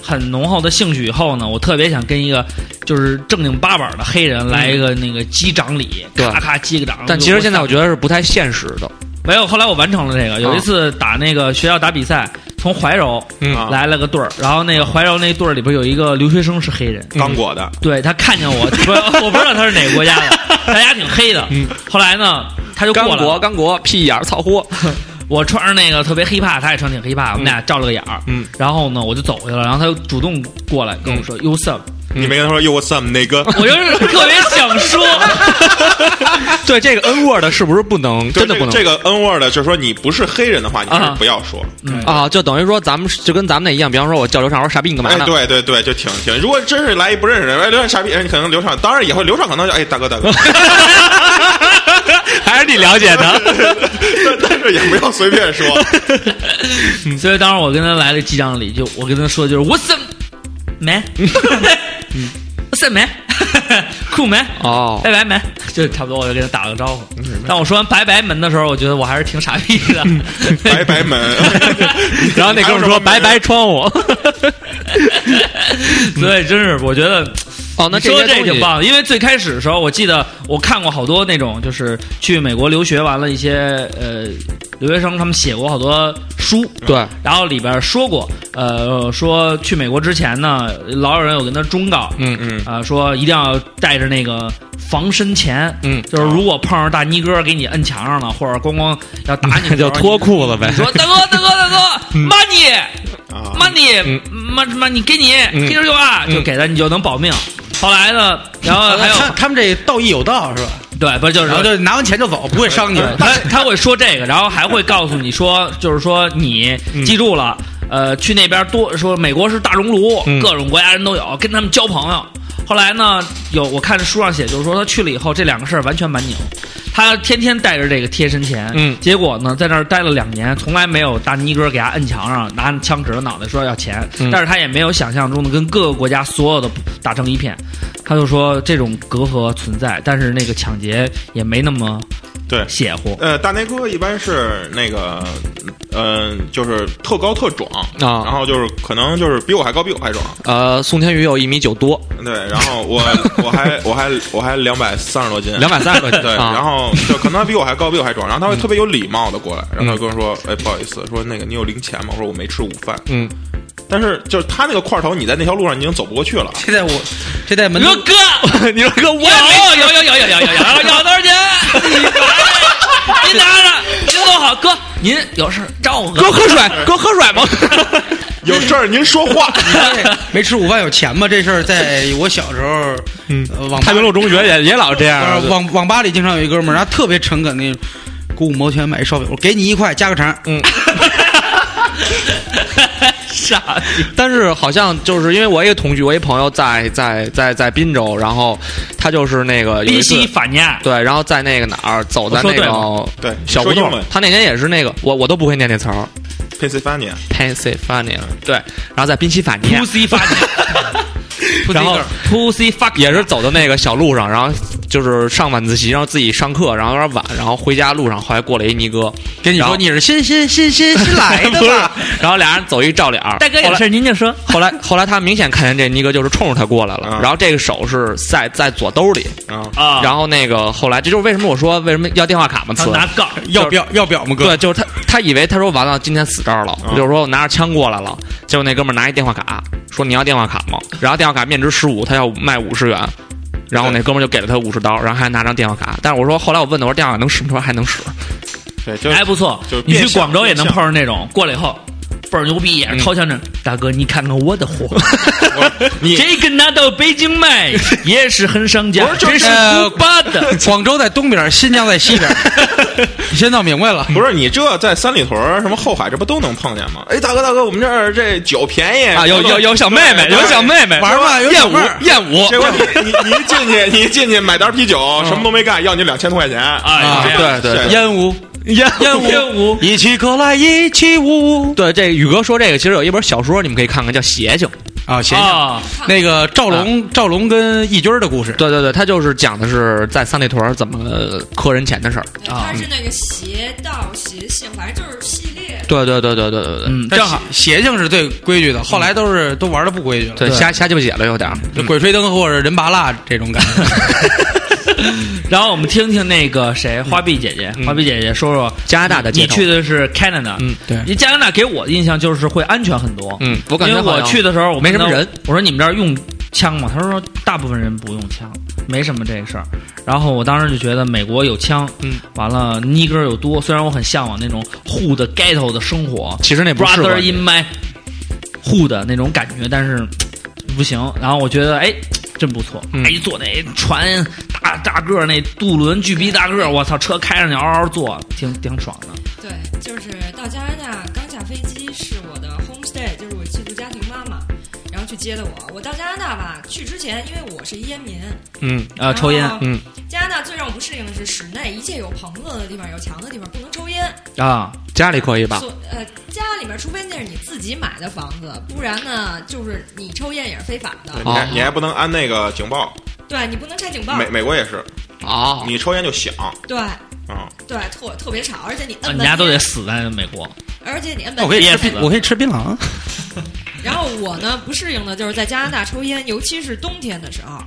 [SPEAKER 2] 很浓厚的兴趣以后呢，我特别想跟一个就是正经八板的黑人来一个那个击掌礼，
[SPEAKER 3] 嗯对
[SPEAKER 2] 咔咔击个掌。
[SPEAKER 3] 但其实现在我觉得是不太现实的。
[SPEAKER 2] 没有，后来我完成了这个。有一次打那个学校打比赛，从怀柔
[SPEAKER 3] 嗯
[SPEAKER 5] 啊
[SPEAKER 2] 来了个队儿，然后那个怀柔那队儿里边有一个留学生是黑人，
[SPEAKER 3] 嗯
[SPEAKER 5] 刚果的，
[SPEAKER 2] 对他看见 我，不，我不知道他是哪个国家
[SPEAKER 5] 嗯
[SPEAKER 2] 的，他家挺黑的。后来呢，他就
[SPEAKER 3] 刚
[SPEAKER 2] 过来了
[SPEAKER 3] 国，刚国，屁眼儿操货，
[SPEAKER 2] 我穿着那个特别 hiphop，他也穿挺 hiphop，我们俩照了个眼儿。
[SPEAKER 5] 嗯，
[SPEAKER 2] 然后呢，我就走过去了，然后他就主动过来跟我说 “You sup”，
[SPEAKER 3] 嗯
[SPEAKER 5] 你没跟他说 “Yo what's up” 那 个，
[SPEAKER 2] 我就是特别想说，
[SPEAKER 3] 对这个 N word 是不是不能
[SPEAKER 5] 就
[SPEAKER 3] 真的不能
[SPEAKER 5] 这个这个 N word 就是说你不是黑人的话，你还
[SPEAKER 2] 啊
[SPEAKER 5] 是不要说。
[SPEAKER 3] 啊？就等于说咱们是就跟咱们那一样，比方说我叫刘畅，我说傻逼你干嘛
[SPEAKER 5] 哎，
[SPEAKER 3] 呢？
[SPEAKER 5] 对对对，就挺挺。如果真是来一不认识人，哎，刘畅傻逼，哎，你可能刘畅，当然以后刘畅可能就哎大哥 大哥，
[SPEAKER 3] 还是你了解的。
[SPEAKER 5] 但 但是也不要随便说。嗯
[SPEAKER 2] 所以当时我跟他来了记账里，就我跟他说的就是 “What's up, man？”
[SPEAKER 5] 嗯
[SPEAKER 2] What's up, man? 酷 man
[SPEAKER 3] 哦
[SPEAKER 2] 拜拜门，就差不多，我就跟他打了个招呼。
[SPEAKER 5] 嗯
[SPEAKER 2] 但我说完拜拜门的时候，我觉得我还是挺傻逼的。
[SPEAKER 5] 白白 门，
[SPEAKER 3] 然后那哥们儿说拜拜窗户。
[SPEAKER 2] 所以真是，我觉得
[SPEAKER 3] 哦，那
[SPEAKER 2] 你说
[SPEAKER 3] 些东
[SPEAKER 2] 这
[SPEAKER 3] 西
[SPEAKER 2] 挺棒的，因为最开始的时候，我记得我看过好多那种，就是去美国留学完了一些呃留学生，他们写过好多书，
[SPEAKER 3] 对，
[SPEAKER 2] 然后里边说过，呃，说去美国之前呢，老有人有跟他忠告，
[SPEAKER 3] 嗯
[SPEAKER 5] 嗯
[SPEAKER 2] 啊、说一定要带着那个防身钱，
[SPEAKER 3] 嗯
[SPEAKER 2] 就是如果碰上大尼哥给你摁墙上了，或者咣咣要打你的时
[SPEAKER 3] 那 就
[SPEAKER 2] 候，
[SPEAKER 3] 脱裤子呗
[SPEAKER 2] 你。说大哥大哥大哥，money
[SPEAKER 5] 啊，
[SPEAKER 2] money
[SPEAKER 3] 嗯
[SPEAKER 2] money money 给你，
[SPEAKER 3] 嗯
[SPEAKER 2] 黑球啊，就给他，你就能保命。后来呢，然后还有
[SPEAKER 7] 他他们这道义有道是吧？
[SPEAKER 2] 对，不就是
[SPEAKER 7] 然后就拿完钱就走，不会伤你
[SPEAKER 2] 对
[SPEAKER 7] 们。
[SPEAKER 2] 他他会说这个，然后还会告诉你说，就是说你
[SPEAKER 3] 嗯
[SPEAKER 2] 记住了，呃，去那边多说美国是大熔炉，
[SPEAKER 3] 嗯
[SPEAKER 2] 各种国家人都有，跟他们交朋友。后来呢，有我看书上写，就是说他去了以后，这两个事儿完全蛮拧。他天天带着这个贴身钱，
[SPEAKER 3] 嗯
[SPEAKER 2] 结果呢，在那儿待了两年，从来没有大尼哥给他摁墙上，拿枪指着脑袋说要钱，
[SPEAKER 3] 嗯
[SPEAKER 2] 但是他也没有想象中的跟各个国家所有的打成一片。他就说这种隔阂存在，但是那个抢劫也没那么
[SPEAKER 5] 对。
[SPEAKER 2] 邪乎。
[SPEAKER 5] 呃，大内哥一般是那个，嗯、就是特高特壮
[SPEAKER 3] 啊
[SPEAKER 5] 然后就是可能就是比我还高，比我还壮，
[SPEAKER 3] 呃，宋天宇有一米九多，
[SPEAKER 5] 对，然后我我还我还我还两百三十多斤，
[SPEAKER 3] 两百三十多斤。
[SPEAKER 5] 对，
[SPEAKER 3] 啊嗯
[SPEAKER 5] 然后就可能他比我还高，比我还壮，然后他会特别有礼貌的过来，然后他跟我说：“哎，不好意思，说那个你有零钱吗？”我说：“我没吃午饭。
[SPEAKER 3] 嗯，”
[SPEAKER 5] 但是就是他那个块头，你在那条路上你已经走不过 去了。
[SPEAKER 7] 这在我这在门
[SPEAKER 2] 你
[SPEAKER 7] 头
[SPEAKER 2] 说哥，你说哥，我有有有有有有有有有有多少钱？您拿着，您坐好，哥，您有事找我
[SPEAKER 3] 哥
[SPEAKER 2] 哥。
[SPEAKER 3] 喝水，哥喝水吗？
[SPEAKER 5] 有事儿您说话，
[SPEAKER 7] 没吃午饭有钱吗？这事儿 在我小时候，嗯，网吧
[SPEAKER 3] 太平路中学也也老这样
[SPEAKER 7] 呃。网网吧里经常有一哥们儿，然后特别诚恳那种，给五毛钱买一烧饼，我给你一块加个肠。嗯，
[SPEAKER 2] 傻逼，
[SPEAKER 3] 但是好像就是因为我一个同居，我一朋友在在在在滨州，然后他就是那个有一
[SPEAKER 2] 宾
[SPEAKER 3] 次
[SPEAKER 2] 夕法尼亚，
[SPEAKER 3] 对，然后在那个哪儿走在那
[SPEAKER 2] 我
[SPEAKER 3] 个
[SPEAKER 5] 对吗对
[SPEAKER 3] 小胡
[SPEAKER 5] 说英
[SPEAKER 3] 同
[SPEAKER 5] 文，
[SPEAKER 3] 他那天也是那个我我都不会念那词儿
[SPEAKER 5] Pennsylvania，
[SPEAKER 3] ，Pennsylvania 对，然后在宾夕法尼亚
[SPEAKER 2] 普，西法尼亚，
[SPEAKER 3] 然后
[SPEAKER 2] 普西法
[SPEAKER 3] 也是走到那个小路上，然后就是上晚自习，然后自己上课，然后有点晚，然后回家路上后来过来一尼哥，
[SPEAKER 7] 跟你
[SPEAKER 3] 然后
[SPEAKER 7] 说你是新新新新新来的
[SPEAKER 3] 不是
[SPEAKER 7] 吧？，
[SPEAKER 3] 然后俩人走一照脸儿，
[SPEAKER 2] 大哥
[SPEAKER 3] 后
[SPEAKER 2] 有
[SPEAKER 3] 来
[SPEAKER 2] 事您就说，
[SPEAKER 3] 后来后来他明显看见这尼哥就是冲着他过来了，
[SPEAKER 5] 嗯
[SPEAKER 3] 然后这个手是在在左兜里，
[SPEAKER 5] 啊，
[SPEAKER 2] 啊
[SPEAKER 3] 然后那个后来这就是为什么我说为什么要电话卡嘛，
[SPEAKER 2] 他
[SPEAKER 3] 词
[SPEAKER 2] 拿杠，
[SPEAKER 7] 要表要表吗，哥？
[SPEAKER 3] 对，就是他他以为他说完了今天死这儿了，
[SPEAKER 5] 嗯
[SPEAKER 3] 就是说我拿着枪过来了，结果那哥们儿拿一电话卡说你要电话卡吗？然后电话卡面值十五，他要卖五十元。然后那哥们儿就给了他五十刀，然后还拿张电话卡。但是我说，后来我问他，我说电话卡能使吗？他说还能使。哎
[SPEAKER 5] 对，就
[SPEAKER 2] 还不错
[SPEAKER 5] 就是。
[SPEAKER 2] 你
[SPEAKER 5] 变
[SPEAKER 2] 去
[SPEAKER 5] 相
[SPEAKER 2] 广州也能
[SPEAKER 5] 变
[SPEAKER 2] 碰
[SPEAKER 5] 相
[SPEAKER 2] 上那种，过来以后倍儿牛逼，也是掏枪着，大哥你看看我的货，
[SPEAKER 5] 你
[SPEAKER 2] 这个拿到北京卖也是很上价，
[SPEAKER 7] 不是就
[SPEAKER 2] 这
[SPEAKER 7] 是
[SPEAKER 2] 是
[SPEAKER 7] 呃
[SPEAKER 2] 古巴的。
[SPEAKER 7] 广州在东边，新疆在西 边。你先闹明白了，
[SPEAKER 5] 不是你这在三里屯儿什么后海这不都能碰见吗？哎，大哥大哥，我们这儿这酒便宜
[SPEAKER 3] 啊，有有有小妹妹，
[SPEAKER 5] 对
[SPEAKER 3] 有小妹妹
[SPEAKER 7] 玩吧，有小
[SPEAKER 3] 燕
[SPEAKER 7] 妹儿
[SPEAKER 3] 舞，燕舞
[SPEAKER 5] 结。果 你你你一进去，你一进去买单啤酒，什么都没干，要你两千多块钱
[SPEAKER 2] 哎呀
[SPEAKER 5] 嗯啊
[SPEAKER 2] 对
[SPEAKER 3] 对对
[SPEAKER 7] 烟雾，烟烟
[SPEAKER 2] 烟雾
[SPEAKER 7] 一起可来一起舞
[SPEAKER 3] 对，这宇哥说这个，其实有一本小说，你们可以看看，叫《邪性》。
[SPEAKER 7] 啊，行。
[SPEAKER 2] 啊，
[SPEAKER 7] 那个赵龙，赵龙跟义军儿的故事，
[SPEAKER 3] 对对对，他就是讲的是在三里屯儿怎么磕人钱的事儿。
[SPEAKER 6] 对它是那个邪道邪性，反正就是系列。
[SPEAKER 3] 对对对对对对对，
[SPEAKER 2] 嗯，
[SPEAKER 7] 但
[SPEAKER 2] 正好
[SPEAKER 7] 邪邪性是最规矩的，后来都是都玩的不规矩了，
[SPEAKER 3] 对瞎瞎鸡巴写了有点儿。
[SPEAKER 7] 就鬼吹灯或者人拔蜡这种感觉。
[SPEAKER 2] 然后我们听听那个谁，花臂姐姐，花臂姐姐说说
[SPEAKER 3] 加拿大的
[SPEAKER 2] 你
[SPEAKER 3] 街头
[SPEAKER 2] 去的是 Canada，
[SPEAKER 3] 嗯，
[SPEAKER 7] 对
[SPEAKER 2] 你加拿大给我的印象就是会安全很多，
[SPEAKER 3] 嗯我感
[SPEAKER 2] 因
[SPEAKER 3] 觉
[SPEAKER 2] 为
[SPEAKER 3] 好
[SPEAKER 2] 我
[SPEAKER 3] 像
[SPEAKER 2] 去的时候我
[SPEAKER 3] 没什么
[SPEAKER 2] 看到
[SPEAKER 3] 人，
[SPEAKER 2] 我说你们这儿用。枪吗？他说大部分人不用枪，没什么这事儿。然后我当时就觉得美国有枪，
[SPEAKER 3] 嗯，
[SPEAKER 2] 完了尼哥又多，虽然我很向往那种 hood ghetto 的生活
[SPEAKER 3] 其实那不是
[SPEAKER 2] ，brother
[SPEAKER 3] 吧
[SPEAKER 2] in my hood 那种感觉，但是不行。然后我觉得哎。真不错，
[SPEAKER 3] 嗯
[SPEAKER 2] 哎，坐那船大大个儿那渡轮巨逼大个儿，我操，车开上去嗷嗷坐，挺挺爽的。
[SPEAKER 6] 对，就是到加拿大刚下飞机，是我的 homestay，就是我寄宿家庭妈妈，然后去接的我。我到加拿大吧，去之前，因为我是烟民，
[SPEAKER 3] 嗯，
[SPEAKER 2] 啊，抽烟，
[SPEAKER 6] 然后
[SPEAKER 3] 嗯。
[SPEAKER 6] 加拿大最让我不适应的是，室内一切有棚子的地方、有墙的地方不能抽烟。
[SPEAKER 2] 啊，
[SPEAKER 3] 家里可以吧？
[SPEAKER 6] 所呃，家里面除非那是你自己买的房子，不然呢，就是你抽烟也是非法的。
[SPEAKER 5] 你还你还不能安那个警报，
[SPEAKER 6] 对你不能拆警报，
[SPEAKER 5] 美美国也是，
[SPEAKER 3] 啊，
[SPEAKER 5] 你抽烟就响
[SPEAKER 6] 对
[SPEAKER 5] 啊。
[SPEAKER 7] 哦
[SPEAKER 6] 对，特特别吵，而且你
[SPEAKER 2] 啊
[SPEAKER 6] 摁
[SPEAKER 2] 你
[SPEAKER 6] 半
[SPEAKER 2] 家都得
[SPEAKER 6] 天，
[SPEAKER 2] 死在美国。
[SPEAKER 6] 而且你摁
[SPEAKER 7] 我
[SPEAKER 6] 半
[SPEAKER 7] 可以
[SPEAKER 6] 天
[SPEAKER 7] 吃
[SPEAKER 2] 噎死
[SPEAKER 7] 槟
[SPEAKER 2] 了，
[SPEAKER 7] 我可以吃槟榔。啊
[SPEAKER 6] 然后我呢不适应的就是在加拿大抽烟，尤其是冬天的时候。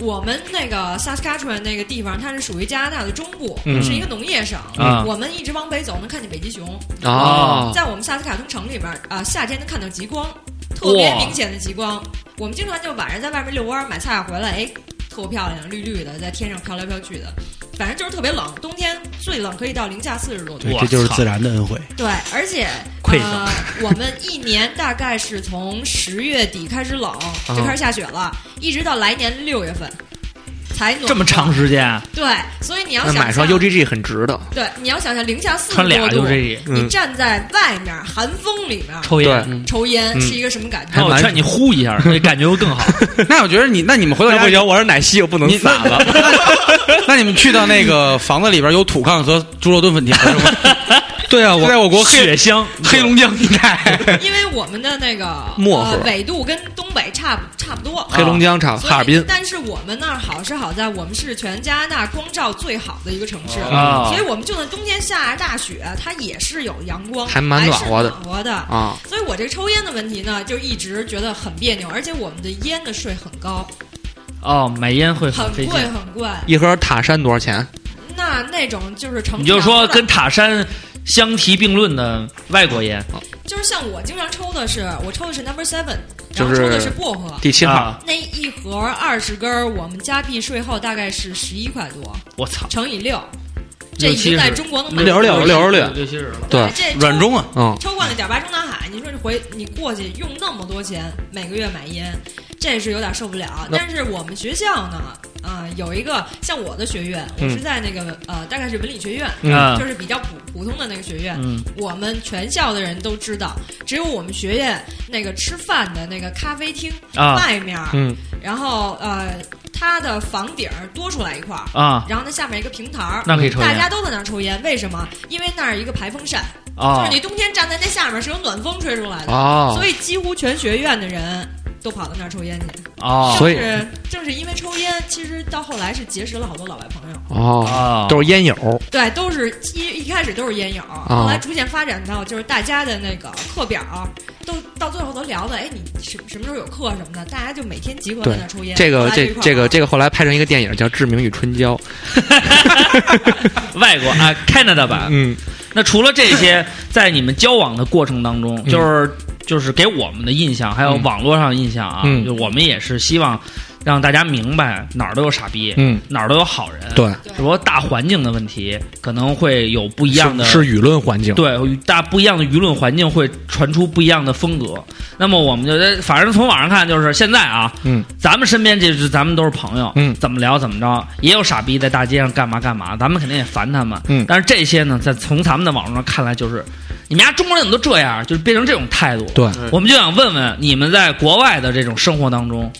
[SPEAKER 6] 我们那个 Saskatchewan 那个地方，它是属于加拿大的中部，
[SPEAKER 3] 嗯
[SPEAKER 6] 是一个农业省。
[SPEAKER 2] 啊
[SPEAKER 6] 我们一直往北走，能看见北极熊。
[SPEAKER 3] 啊，
[SPEAKER 6] 在我们萨斯卡通城里边儿啊、夏天能看到极光，特别
[SPEAKER 2] 哇
[SPEAKER 6] 明显的极光。我们经常就晚上在外面遛弯儿买菜回来，哎，特漂亮，绿绿的，在天上飘来飘去的。反正就是特别冷，冬天最冷可以到零下四十多度
[SPEAKER 7] 对。
[SPEAKER 2] 我
[SPEAKER 7] 这就是
[SPEAKER 2] 操
[SPEAKER 7] 自然的恩惠。
[SPEAKER 6] 对，而且
[SPEAKER 2] 愧
[SPEAKER 6] 呃，我们一年大概是从十月底开始冷，
[SPEAKER 2] 嗯
[SPEAKER 6] 就开始下雪了，一直到来年六月份才暖和
[SPEAKER 2] 这么长。时间啊，
[SPEAKER 6] 对，所以你要
[SPEAKER 3] 那
[SPEAKER 6] 想
[SPEAKER 3] 买双
[SPEAKER 6] 象
[SPEAKER 3] UGG 很值的。
[SPEAKER 6] 对，你要想想零下四十
[SPEAKER 2] 穿俩
[SPEAKER 6] 多
[SPEAKER 2] 就
[SPEAKER 6] 度，
[SPEAKER 2] 这一
[SPEAKER 6] 你站在外面寒风里面，
[SPEAKER 2] 抽
[SPEAKER 3] 对
[SPEAKER 2] 烟。
[SPEAKER 3] 嗯
[SPEAKER 6] 抽烟是一个什 么感觉？
[SPEAKER 2] 那我劝你呼一下，那感觉 会更好。
[SPEAKER 7] 那我觉得你，那你们回到
[SPEAKER 3] 那
[SPEAKER 7] 家
[SPEAKER 3] 不行，我是奶昔，我不能
[SPEAKER 7] 你
[SPEAKER 3] 撒了。
[SPEAKER 7] 那那你们去到那个房子里边有土炕和猪肉炖粉条是 吗？对啊，我在我国
[SPEAKER 2] 血
[SPEAKER 7] 黑
[SPEAKER 2] 香，
[SPEAKER 7] 黑龙江一带，
[SPEAKER 6] 因为我们的那个
[SPEAKER 7] 漠河
[SPEAKER 6] 呃、纬度跟东北差不差不多，
[SPEAKER 3] 黑龙江差
[SPEAKER 6] 所以
[SPEAKER 3] 哈尔滨，
[SPEAKER 6] 但是我们那儿好是好在我们是全加拿大光照最好的一个城市，
[SPEAKER 2] 哦
[SPEAKER 6] 所以我们就算冬天下着大雪，它也是有阳光，
[SPEAKER 3] 还蛮暖和的
[SPEAKER 6] 还是暖和 的。
[SPEAKER 3] 啊，
[SPEAKER 6] 所以我这抽烟的问题呢，就一直觉得很别扭，而且我们的烟的税很高，
[SPEAKER 2] 哦，买烟会
[SPEAKER 6] 很
[SPEAKER 2] 费
[SPEAKER 6] 贵
[SPEAKER 2] 劲。
[SPEAKER 6] 很贵。
[SPEAKER 3] 一盒塔山多少钱？
[SPEAKER 6] 那那种就是成
[SPEAKER 2] 你就
[SPEAKER 6] 条
[SPEAKER 2] 说
[SPEAKER 6] 的
[SPEAKER 2] 跟塔山相提并论的外国烟，
[SPEAKER 6] 就是像我经常抽的是，我抽的是 Number Seven，然
[SPEAKER 3] 就
[SPEAKER 6] 后
[SPEAKER 3] 是
[SPEAKER 6] 抽的是薄荷。
[SPEAKER 3] 第七号
[SPEAKER 2] 啊，
[SPEAKER 6] 那一盒二十根儿，我们加币税后大概是十一块多，
[SPEAKER 2] 我操，
[SPEAKER 6] 乘以六，这
[SPEAKER 2] 六
[SPEAKER 6] 已
[SPEAKER 2] 七
[SPEAKER 6] 经在
[SPEAKER 2] 十
[SPEAKER 6] 中国能买
[SPEAKER 7] 六十六六十六，
[SPEAKER 2] 六七十了。
[SPEAKER 3] 对
[SPEAKER 6] 哎这抽
[SPEAKER 7] 软中啊，
[SPEAKER 3] 嗯，
[SPEAKER 6] 抽惯了点儿八中南海，你说这回你过去用那么多钱，每个月买烟，这是有点受不了。
[SPEAKER 3] 那
[SPEAKER 6] 但是我们学校呢，啊、有一个像我的学院，我
[SPEAKER 3] 嗯
[SPEAKER 6] 是在那个呃，大概是文理学院，
[SPEAKER 2] 嗯
[SPEAKER 6] 就是比较普普通的那个学院。
[SPEAKER 2] 嗯，
[SPEAKER 6] 我们全校的人都知道，只有我们学院那个吃饭的那个咖啡厅、
[SPEAKER 2] 啊
[SPEAKER 6] 外面儿，
[SPEAKER 3] 嗯
[SPEAKER 6] 然后呃，它的房顶儿多出来一块儿，
[SPEAKER 2] 啊，
[SPEAKER 6] 然后它下面一个平台儿，
[SPEAKER 2] 那可以抽
[SPEAKER 6] 大
[SPEAKER 2] 烟
[SPEAKER 6] 家都在那儿抽烟。为什么？因为那儿有一个排风扇，就
[SPEAKER 2] 啊
[SPEAKER 6] 是你冬天站在那下面是有暖风吹出来的，
[SPEAKER 3] 哦
[SPEAKER 6] 所以几乎全学院的人都跑到那儿抽烟去。
[SPEAKER 2] 啊
[SPEAKER 3] 哦所以
[SPEAKER 6] 就是正是因为抽烟，其实到后来是结识了好多老外朋友，
[SPEAKER 3] 哦，
[SPEAKER 2] 啊，
[SPEAKER 3] 都是烟友
[SPEAKER 6] 对，都是一一开始都是烟友，
[SPEAKER 3] 哦
[SPEAKER 6] 后来逐渐发展到就是大家的那个课表。都到最后都聊的，哎，你什什么时候有课什么的，大家就每天集合在那儿抽烟。
[SPEAKER 3] 这个
[SPEAKER 6] 大家
[SPEAKER 3] 这
[SPEAKER 6] 一块儿
[SPEAKER 3] 这个
[SPEAKER 6] 玩
[SPEAKER 3] 这个后来拍成一个电影叫《志明与春娇》，
[SPEAKER 2] 外国啊，Canada 版。
[SPEAKER 3] 嗯，
[SPEAKER 2] 那除了这 些，在你们交往的过程当中，就是就是给我们的印象，还有
[SPEAKER 3] 嗯
[SPEAKER 2] 网络上的印象啊，
[SPEAKER 3] 嗯
[SPEAKER 2] 就我们也是希望让大家明白哪儿都有傻逼，
[SPEAKER 3] 嗯，
[SPEAKER 2] 哪儿都有好人，
[SPEAKER 3] 对，
[SPEAKER 2] 只不过大环境的问题可能会有不一样的，
[SPEAKER 3] 是是舆论环境，
[SPEAKER 2] 对大不一样的舆论环境会传出不一样的风格。那么我们就呃反正从网上看，就是现在啊，
[SPEAKER 3] 嗯，
[SPEAKER 2] 咱们身边这是咱们都是朋友，
[SPEAKER 3] 嗯
[SPEAKER 2] 怎么聊怎么着，也有傻逼在大街上干嘛干嘛，咱们肯定也烦他们，
[SPEAKER 3] 嗯
[SPEAKER 2] 但是这些呢，在从咱们的网络上看来，就是你们家中国人怎么都这样，就是变成这种态度。
[SPEAKER 3] 对，
[SPEAKER 2] 我们就想问问你们在国外的这种生活当中，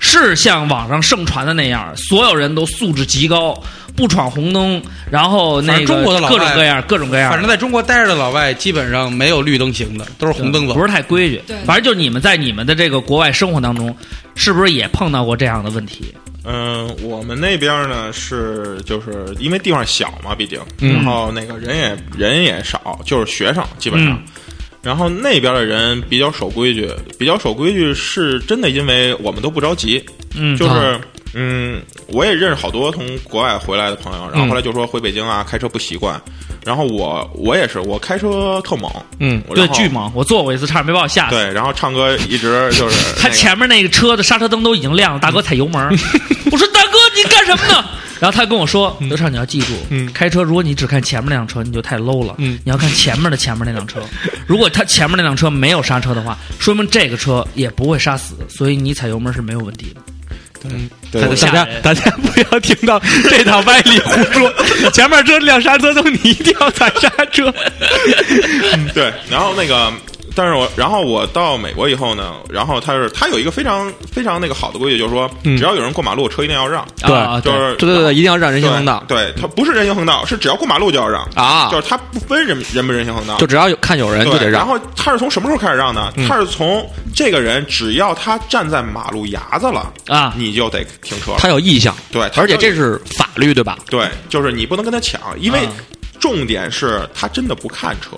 [SPEAKER 2] 是像网上盛传的那样，所有人都素质极高，不闯红灯，然后那
[SPEAKER 7] 反
[SPEAKER 2] 个
[SPEAKER 7] 正中国的老
[SPEAKER 2] 各
[SPEAKER 7] 外
[SPEAKER 2] 种各样，各种各样的，
[SPEAKER 7] 反正在中国待着的老外基本上没有绿灯行的，都是红灯走
[SPEAKER 2] 不。是太规矩。
[SPEAKER 6] 对
[SPEAKER 2] 反正就是你们在你们的这个国外生活当中，是不是也碰到过这样的问题？
[SPEAKER 5] 嗯，我们那边呢是就是因为地方小嘛，毕竟，
[SPEAKER 3] 嗯
[SPEAKER 5] 然后那个人也人也少，就是学生基本上。
[SPEAKER 2] 嗯
[SPEAKER 5] 然后那边的人比较守规矩，比较守规矩是真的，因为我们都不着急，
[SPEAKER 2] 嗯，
[SPEAKER 5] 就是
[SPEAKER 2] 嗯
[SPEAKER 5] 啊嗯，我也认识好多从国外回来的朋友，然后后来就说回北京啊，开车不习惯，然后我我也是，我开车特猛，
[SPEAKER 3] 嗯
[SPEAKER 5] 然后
[SPEAKER 2] 对，巨猛！我坐过一次，差点没把我吓死。
[SPEAKER 5] 对，然后唱歌一直就是
[SPEAKER 2] 他
[SPEAKER 5] 那个
[SPEAKER 2] 前面那个车的刹车灯都已经亮了，大哥踩 油门儿。我说大哥，你干什么呢？然后他跟我说：“
[SPEAKER 7] 嗯
[SPEAKER 2] 刘畅，你要记住，开车如果你只看前面那辆车，你就太 low 了。
[SPEAKER 3] 嗯
[SPEAKER 2] 你要看前面的前面那辆车。如果他前面那辆车没有刹车的话，说明这个车也不会刹死，所以你踩油门是没有问题的。
[SPEAKER 3] 大
[SPEAKER 2] 对
[SPEAKER 3] 家
[SPEAKER 2] 吓人
[SPEAKER 3] 大家不要听到这套歪理胡说， 前面车亮刹车灯，你一定要踩刹车。
[SPEAKER 5] 对，然后那个，但是我，然后我到美国以后呢，然后他是他有一个非常非常那个好的规矩，就是说，
[SPEAKER 3] 嗯
[SPEAKER 5] 只要有人过马路，车一定要让，
[SPEAKER 3] 对
[SPEAKER 2] 啊，
[SPEAKER 5] 就
[SPEAKER 2] 对
[SPEAKER 5] 是
[SPEAKER 3] 对对对，一定要让人行横道
[SPEAKER 5] 对，他不是人行横道，是只要过马路就要让，
[SPEAKER 3] 啊
[SPEAKER 5] 就，是他不分人人不人行横道
[SPEAKER 3] 就。只要有看有人就
[SPEAKER 5] 对，
[SPEAKER 3] 得让。
[SPEAKER 5] 然后他是从什么时候开始让呢？
[SPEAKER 3] 嗯
[SPEAKER 5] 他是从这个人只要他站在马路牙子了
[SPEAKER 2] 啊
[SPEAKER 5] 你就得停车了。
[SPEAKER 3] 他有意向，
[SPEAKER 5] 对，他
[SPEAKER 3] 而且这
[SPEAKER 5] 是
[SPEAKER 3] 是法律对吧？
[SPEAKER 5] 对，就是你不能跟他抢，因为
[SPEAKER 2] 啊
[SPEAKER 5] 重点是他真的不看车，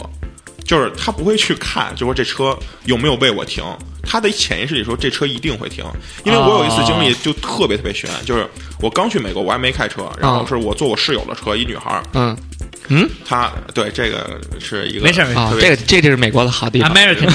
[SPEAKER 5] 就是他不会去看，就说这车有没有为我停。他的潜意识里说这车一定会停，因为我有一次经历
[SPEAKER 2] 啊
[SPEAKER 5] 就特别特别悬，就是我刚去美国，我还没开车，然后
[SPEAKER 3] 啊
[SPEAKER 5] 是我坐我室友的车，一女孩儿，
[SPEAKER 3] 嗯
[SPEAKER 5] 她对这个是一个
[SPEAKER 2] 没事没事
[SPEAKER 3] 啊
[SPEAKER 5] 特，
[SPEAKER 3] 这
[SPEAKER 5] 别
[SPEAKER 3] 个这个是美国的好地 方。
[SPEAKER 2] American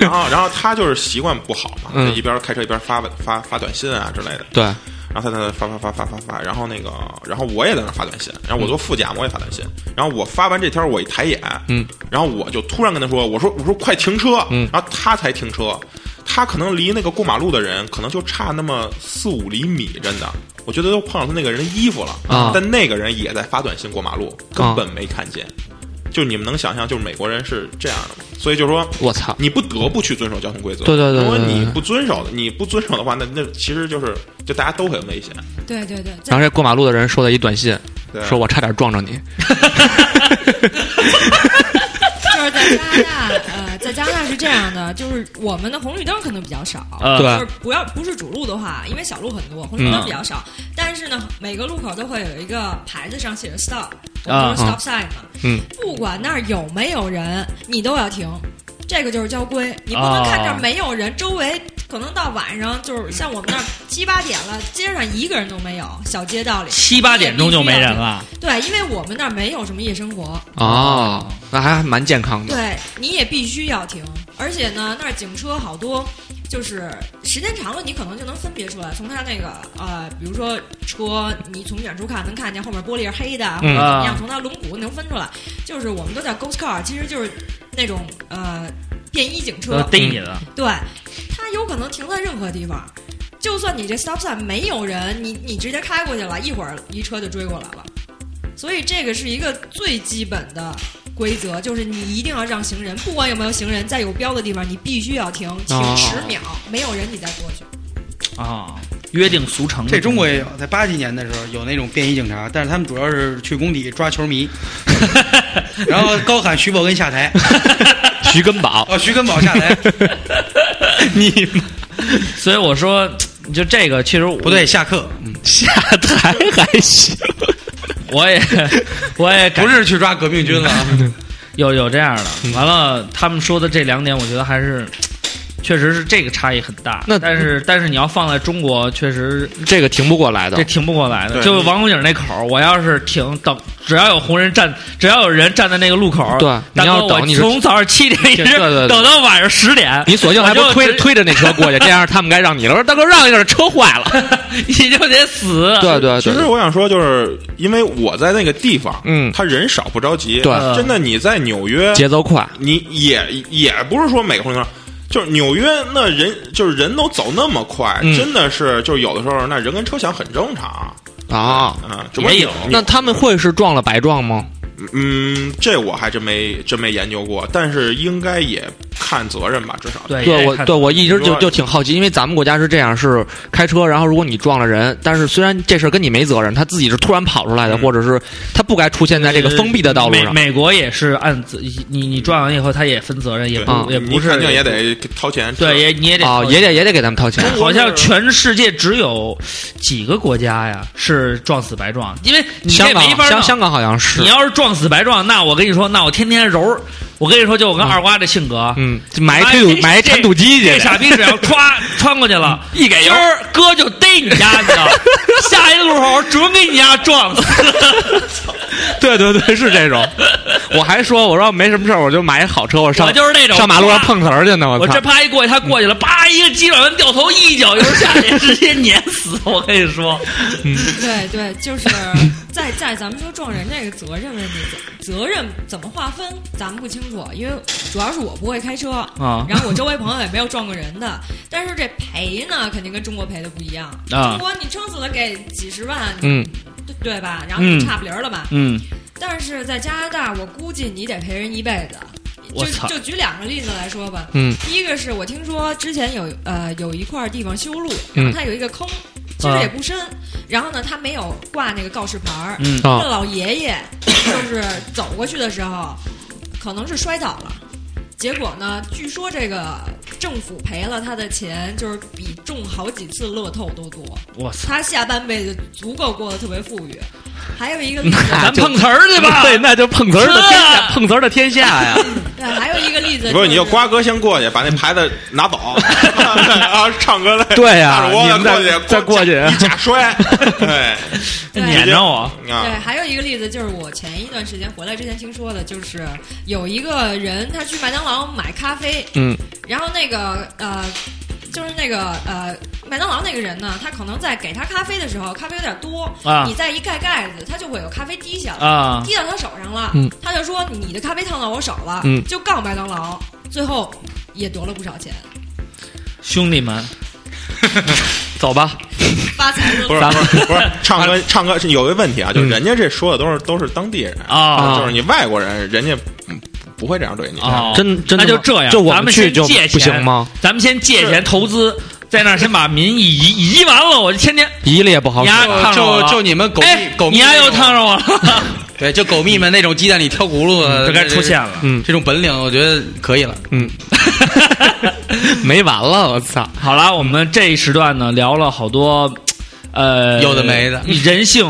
[SPEAKER 5] 然后然后她就是习惯不好嘛，
[SPEAKER 3] 嗯
[SPEAKER 5] 就一边开车一边发发发短信啊之类的，
[SPEAKER 3] 对，
[SPEAKER 5] 然后他在那发发发发发发，然后那个，然后我也在那发短信，然后我坐副驾嘛我也发短信，然后我发完这条我一抬眼，
[SPEAKER 3] 嗯，
[SPEAKER 5] 然后我就突然跟他说，我说我说快停车，
[SPEAKER 3] 嗯
[SPEAKER 5] 然后他才停车，他可能离那个过马路的人可能就差那么四五厘米，真的，我觉得都碰上他那个人的衣服了，
[SPEAKER 3] 啊
[SPEAKER 5] 但那个人也在发短信过马路，
[SPEAKER 3] 啊
[SPEAKER 5] 根本没看见，就你们能想象，就是美国人是这样的吗，所以就说
[SPEAKER 3] 我操，
[SPEAKER 5] 你不得不去遵守交通规则。
[SPEAKER 3] 对对对对
[SPEAKER 5] 如果
[SPEAKER 3] 对
[SPEAKER 5] 你
[SPEAKER 3] 对
[SPEAKER 5] 不遵守的，你不遵守的话，那那其实就是就大家都很危险。
[SPEAKER 6] 对对对，
[SPEAKER 3] 然
[SPEAKER 6] 在
[SPEAKER 3] 后这过马路的人收到一短信，
[SPEAKER 5] 对
[SPEAKER 3] 说我差点撞着你。
[SPEAKER 6] 就是在加拿大，呃，在加拿大是这样的，就是我们的红绿灯可能比较少，
[SPEAKER 2] 呃
[SPEAKER 3] 对
[SPEAKER 6] 就是不要不是主路的话，因为小路很多，红绿灯比较少。但是呢，每个路口都会有一个牌子上写着 stop，我
[SPEAKER 2] 啊
[SPEAKER 6] 们说 stop sign 嘛。
[SPEAKER 3] 嗯，
[SPEAKER 6] 不管那儿有没有人，你都要停，这个就是交规。你不
[SPEAKER 2] 哦
[SPEAKER 6] 能看这儿没有人，周围可能到晚上就是像我们那儿七八点了，街上一个人都没有，小街道里
[SPEAKER 2] 七八点钟就没人。了
[SPEAKER 6] 对，因为我们那儿没有什么夜生活。
[SPEAKER 3] 哦，那还蛮健康的。
[SPEAKER 6] 对，你也必须要停，而且呢，那儿警车好多，就是时间长了，你可能就能分别出来。从它那个呃，比如说车，你从远处看能看见后面玻璃是黑的，
[SPEAKER 3] 嗯
[SPEAKER 6] 或者
[SPEAKER 3] 啊
[SPEAKER 6] 怎么样，从它轮毂能分出来。就是我们都叫 ghost car，其实就是那种呃便衣警车，
[SPEAKER 2] 都逮你了。
[SPEAKER 6] 对，它有可能停在任何地方。就算你这 stop sign 没有人，你你直接开过去了，一会儿一车就追过来了。所以这个是一个最基本的规则，就是你一定要让行人，不管有没有行人，在有标的地方你必须要停，停
[SPEAKER 3] 哦
[SPEAKER 6] 十秒，没有人你再过去。
[SPEAKER 2] 啊，约定俗成。
[SPEAKER 7] 嗯这中国也有，在八几年的时候有那种便衣警察，但是他们主要是去工体抓球 迷，然后高喊徐宝根下台，
[SPEAKER 3] 徐根宝，
[SPEAKER 7] 哦，徐根宝下 台，
[SPEAKER 3] 你
[SPEAKER 2] 所以我说，就这个其实我
[SPEAKER 7] 不对，下课，嗯
[SPEAKER 3] 下台还行。
[SPEAKER 2] 我也我也感
[SPEAKER 7] 不是去抓革命 军了啊，
[SPEAKER 2] 有有这样的。
[SPEAKER 3] 嗯
[SPEAKER 2] 完了，他们说的这两点，我觉得还是。确实是这个差异很大，
[SPEAKER 3] 那
[SPEAKER 2] 但是但是你要放在中国，确实
[SPEAKER 3] 这个停不过来
[SPEAKER 2] 这
[SPEAKER 3] 的。
[SPEAKER 2] 停不过来的。
[SPEAKER 5] 对
[SPEAKER 2] 就王府井那口儿，我要是停等，只要有红人站，只要有人站在那个路口儿，
[SPEAKER 3] 对
[SPEAKER 2] 大
[SPEAKER 3] 你要
[SPEAKER 2] 哥，
[SPEAKER 3] 等
[SPEAKER 2] 我
[SPEAKER 3] 你是
[SPEAKER 2] 从早上七点一直
[SPEAKER 3] 对对对
[SPEAKER 2] 等到晚上十 点，
[SPEAKER 3] 你索性还不
[SPEAKER 2] 我就
[SPEAKER 3] 推
[SPEAKER 2] 直
[SPEAKER 3] 推着那车过去，这样他们该让你了。我说大哥让一下，车坏 了。
[SPEAKER 2] 你就得死。
[SPEAKER 3] 对对
[SPEAKER 5] 其
[SPEAKER 3] 对
[SPEAKER 5] 实我想说，就是因为我在那个地方，
[SPEAKER 3] 嗯
[SPEAKER 5] 他人少不着急，
[SPEAKER 3] 对
[SPEAKER 5] 真的你在纽约
[SPEAKER 3] 对，，节奏快。
[SPEAKER 5] 你也也不是说每个红绿灯。就是纽约那人，就是人都走那么快，
[SPEAKER 3] 嗯
[SPEAKER 5] 真的是，就是有的时候那人跟车响很正常
[SPEAKER 3] 啊。
[SPEAKER 5] 啊。只不过
[SPEAKER 2] 也有
[SPEAKER 5] 你
[SPEAKER 3] 那他们会是撞了白撞吗？
[SPEAKER 5] 嗯，这我还真没真没研究过，但是应该也看责任吧，至少
[SPEAKER 2] 对
[SPEAKER 3] 对
[SPEAKER 2] 也
[SPEAKER 3] 我
[SPEAKER 2] 哎看
[SPEAKER 3] 对我一直
[SPEAKER 5] 你
[SPEAKER 3] 就
[SPEAKER 5] 说
[SPEAKER 3] 就挺好奇，因为咱们国家是这样，是开车，然后如果你撞了人，但是虽然这事儿跟你没责任，他自己是突然跑出来的，
[SPEAKER 5] 嗯
[SPEAKER 3] 或者是他不该出现在这个
[SPEAKER 2] 呃
[SPEAKER 3] 封闭的道路上。
[SPEAKER 2] 美美国也是按自你你撞完以后，他也分责任，也
[SPEAKER 5] 对
[SPEAKER 2] 不、
[SPEAKER 3] 啊
[SPEAKER 2] 也
[SPEAKER 5] 嗯你
[SPEAKER 2] 不
[SPEAKER 5] 肯
[SPEAKER 2] 是
[SPEAKER 5] 定也得掏钱。
[SPEAKER 2] 对也你也得
[SPEAKER 3] 啊，也得也得给他们掏钱。
[SPEAKER 2] 好像全世界只有几个国家呀是撞死白撞，因为你
[SPEAKER 3] 香
[SPEAKER 2] 这
[SPEAKER 3] 港
[SPEAKER 2] 没法
[SPEAKER 3] 香
[SPEAKER 2] 弄。
[SPEAKER 3] 香港好像是
[SPEAKER 2] 你，要是撞死白撞，那我跟你说，那我天天揉。我跟你说，就我跟
[SPEAKER 3] 嗯
[SPEAKER 2] 二瓜这性格，
[SPEAKER 3] 嗯，买推土
[SPEAKER 2] 这
[SPEAKER 3] 买铲土机去 哎
[SPEAKER 2] 这。傻逼只要歘穿过去了，一给油，哥就逮你家，你知道吗？下一路口准给你丫撞死。
[SPEAKER 3] 对对对，是这 种。我还说，我说没什么事儿，我就买一好车，我上
[SPEAKER 2] 我就是那种
[SPEAKER 3] 上马路上碰瓷儿去呢。我
[SPEAKER 2] 我
[SPEAKER 3] 操
[SPEAKER 2] 这！啪一过去，他过去了，啪一个急转弯掉头，一脚油下去，直接碾 死。我跟你说，
[SPEAKER 6] 对对， 就是在在咱们说撞人这个责任问题，责任怎么划分咱们不清楚，因为主要是我不会开车
[SPEAKER 2] 啊
[SPEAKER 6] 然后我周围朋友也没有撞过人的，但是这赔呢，肯定跟中国赔的不一样
[SPEAKER 2] 啊
[SPEAKER 6] 中国你撑死了给几十万，
[SPEAKER 3] 嗯，
[SPEAKER 6] 对对吧？然后你
[SPEAKER 2] 嗯
[SPEAKER 6] 差不离儿了吧？
[SPEAKER 2] 嗯，
[SPEAKER 6] 但是在加拿大，我估计你得陪人一辈子。
[SPEAKER 2] 我
[SPEAKER 6] 就
[SPEAKER 2] 操
[SPEAKER 6] 就举两个例子来说吧，
[SPEAKER 3] 嗯，
[SPEAKER 6] 第一个是我听说之前有呃有一块地方修路，
[SPEAKER 3] 嗯
[SPEAKER 6] 然后它有一个坑，其实也不深，然后呢它没有挂那个告示牌儿，
[SPEAKER 2] 嗯
[SPEAKER 6] 那
[SPEAKER 3] 啊，
[SPEAKER 6] 老爷爷就是走过去的时候，可能是摔倒了，结果呢，据说这个政府赔了他的钱，就是比中好几次乐透都多，
[SPEAKER 2] 我操！
[SPEAKER 6] 他下半辈子足够过得特别富裕。还有一个例子，
[SPEAKER 3] 那
[SPEAKER 2] 咱
[SPEAKER 3] 就
[SPEAKER 2] 碰瓷儿去吧。
[SPEAKER 3] 对，那就碰瓷儿的天下，
[SPEAKER 2] 是
[SPEAKER 3] 碰瓷儿的天下呀。
[SPEAKER 6] 对，还有一个例子、
[SPEAKER 5] 不
[SPEAKER 6] 是
[SPEAKER 5] 是，你就瓜哥先过去，把那牌子拿 走，啊，唱歌的
[SPEAKER 3] 对呀
[SPEAKER 5] 大主播
[SPEAKER 3] 你们再
[SPEAKER 5] 过去，
[SPEAKER 3] 再过去
[SPEAKER 5] 一假摔，对
[SPEAKER 6] 对
[SPEAKER 2] 撵着我，
[SPEAKER 6] 对，
[SPEAKER 5] 啊，
[SPEAKER 6] 还有一个例子就是我前一段时间回来之前听说的，就是有一个人他去麦当劳买咖啡，
[SPEAKER 3] 嗯，
[SPEAKER 6] 然后那个呃，就是那个呃，麦当劳那个人呢，他可能在给他咖啡的时候，咖啡有点多，
[SPEAKER 3] 哎
[SPEAKER 2] 啊
[SPEAKER 6] 你再一盖盖子，他就会有咖啡滴下来，
[SPEAKER 2] 啊
[SPEAKER 6] 滴到他手上了，
[SPEAKER 3] 嗯
[SPEAKER 6] 他就说你的咖啡烫到我手了，
[SPEAKER 3] 嗯
[SPEAKER 6] 就告麦当劳，最后也得了不少钱，
[SPEAKER 2] 兄弟们，
[SPEAKER 3] 走吧，
[SPEAKER 6] 发财了。
[SPEAKER 5] 不是
[SPEAKER 2] 啊
[SPEAKER 3] 咱
[SPEAKER 5] 不是 不是，唱歌唱歌是有一个问题啊，就是
[SPEAKER 3] 嗯
[SPEAKER 5] 人家这说的都是都是当地人
[SPEAKER 2] 啊
[SPEAKER 5] 就是你外国人，人家嗯不会这样对你。
[SPEAKER 2] 哦，
[SPEAKER 3] 啊真真的
[SPEAKER 2] 那
[SPEAKER 3] 吗
[SPEAKER 2] 就这样，
[SPEAKER 3] 就我
[SPEAKER 2] 咱们
[SPEAKER 3] 去
[SPEAKER 2] 先
[SPEAKER 3] 就
[SPEAKER 2] 借
[SPEAKER 3] 不
[SPEAKER 2] 钱
[SPEAKER 3] 行吗？
[SPEAKER 2] 咱们先借钱投资，在那儿先把民意移移完了，我就天天
[SPEAKER 3] 一列不好
[SPEAKER 2] 你
[SPEAKER 3] 使。
[SPEAKER 2] 丫烫着我了
[SPEAKER 1] 就就你们狗
[SPEAKER 2] 哎
[SPEAKER 1] 蜜，狗蜜
[SPEAKER 2] 你丫
[SPEAKER 1] 那
[SPEAKER 2] 又
[SPEAKER 1] 种
[SPEAKER 2] 烫着我了，
[SPEAKER 1] 对，就狗蜜们那种鸡蛋里挑骨碌
[SPEAKER 7] 啊
[SPEAKER 1] 的，
[SPEAKER 2] 就该出现了。
[SPEAKER 3] 嗯
[SPEAKER 1] 这种本领，我觉得可 以了。
[SPEAKER 3] 嗯，没完了，我操！
[SPEAKER 2] 好了，我们这一时段呢聊了好多，呃，
[SPEAKER 1] 有的没的
[SPEAKER 2] 人性。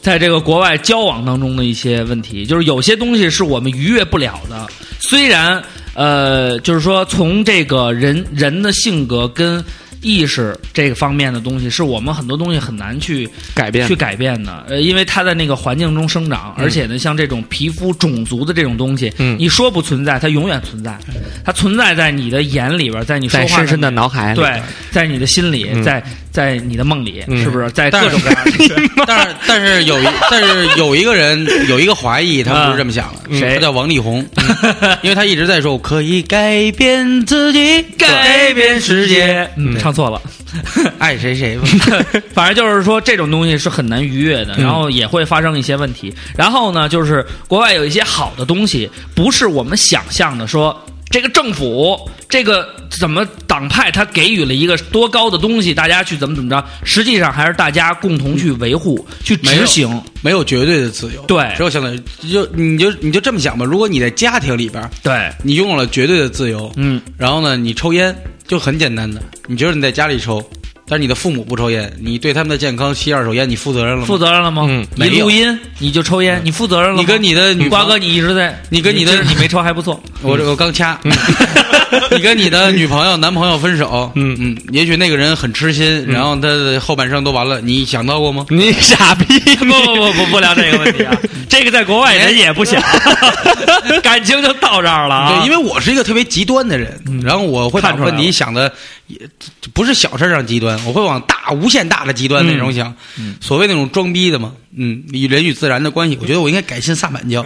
[SPEAKER 2] 在这个国外交往当中的一些问题，就是有些东西是我们逾越不了的。虽然，呃，就是说从这个人人的性格跟意识这个方面的东西，是我们很多东西很难去
[SPEAKER 3] 改变
[SPEAKER 2] 去改变的。呃，因为他在那个环境中生长，而且呢，像这种皮肤、种族的这种东西，
[SPEAKER 3] 嗯
[SPEAKER 2] 你说不存在，它永远存在，它存在在你的眼里边，在你说
[SPEAKER 3] 在
[SPEAKER 2] 话
[SPEAKER 3] 深深
[SPEAKER 2] 的
[SPEAKER 3] 的脑海里。
[SPEAKER 2] 对，在你的心里，
[SPEAKER 3] 嗯
[SPEAKER 2] 在在你的梦里，
[SPEAKER 3] 嗯
[SPEAKER 2] 是不是？在
[SPEAKER 1] 但
[SPEAKER 2] 各
[SPEAKER 1] 是
[SPEAKER 2] 种各样的
[SPEAKER 1] 但是但是有一但是有一个 人有一个华裔，他不是这么想的，
[SPEAKER 2] 嗯谁嗯
[SPEAKER 1] 他叫王力宏， 因为他一直在说我可以改变自己，
[SPEAKER 2] 改变世界，嗯，
[SPEAKER 1] 对
[SPEAKER 2] 唱错了。
[SPEAKER 1] 爱谁谁吧。
[SPEAKER 2] 反正就是说，这种东西是很难逾越的，然后也会发生一些问题。然后呢，就是国外有一些好的东西，不是我们想象的说。这个政府，这个怎么党派，它给予了一个多高的东西，大家去怎么怎么着？实际上还是大家共同去维护、去
[SPEAKER 1] 没有
[SPEAKER 2] 执行。
[SPEAKER 1] 没有绝对的自由，
[SPEAKER 2] 对
[SPEAKER 1] 只有相对，就你就你就这么想吧。如果你在家庭里边，
[SPEAKER 2] 对，
[SPEAKER 1] 你拥有了绝对的自由，
[SPEAKER 2] 嗯，
[SPEAKER 1] 然后呢，你抽烟就很简单的，你觉得你在家里抽，但是你的父母不抽烟，你对他们的健康吸二手烟，你负责任了吗？
[SPEAKER 2] 负责任了吗？
[SPEAKER 3] 嗯
[SPEAKER 2] 你
[SPEAKER 1] 没有嗯
[SPEAKER 2] 录音你就抽烟，你负责任了吗？
[SPEAKER 1] 你跟你的女
[SPEAKER 2] 瓜
[SPEAKER 1] 朋友
[SPEAKER 2] 哥，你一直在，
[SPEAKER 1] 你跟你的
[SPEAKER 2] 这你没抽还不错，
[SPEAKER 1] 我这我刚掐， 你跟你的女朋友、男朋友分手，
[SPEAKER 3] 嗯
[SPEAKER 1] 嗯，也许那个人很痴心，然后他的后半生都完了， 你想到过吗？
[SPEAKER 3] 你傻逼！
[SPEAKER 2] 不不不不不聊这个问 题啊，这个在国外人也不想， 感情就到这儿了啊。
[SPEAKER 1] 对，因为我是一个特别极端的人，然后我会把
[SPEAKER 2] 看出来
[SPEAKER 1] 问
[SPEAKER 2] 了
[SPEAKER 1] 题想的也不是小事上极端，我会往大无限大的极端那种想，所谓那种装逼的嘛，嗯，与人与自然的关系，我觉得我应该改信萨满教，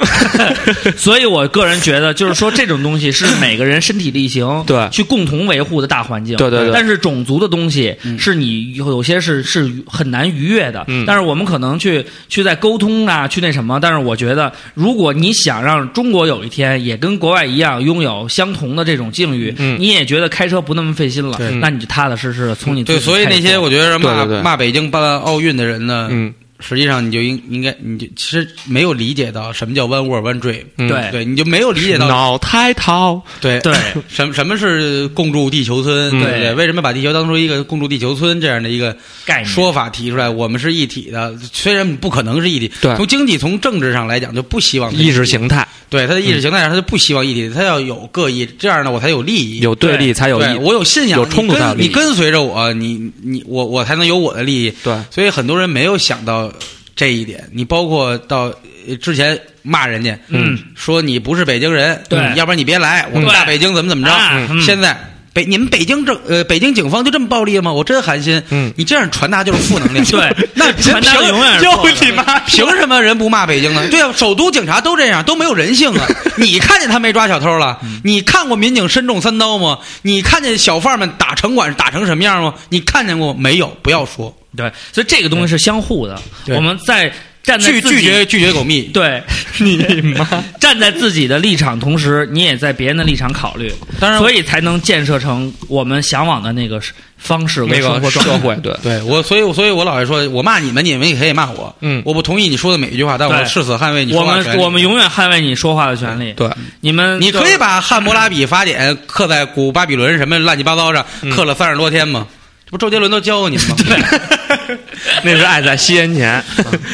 [SPEAKER 2] 所以我个人觉得，就是说这种东西是每个人身体 力行
[SPEAKER 3] 对
[SPEAKER 2] 去共同维护的大环境。
[SPEAKER 3] 对对对
[SPEAKER 2] 但是种族的东西
[SPEAKER 1] 嗯
[SPEAKER 2] 是你有有些是是很难逾越的。
[SPEAKER 3] 嗯
[SPEAKER 2] 但是我们可能去去在沟通啊，去那什么。但是我觉得，如果你想让中国有一天也跟国外一样拥有相同的这种境遇，
[SPEAKER 3] 嗯
[SPEAKER 2] 你也觉得开车不那么费心了
[SPEAKER 1] 对，
[SPEAKER 2] 那你就踏踏实实的从你自
[SPEAKER 1] 对，
[SPEAKER 2] 己
[SPEAKER 1] 所以
[SPEAKER 2] 开始
[SPEAKER 1] 那些
[SPEAKER 2] 做
[SPEAKER 1] 我觉得骂
[SPEAKER 3] 对对对
[SPEAKER 1] 骂北京办奥运的人呢，
[SPEAKER 3] 嗯，
[SPEAKER 1] 实际上你就应应该你就其实没有理解到什么叫 one word one dream，、
[SPEAKER 3] 嗯
[SPEAKER 2] 对
[SPEAKER 1] 对，你就没有理解到
[SPEAKER 3] 脑胎桃，
[SPEAKER 1] 对
[SPEAKER 2] 对，
[SPEAKER 1] 什么什么是共筑地球村，对
[SPEAKER 3] 嗯
[SPEAKER 1] 不对？为什么把地球当做一个共筑地球村这样的一个
[SPEAKER 2] 概念
[SPEAKER 1] 说法提出来？我们是一体的，虽然不可能是一体，
[SPEAKER 3] 对
[SPEAKER 1] 从经济从政治上来讲就不希望
[SPEAKER 3] 意识，形态
[SPEAKER 2] 嗯
[SPEAKER 1] 对它的意识形态上，它就不希望一体，它要有各异，这样呢我才有利益，
[SPEAKER 3] 有对立才有
[SPEAKER 1] 对
[SPEAKER 3] 意，
[SPEAKER 1] 我有信仰，
[SPEAKER 3] 有冲突
[SPEAKER 1] 你
[SPEAKER 3] 才有
[SPEAKER 1] 跟
[SPEAKER 3] 利益
[SPEAKER 1] 你跟随着我，你你我我才能有我的利益。
[SPEAKER 3] 对
[SPEAKER 1] 所以很多人没有想到这一点。你包括到呃之前骂人家，
[SPEAKER 3] 嗯，
[SPEAKER 1] 说你不是北京人，
[SPEAKER 2] 对
[SPEAKER 1] 嗯要不然你别来，我们
[SPEAKER 2] 对
[SPEAKER 1] 大北京怎么怎么
[SPEAKER 2] 啊
[SPEAKER 1] 着。
[SPEAKER 2] 嗯
[SPEAKER 1] 现在北你们北京政呃北京警方就这么暴力吗？我真寒心。
[SPEAKER 3] 嗯
[SPEAKER 1] 你这样传达就是负能 量。
[SPEAKER 2] 对
[SPEAKER 1] 那
[SPEAKER 2] 传达
[SPEAKER 1] 凭
[SPEAKER 2] 永远是
[SPEAKER 1] 就
[SPEAKER 2] 错的
[SPEAKER 1] 你妈！凭什么人不骂北京呢？对啊，首都警察都这样，都没有人性 啊！你看见他没抓小偷了？
[SPEAKER 2] 嗯
[SPEAKER 1] 你看过民警身中三刀吗？你看见小贩们打城管打成什么样吗？你看见过没有？不要说，
[SPEAKER 2] 对，所以这个东西是相互的。
[SPEAKER 1] 对
[SPEAKER 2] 我们在站在
[SPEAKER 1] 拒
[SPEAKER 2] 自己
[SPEAKER 1] 拒绝拒绝狗蜜。
[SPEAKER 2] 对你妈 站在自己的立场，同时你也在别人的立场考虑，
[SPEAKER 1] 当然我
[SPEAKER 2] 所以才能建设成我们向往的那个方式跟
[SPEAKER 3] 那
[SPEAKER 2] 生
[SPEAKER 3] 个
[SPEAKER 2] 活状态
[SPEAKER 3] 社会对，
[SPEAKER 1] 对我，所以所以我老是说，我骂你们，你们也可以骂我。
[SPEAKER 3] 嗯
[SPEAKER 1] 我不同意你说的每一句话，但我
[SPEAKER 2] 对
[SPEAKER 1] 誓死捍卫你说
[SPEAKER 2] 我
[SPEAKER 1] 话的权
[SPEAKER 2] 们
[SPEAKER 1] 利
[SPEAKER 2] 我们永远捍卫你说话的权利。
[SPEAKER 3] 对，
[SPEAKER 2] 你们
[SPEAKER 1] 你
[SPEAKER 2] 这
[SPEAKER 1] 可以把《汉谟拉比法典》刻在古巴比伦什么乱七八糟上，
[SPEAKER 2] 嗯
[SPEAKER 1] 刻了三十多天吗？这不周杰伦都教过你们吗？
[SPEAKER 3] 那是爱在西元前，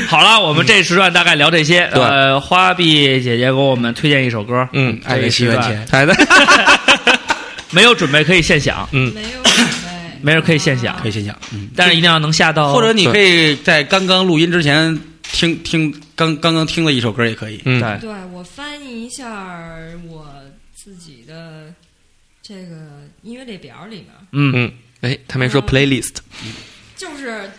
[SPEAKER 2] 好了，我们这时段大概聊这些。
[SPEAKER 3] 对
[SPEAKER 2] 呃，花臂姐姐给我们推荐一首歌，
[SPEAKER 3] 嗯，
[SPEAKER 2] 这一时段，
[SPEAKER 3] 爱 在
[SPEAKER 2] 没有准备可以现想，
[SPEAKER 6] 没有准备，啊
[SPEAKER 2] 没人可以现想，
[SPEAKER 1] 可以先讲，嗯。
[SPEAKER 2] 但是一定要能下到哦，
[SPEAKER 1] 或者你可以在刚刚录音之前听听刚刚刚听了一首歌也可以。
[SPEAKER 3] 嗯，
[SPEAKER 2] 对
[SPEAKER 6] 对我翻译一下儿我自己的这个音乐列表里面，
[SPEAKER 2] 嗯。
[SPEAKER 3] 嗯，哎，他没说 playlist，
[SPEAKER 6] 就是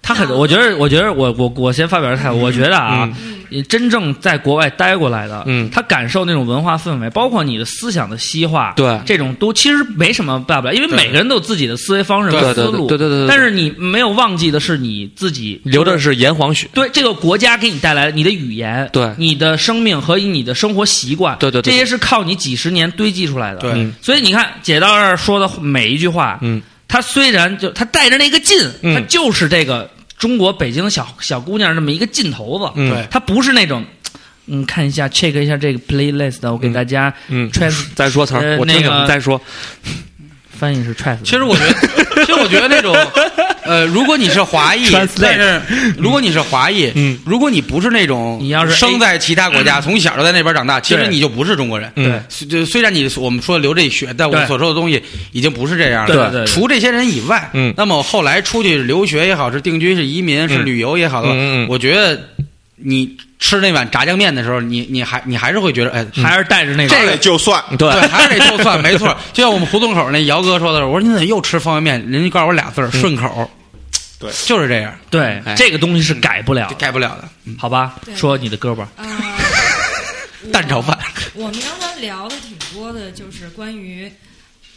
[SPEAKER 2] 他很，我觉得，我觉得我，我我先发表态，
[SPEAKER 3] 嗯
[SPEAKER 2] 我觉得啊，你真正在国外待过来的，
[SPEAKER 3] 嗯
[SPEAKER 2] 他感受那种文化氛围，包括你的思想的西化，
[SPEAKER 3] 对
[SPEAKER 2] 这种都其实没什么大不了，因为每个人都有自己的思维方式
[SPEAKER 3] 对
[SPEAKER 2] 和思
[SPEAKER 3] 对
[SPEAKER 2] 路，
[SPEAKER 3] 对对对对对
[SPEAKER 2] 但是你没有忘记的是你自己
[SPEAKER 3] 留的是炎黄血，
[SPEAKER 2] 对这个国家给你带来的你的语言，
[SPEAKER 3] 对
[SPEAKER 2] 你的生命和你的生活习惯，
[SPEAKER 3] 对对对对
[SPEAKER 2] 这些是靠你几十年堆积出来的。
[SPEAKER 1] 对
[SPEAKER 3] 嗯
[SPEAKER 2] 所以你看姐到这儿说的每一句话，
[SPEAKER 3] 嗯，
[SPEAKER 2] 她虽然就她带着那个劲，
[SPEAKER 3] 嗯
[SPEAKER 2] 她就是这个中国北京小小姑娘这么一个劲头子，
[SPEAKER 3] 嗯
[SPEAKER 1] 对
[SPEAKER 2] 她不是那种。嗯，看一下，check 一下这个 playlist，我给
[SPEAKER 3] 嗯
[SPEAKER 2] 大家
[SPEAKER 3] 嗯，
[SPEAKER 2] trans
[SPEAKER 3] 再说词
[SPEAKER 2] 呃
[SPEAKER 3] 儿，我听
[SPEAKER 2] 那
[SPEAKER 3] 听
[SPEAKER 2] 个
[SPEAKER 3] 你再说，
[SPEAKER 2] 翻译是 trans，
[SPEAKER 1] 其实我觉 得，其实我觉得那种，呃，如果你是华裔，但是如果你是华裔，
[SPEAKER 3] 嗯，
[SPEAKER 1] 如果你不是那种
[SPEAKER 2] 嗯你要是 A- 嗯
[SPEAKER 1] 生在其他国家，从小就在那边长大，其实
[SPEAKER 2] 对
[SPEAKER 1] 你就不是中国人。
[SPEAKER 2] 对
[SPEAKER 3] 嗯，
[SPEAKER 1] 虽就虽然你我们说流这血，但我
[SPEAKER 2] 对
[SPEAKER 1] 们所说的东西已经不是这样了。
[SPEAKER 2] 对对对
[SPEAKER 1] 除这些人以外，
[SPEAKER 3] 嗯
[SPEAKER 1] 那么我后来出去留学也好，是定居、是移民、是
[SPEAKER 3] 嗯
[SPEAKER 1] 旅游也好的话，
[SPEAKER 3] 嗯嗯嗯
[SPEAKER 1] 我觉得你吃那碗炸酱面的时候，你你还你还是会觉得，哎，
[SPEAKER 2] 还是带着那个
[SPEAKER 5] 这个就算
[SPEAKER 3] 对
[SPEAKER 1] 对，还是得就算，没错。就像我们胡同口那姚哥说的，我说你怎么又吃方便面？人家告诉我俩字儿，顺口。
[SPEAKER 5] 对
[SPEAKER 1] 就是这样，
[SPEAKER 2] 对
[SPEAKER 3] 哎嗯
[SPEAKER 2] 这个东西是改不了的，
[SPEAKER 1] 改不了的。，
[SPEAKER 2] 好吧？
[SPEAKER 6] 对
[SPEAKER 2] 说你的胳膊，
[SPEAKER 6] 啊
[SPEAKER 1] 蛋炒饭，
[SPEAKER 6] 我们刚才聊的挺多的，就是关于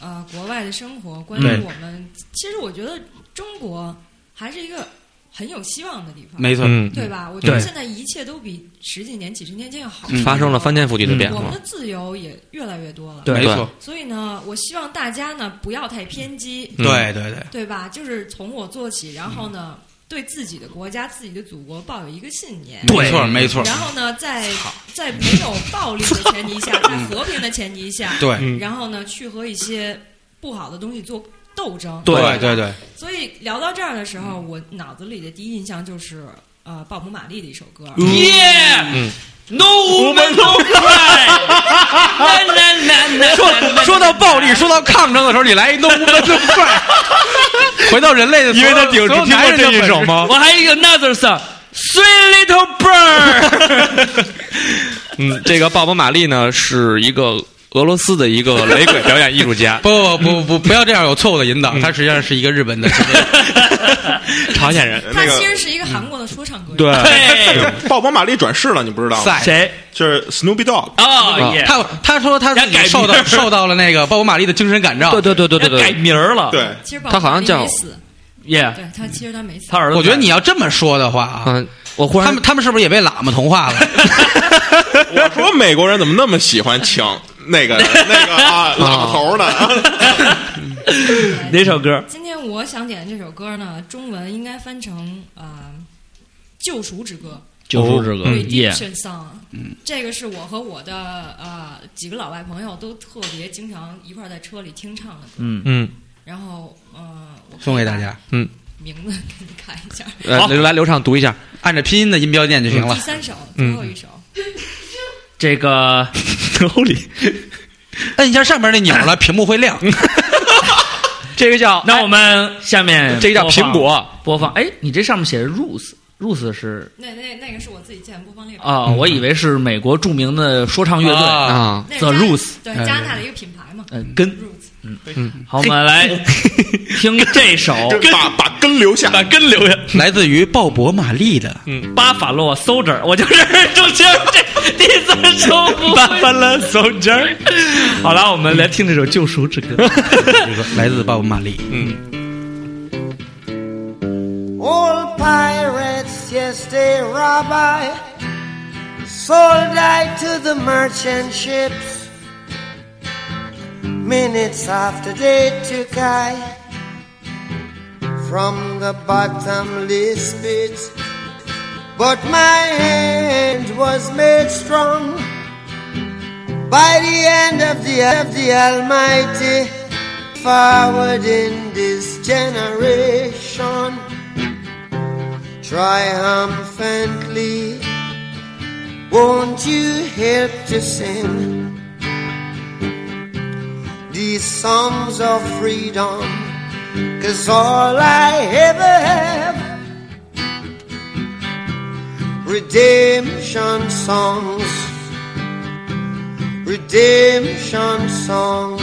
[SPEAKER 6] 呃国外的生活，关于
[SPEAKER 1] 对
[SPEAKER 6] 我们。其实我觉得中国还是一个很有希望的地 方，
[SPEAKER 1] 没错。
[SPEAKER 3] 嗯，
[SPEAKER 6] 对吧？我觉得
[SPEAKER 2] 对
[SPEAKER 6] 现在一切都比十几年、几十年前要好，
[SPEAKER 1] 嗯
[SPEAKER 3] 发生了翻天覆地的变
[SPEAKER 6] 我们
[SPEAKER 3] 化
[SPEAKER 2] 嗯
[SPEAKER 6] 的，自由也越来越多了。
[SPEAKER 2] 对
[SPEAKER 1] 没错，
[SPEAKER 6] 所以呢，我希望大家呢不要太偏激，
[SPEAKER 3] 嗯
[SPEAKER 1] 对对对，
[SPEAKER 6] 对吧？就是从我做起，然后呢，对自己的国家、自己的祖国抱有一个信念。
[SPEAKER 1] 没错嗯没错，
[SPEAKER 6] 然后呢，在在没有暴力的前 提下，在和平的前提下，
[SPEAKER 1] 嗯对
[SPEAKER 3] 嗯
[SPEAKER 6] 然后呢，去和一些不好的东西做斗争。
[SPEAKER 1] 对对对，嗯
[SPEAKER 6] 所以聊到这儿的时候，我脑子里的第一印象就是呃，鲍勃·马利的一首歌。
[SPEAKER 2] Yeah,
[SPEAKER 3] 嗯
[SPEAKER 2] no woman no cry. 那那那 那
[SPEAKER 1] 说说到暴力，说到抗争的时候，你来一弄不这么快，回到人类的所有，所有男人的本质？，
[SPEAKER 3] 吗？
[SPEAKER 2] 我还有 another song, Sweet Little Bird.
[SPEAKER 3] 嗯，这个鲍勃·马利呢是一个俄罗斯的一个雷鬼表演艺术家
[SPEAKER 1] 不不不不，不要这样有错误的引导。他实际上是一个日本的，
[SPEAKER 3] 朝鲜人。
[SPEAKER 6] 他
[SPEAKER 5] 那
[SPEAKER 6] 其
[SPEAKER 5] 个
[SPEAKER 6] 实是一个韩国的说唱歌手。
[SPEAKER 3] 对，
[SPEAKER 2] 对，
[SPEAKER 5] 鲍勃·马利转世了，你不知道吗？
[SPEAKER 1] 在
[SPEAKER 2] 谁？
[SPEAKER 5] 就是 Snoopy Dog，
[SPEAKER 1] 啊
[SPEAKER 2] 哦，耶，
[SPEAKER 1] 他他说他自己
[SPEAKER 2] 人家改
[SPEAKER 1] 受
[SPEAKER 2] 名
[SPEAKER 1] 到受到了那个鲍勃·马利的精神感召。
[SPEAKER 3] 对对对对对
[SPEAKER 2] 改
[SPEAKER 3] 对，
[SPEAKER 2] 名儿了。
[SPEAKER 5] 对，
[SPEAKER 6] 其实鲍勃
[SPEAKER 3] 他好像
[SPEAKER 6] 马利
[SPEAKER 3] 叫
[SPEAKER 6] 没死，
[SPEAKER 2] 耶，
[SPEAKER 6] 对他其实他没死
[SPEAKER 2] 他。儿子。
[SPEAKER 1] 我觉得你要这么说的话啊，
[SPEAKER 3] 嗯，我忽然
[SPEAKER 1] 他们他们是不是也被喇嘛同化 了？
[SPEAKER 5] 我说美国人怎么那么喜欢请那个那个啊老头儿的？
[SPEAKER 2] 哪首歌？
[SPEAKER 6] 今天我想点的这首歌呢，中文应该翻成呃救赎之歌
[SPEAKER 2] 救赎之歌，耶，
[SPEAKER 6] （Redemption Song）。嗯，这个是我和我的呃几个老外朋友都特别经常一块儿在车里听唱的歌。
[SPEAKER 2] 嗯，
[SPEAKER 3] 嗯，
[SPEAKER 6] 然后，呃， 我
[SPEAKER 7] 送给大家，
[SPEAKER 6] 名字给你看一下。
[SPEAKER 3] 呃，来刘畅读一下，
[SPEAKER 7] 按照拼音的音标念就行了
[SPEAKER 6] 第。三首，最后一首，
[SPEAKER 2] 这个
[SPEAKER 3] 嗯
[SPEAKER 7] 摁一下上面那钮 了，屏幕会亮。
[SPEAKER 3] 这个叫哎
[SPEAKER 2] 那我们下面
[SPEAKER 3] 这个叫
[SPEAKER 2] 播放
[SPEAKER 3] 苹果，
[SPEAKER 2] 播放，哎，你这上面写着 Roots，Roots 是
[SPEAKER 6] 那那那个是我自己建播放列表，
[SPEAKER 2] 啊，我以为是美国著名的说唱乐队，
[SPEAKER 7] 啊，
[SPEAKER 3] 啊，
[SPEAKER 6] 那是
[SPEAKER 2] The
[SPEAKER 6] 加
[SPEAKER 2] Roots
[SPEAKER 6] 对加拿大的一个品牌嘛
[SPEAKER 2] 嗯，根。
[SPEAKER 6] ，Roots。
[SPEAKER 2] 好，我们来听这首
[SPEAKER 5] 把把根留下，
[SPEAKER 2] 把根留下。
[SPEAKER 7] 来自于鲍勃·马利的
[SPEAKER 3] 嗯
[SPEAKER 2] 巴法洛 soldier，我就是中 间这第三首巴法洛 soldier。好了，我们来听这首救赎之歌。
[SPEAKER 7] 这个，来自鲍勃·马利。
[SPEAKER 3] 嗯
[SPEAKER 9] All pirates, yes, they rob I. Sold I to the merchant ships. Minutes after they took I from the bottomless pit. But my hand was made strong by the hand of the, of the Almighty. Forward in this generation triumphantly. Won't you help to sing these songs of freedom? Cause all I ever have, redemption songs, redemption songs.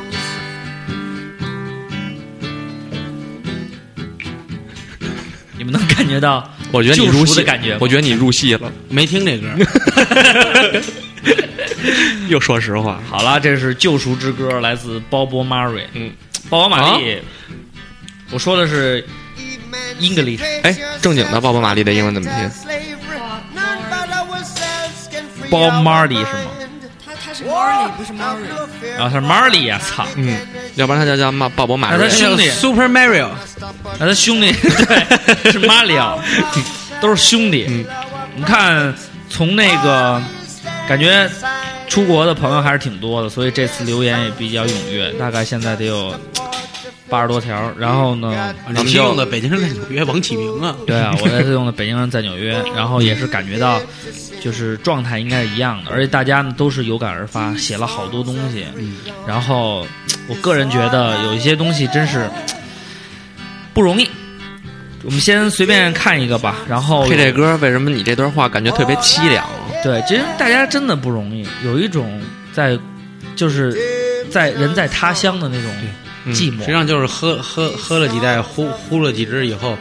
[SPEAKER 2] 你们能感觉到
[SPEAKER 3] 我觉得你
[SPEAKER 2] 救
[SPEAKER 3] 入
[SPEAKER 2] 赎
[SPEAKER 3] 戏
[SPEAKER 2] 的感觉吗？
[SPEAKER 3] 我觉得你入戏了，
[SPEAKER 7] 没听这歌，
[SPEAKER 3] 又说实话，
[SPEAKER 2] 好了，这是救赎之歌，来自鲍勃·马瑞。
[SPEAKER 3] 嗯，
[SPEAKER 2] 鲍勃·马利，我说的是 English
[SPEAKER 9] 哎，
[SPEAKER 3] 正经
[SPEAKER 9] 正经
[SPEAKER 3] 的
[SPEAKER 9] 的
[SPEAKER 3] 鲍勃
[SPEAKER 9] 鲍勃
[SPEAKER 3] 马
[SPEAKER 9] 马
[SPEAKER 3] 利
[SPEAKER 9] 利
[SPEAKER 3] 的
[SPEAKER 9] 的
[SPEAKER 3] 英
[SPEAKER 9] 英
[SPEAKER 3] 文
[SPEAKER 9] 文
[SPEAKER 3] 怎
[SPEAKER 9] 怎
[SPEAKER 3] 么
[SPEAKER 9] 么
[SPEAKER 3] 拼
[SPEAKER 9] 拼
[SPEAKER 2] Bob Marley 是吗？
[SPEAKER 6] 他他是 Marley 不是 Marley，
[SPEAKER 9] 啊，他是 Marley 呀、操！
[SPEAKER 3] 嗯，要不然他就叫马鲍勃马
[SPEAKER 2] 那他
[SPEAKER 3] 瑞
[SPEAKER 2] 是。兄弟
[SPEAKER 7] Super Mario，
[SPEAKER 2] 那他兄 弟对是马里奥，都是兄弟。你看，从那个感觉出国的朋友还是挺多的，所以这次留言也比较踊跃，大概现在得有八十多条。然后呢，
[SPEAKER 7] 你们用的北京人在纽约，王启明啊，
[SPEAKER 2] 对啊，我在这用的北京人在 纽约，然后也是感觉到，就是状态应该是一样的，而且大家呢都是有感而发，写了好多东西。
[SPEAKER 7] 嗯
[SPEAKER 2] 然后我个人觉得有一些东西真是不容易。我们先随便看一个吧，然后
[SPEAKER 3] 配这歌，为什么你这段话感觉特别凄凉？
[SPEAKER 1] 啊
[SPEAKER 2] 对，其实大家真的不容易，有一种在就是在人在他乡的那种寂寞
[SPEAKER 7] 嗯实际。上就是喝喝喝了几袋，呼呼了几支以后，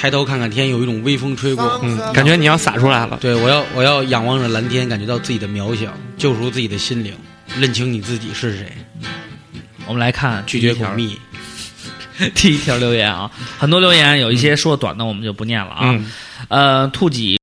[SPEAKER 7] 抬头看看天，有一种微风吹过。
[SPEAKER 9] 嗯
[SPEAKER 3] 感觉你要洒出来了。
[SPEAKER 7] 对我要我要仰望着蓝天，感觉到自己的渺小，救赎自己的心灵，认清你自己是谁，
[SPEAKER 2] 我们来看
[SPEAKER 7] 拒绝
[SPEAKER 2] 第一
[SPEAKER 7] 苦
[SPEAKER 2] 条
[SPEAKER 7] 蜜。
[SPEAKER 2] 啊
[SPEAKER 3] 嗯
[SPEAKER 2] 第一条留言啊，很多留言有一些说短的我们就不念了啊。呃，兔几